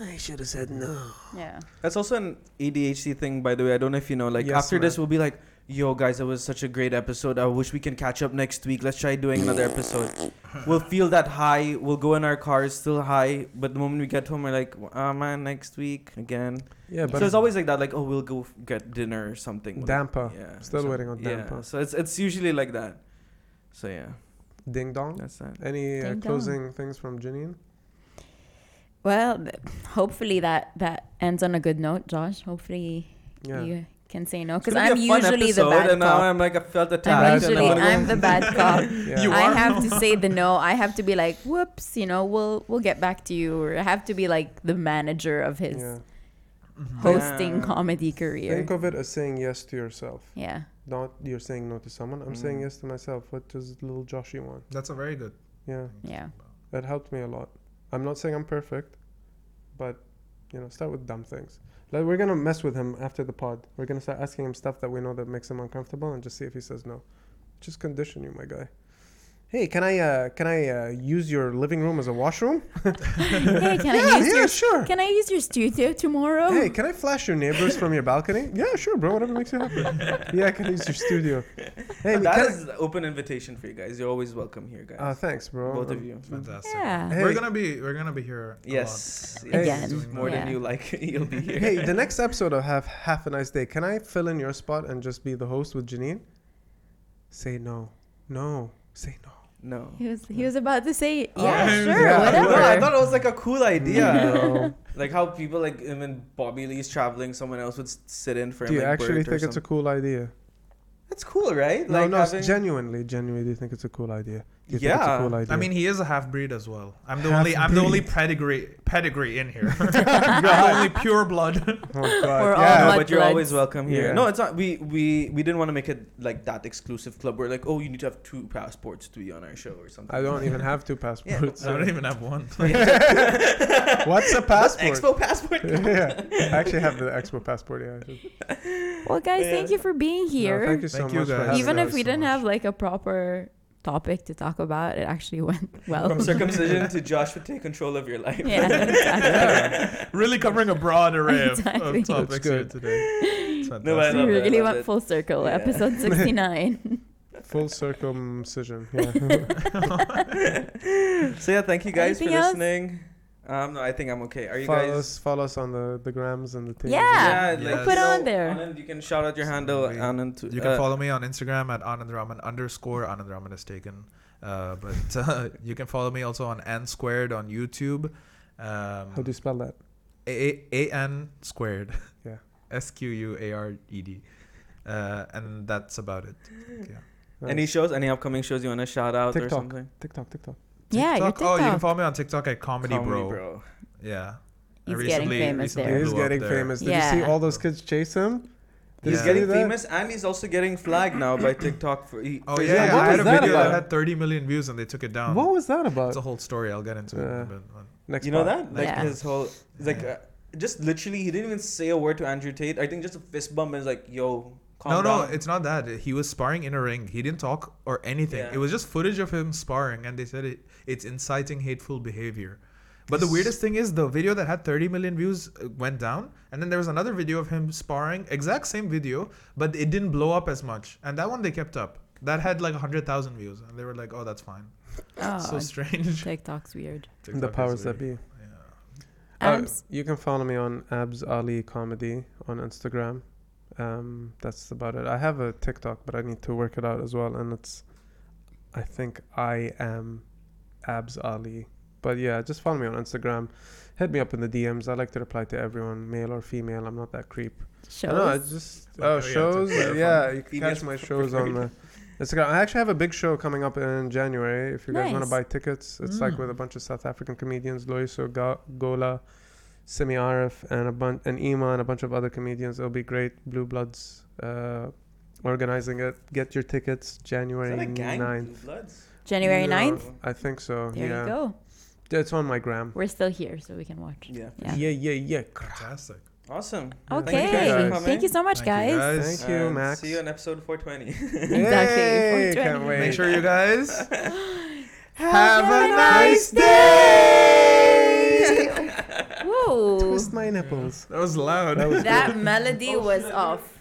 [SPEAKER 3] I should have said no.
[SPEAKER 1] Yeah.
[SPEAKER 2] That's also an ADHD thing, by the way. I don't know if you know. Like
[SPEAKER 3] Yes,
[SPEAKER 2] after this,
[SPEAKER 3] man.
[SPEAKER 2] we'll be like, "Yo, guys, that was such a great episode. I wish we can catch up next week. Let's try doing another episode." we'll feel that high. We'll go in our cars still high, but the moment we get home, we're like, "Ah, man, next week again."
[SPEAKER 3] Yeah, but
[SPEAKER 2] so it's always like that. Like, "Oh, we'll go f- get dinner or something." We'll-
[SPEAKER 3] damper.
[SPEAKER 2] Yeah.
[SPEAKER 3] Still
[SPEAKER 2] so-
[SPEAKER 3] waiting on
[SPEAKER 2] Yeah.
[SPEAKER 3] damper.
[SPEAKER 2] So it's it's usually like that. So yeah,
[SPEAKER 3] Ding dong.
[SPEAKER 2] that's that.
[SPEAKER 3] Any uh,
[SPEAKER 1] Ding dong.
[SPEAKER 3] closing things from Janine?
[SPEAKER 1] Well, th- hopefully that that ends on a good note, Josh. Hopefully
[SPEAKER 3] Yeah.
[SPEAKER 1] you can say no
[SPEAKER 2] It's
[SPEAKER 1] because
[SPEAKER 2] gonna
[SPEAKER 1] I'm
[SPEAKER 2] be a fun
[SPEAKER 1] usually the
[SPEAKER 2] episode,
[SPEAKER 1] bad
[SPEAKER 2] and now
[SPEAKER 1] cop.
[SPEAKER 2] I'm like I felt attacked.
[SPEAKER 1] I'm
[SPEAKER 2] and
[SPEAKER 1] usually
[SPEAKER 2] wanna go-
[SPEAKER 1] I'm the bad cop.
[SPEAKER 3] Yeah.
[SPEAKER 4] You
[SPEAKER 1] I
[SPEAKER 4] are
[SPEAKER 1] have to say the no. I have to be like, whoops, you know, we'll we'll get back to you, or I have to be like the manager of his
[SPEAKER 3] yeah.
[SPEAKER 1] hosting
[SPEAKER 2] Yeah.
[SPEAKER 1] comedy career.
[SPEAKER 3] Think of it as saying yes to yourself.
[SPEAKER 1] Yeah,
[SPEAKER 3] Not you're saying no to someone. I'm saying yes to myself. What does little Joshy want?
[SPEAKER 4] That's a very good.
[SPEAKER 3] Yeah.
[SPEAKER 1] yeah,
[SPEAKER 3] That helped me a lot. I'm not saying I'm perfect, but you know, start with dumb things. Like we're gonna mess with him after the pod. We're gonna start asking him stuff that we know that makes him uncomfortable, and just see if he says no. Just condition you, my guy. Hey, can I uh, can I uh, use your living room as a washroom?
[SPEAKER 1] hey, can
[SPEAKER 3] yeah,
[SPEAKER 1] I use
[SPEAKER 3] yeah,
[SPEAKER 1] your
[SPEAKER 3] sure.
[SPEAKER 1] can I use your studio tomorrow?
[SPEAKER 3] Hey, can I flash your neighbors from your balcony? Yeah, sure, bro. Whatever makes you happy. Yeah, I can use your studio. Hey,
[SPEAKER 2] That
[SPEAKER 3] can
[SPEAKER 2] is an open invitation for you guys. You're always welcome here, guys.
[SPEAKER 3] I- uh, thanks, bro.
[SPEAKER 2] Both
[SPEAKER 3] Um,
[SPEAKER 2] of you.
[SPEAKER 4] Fantastic.
[SPEAKER 1] yeah,
[SPEAKER 3] Hey.
[SPEAKER 4] We're gonna be we're gonna be here. a
[SPEAKER 2] Yes.
[SPEAKER 4] lot.
[SPEAKER 2] yes.
[SPEAKER 1] Again.
[SPEAKER 4] Doing
[SPEAKER 2] More
[SPEAKER 4] that.
[SPEAKER 2] than you like, you'll be here.
[SPEAKER 3] Hey, the next episode of Have Half a Nice Day, can I fill in your spot and just be the host with Janine? Say no. No. Say no.
[SPEAKER 2] no.
[SPEAKER 1] he was he was about to say
[SPEAKER 2] Oh.
[SPEAKER 1] yeah, sure,
[SPEAKER 3] Yeah.
[SPEAKER 1] whatever.
[SPEAKER 2] No, I thought it was like a cool idea.
[SPEAKER 3] No.
[SPEAKER 2] like how people like when Bobby Lee's traveling, someone else would s- sit in for him.
[SPEAKER 3] Do you
[SPEAKER 2] like
[SPEAKER 3] actually
[SPEAKER 2] Bert or
[SPEAKER 3] think it's a
[SPEAKER 2] something.
[SPEAKER 3] cool idea?
[SPEAKER 2] That's cool, right?
[SPEAKER 3] No,
[SPEAKER 2] like
[SPEAKER 3] no,
[SPEAKER 2] having-
[SPEAKER 3] genuinely, genuinely, do you think it's a cool idea? Do you think
[SPEAKER 2] Yeah.
[SPEAKER 3] it's a cool idea?
[SPEAKER 4] I mean, he is a half breed as well. I'm the only I'm the only pedigree pedigree in here. I'm the only pure blood.
[SPEAKER 3] oh, God.
[SPEAKER 1] We're all
[SPEAKER 3] yeah.
[SPEAKER 2] No,
[SPEAKER 1] Blood
[SPEAKER 2] but you're
[SPEAKER 1] bloods.
[SPEAKER 2] always welcome here.
[SPEAKER 3] Yeah.
[SPEAKER 2] No, it's not. We we we didn't want to make it like that exclusive club. We're like, oh, you need to have two passports to be on our show or something.
[SPEAKER 3] I don't even have two passports.
[SPEAKER 4] I don't even have one.
[SPEAKER 3] What's a passport?
[SPEAKER 2] Expo passport.
[SPEAKER 3] yeah, I actually have the expo passport. Yeah, I should-
[SPEAKER 1] Well, guys,
[SPEAKER 2] Yeah.
[SPEAKER 1] thank you for being here.
[SPEAKER 3] No, thank you so
[SPEAKER 4] Thank you
[SPEAKER 3] much. for
[SPEAKER 4] guys.
[SPEAKER 3] having
[SPEAKER 1] Even
[SPEAKER 3] us.
[SPEAKER 1] if we
[SPEAKER 4] so
[SPEAKER 1] didn't
[SPEAKER 4] much.
[SPEAKER 1] have like a proper topic to talk about, it actually went well.
[SPEAKER 2] From circumcision to Josh would take control of your life.
[SPEAKER 1] Oh. yeah, exactly.
[SPEAKER 4] really covering a broad array of,
[SPEAKER 1] Exactly.
[SPEAKER 4] of
[SPEAKER 1] That's
[SPEAKER 4] topics here
[SPEAKER 3] good.
[SPEAKER 4] today. It's
[SPEAKER 2] No, I
[SPEAKER 1] We
[SPEAKER 4] fantastic.
[SPEAKER 2] love it, I
[SPEAKER 1] really
[SPEAKER 2] love
[SPEAKER 1] went
[SPEAKER 2] it.
[SPEAKER 1] full circle.
[SPEAKER 2] Yeah.
[SPEAKER 1] Episode sixty-nine.
[SPEAKER 3] full circumcision. Yeah.
[SPEAKER 2] so yeah, thank you guys
[SPEAKER 1] Anything
[SPEAKER 2] for
[SPEAKER 1] else?
[SPEAKER 2] listening. Um, no, I think I'm okay. Are you
[SPEAKER 3] follow
[SPEAKER 2] guys?
[SPEAKER 3] us, follow us on the the grams and the things.
[SPEAKER 1] Yeah.
[SPEAKER 4] Yes.
[SPEAKER 2] you
[SPEAKER 1] Put it on
[SPEAKER 2] know,
[SPEAKER 1] there.
[SPEAKER 2] Anand, you can shout out your handle,
[SPEAKER 4] Sorry.
[SPEAKER 2] Anand. To,
[SPEAKER 4] You can
[SPEAKER 2] uh,
[SPEAKER 4] follow me on Instagram at Anandraman underscore Anandraman is taken. Uh, but uh, you can follow me also on N squared on YouTube.
[SPEAKER 3] How do
[SPEAKER 4] Um,
[SPEAKER 3] you spell that?
[SPEAKER 4] A A N squared.
[SPEAKER 3] Yeah.
[SPEAKER 4] S Q U A R E D. Uh, and that's about it. Yeah.
[SPEAKER 2] Any shows? Any upcoming shows you want to shout out or
[SPEAKER 3] TikTok.
[SPEAKER 2] something?
[SPEAKER 3] TikTok, TikTok.
[SPEAKER 1] Yeah, your
[SPEAKER 4] TikTok? Oh, you can
[SPEAKER 1] TikTok.
[SPEAKER 4] follow me on TikTok at Comedy,
[SPEAKER 2] Comedy,
[SPEAKER 4] bro.
[SPEAKER 2] bro.
[SPEAKER 4] Yeah.
[SPEAKER 1] He's getting famous
[SPEAKER 4] recently
[SPEAKER 1] there.
[SPEAKER 3] He's
[SPEAKER 4] blew up
[SPEAKER 3] getting
[SPEAKER 4] there.
[SPEAKER 3] famous. Did you see
[SPEAKER 1] Yeah.
[SPEAKER 3] all those kids chase him? Did
[SPEAKER 2] He's
[SPEAKER 3] you
[SPEAKER 4] Yeah.
[SPEAKER 3] see
[SPEAKER 2] getting
[SPEAKER 3] that?
[SPEAKER 2] famous and he's also getting flagged now by TikTok for. He,
[SPEAKER 4] Oh
[SPEAKER 2] for-
[SPEAKER 4] yeah,
[SPEAKER 3] what
[SPEAKER 4] I
[SPEAKER 3] was
[SPEAKER 4] had a
[SPEAKER 3] that
[SPEAKER 4] video that
[SPEAKER 3] about?
[SPEAKER 4] had 30 million views and they took it down.
[SPEAKER 3] What was that about?
[SPEAKER 4] It's a whole story. I'll get into
[SPEAKER 3] Yeah.
[SPEAKER 4] it. But, but-
[SPEAKER 3] Next
[SPEAKER 2] You know
[SPEAKER 3] part.
[SPEAKER 2] that? Like
[SPEAKER 1] Yeah.
[SPEAKER 2] his whole it's like uh, just literally he didn't even say a word to Andrew Tate. I think just a fist bump and it's like, yo,
[SPEAKER 4] No,
[SPEAKER 2] calm
[SPEAKER 4] no,
[SPEAKER 2] down.
[SPEAKER 4] it's not that. He was sparring in a ring. He didn't talk or anything.
[SPEAKER 2] Yeah.
[SPEAKER 4] It was just footage of him sparring, and they said it, it's inciting hateful behavior. But the weirdest thing is the video that had 30 million views uh, went down, and then there was another video of him sparring, exact same video, but it didn't blow up as much. And that one they kept up. That had like 100,000 views, and they were like, oh, that's fine.
[SPEAKER 1] Oh,
[SPEAKER 4] so strange.
[SPEAKER 1] TikTok's weird.
[SPEAKER 3] The
[SPEAKER 4] TikTok is
[SPEAKER 3] powers that
[SPEAKER 4] weird.
[SPEAKER 3] be.
[SPEAKER 4] Yeah.
[SPEAKER 3] Uh,
[SPEAKER 1] Abs-
[SPEAKER 3] you can follow me on Abs Ali Comedy on Instagram. Um, that's about it. I have a TikTok, but I need to work it out as well. And it's, I think I am Abs Ali. But yeah, just follow me on Instagram. Hit me up in the DMs. I like to reply to everyone, male or female. I'm not that creep.
[SPEAKER 1] shows.
[SPEAKER 3] No, I just
[SPEAKER 4] Like, oh,
[SPEAKER 3] oh
[SPEAKER 4] yeah,
[SPEAKER 3] shows.
[SPEAKER 4] it's a-
[SPEAKER 3] Yeah, you can
[SPEAKER 2] Females
[SPEAKER 3] catch my
[SPEAKER 2] prefer-
[SPEAKER 3] shows on the Instagram. I actually have a big show coming up in January. If you guys want to
[SPEAKER 1] Nice.
[SPEAKER 3] buy tickets, it's like
[SPEAKER 4] Mm.
[SPEAKER 3] with a bunch of South African comedians, Loiso Ga- Gola, Simi Arif, and a bunch and Ima and a bunch of other comedians. It'll be great. Blue Bloods uh, organizing it. Get your tickets
[SPEAKER 2] Is
[SPEAKER 3] January
[SPEAKER 2] that a gang?
[SPEAKER 3] 9th.
[SPEAKER 2] Bloods?
[SPEAKER 1] January
[SPEAKER 3] No,
[SPEAKER 1] 9th.
[SPEAKER 3] I think so.
[SPEAKER 1] There
[SPEAKER 3] yeah,
[SPEAKER 1] you go.
[SPEAKER 3] it's on my gram.
[SPEAKER 1] We're still here, so we can watch.
[SPEAKER 2] Yeah.
[SPEAKER 1] Yeah.
[SPEAKER 3] yeah, yeah. yeah.
[SPEAKER 4] Fantastic.
[SPEAKER 2] Awesome.
[SPEAKER 1] Okay.
[SPEAKER 2] Thank you, guys, for coming.
[SPEAKER 1] Thank you so much,
[SPEAKER 4] Thank you,
[SPEAKER 1] guys.
[SPEAKER 4] guys.
[SPEAKER 3] Thank you,
[SPEAKER 2] And
[SPEAKER 3] Max.
[SPEAKER 2] See you on episode 420.
[SPEAKER 1] Exactly, 420.
[SPEAKER 3] Yay, Can't wait.
[SPEAKER 4] Make sure you guys have
[SPEAKER 1] a
[SPEAKER 4] a nice day.
[SPEAKER 1] Whoa.
[SPEAKER 3] Twist my nipples.
[SPEAKER 4] That was loud.
[SPEAKER 1] That melody was off.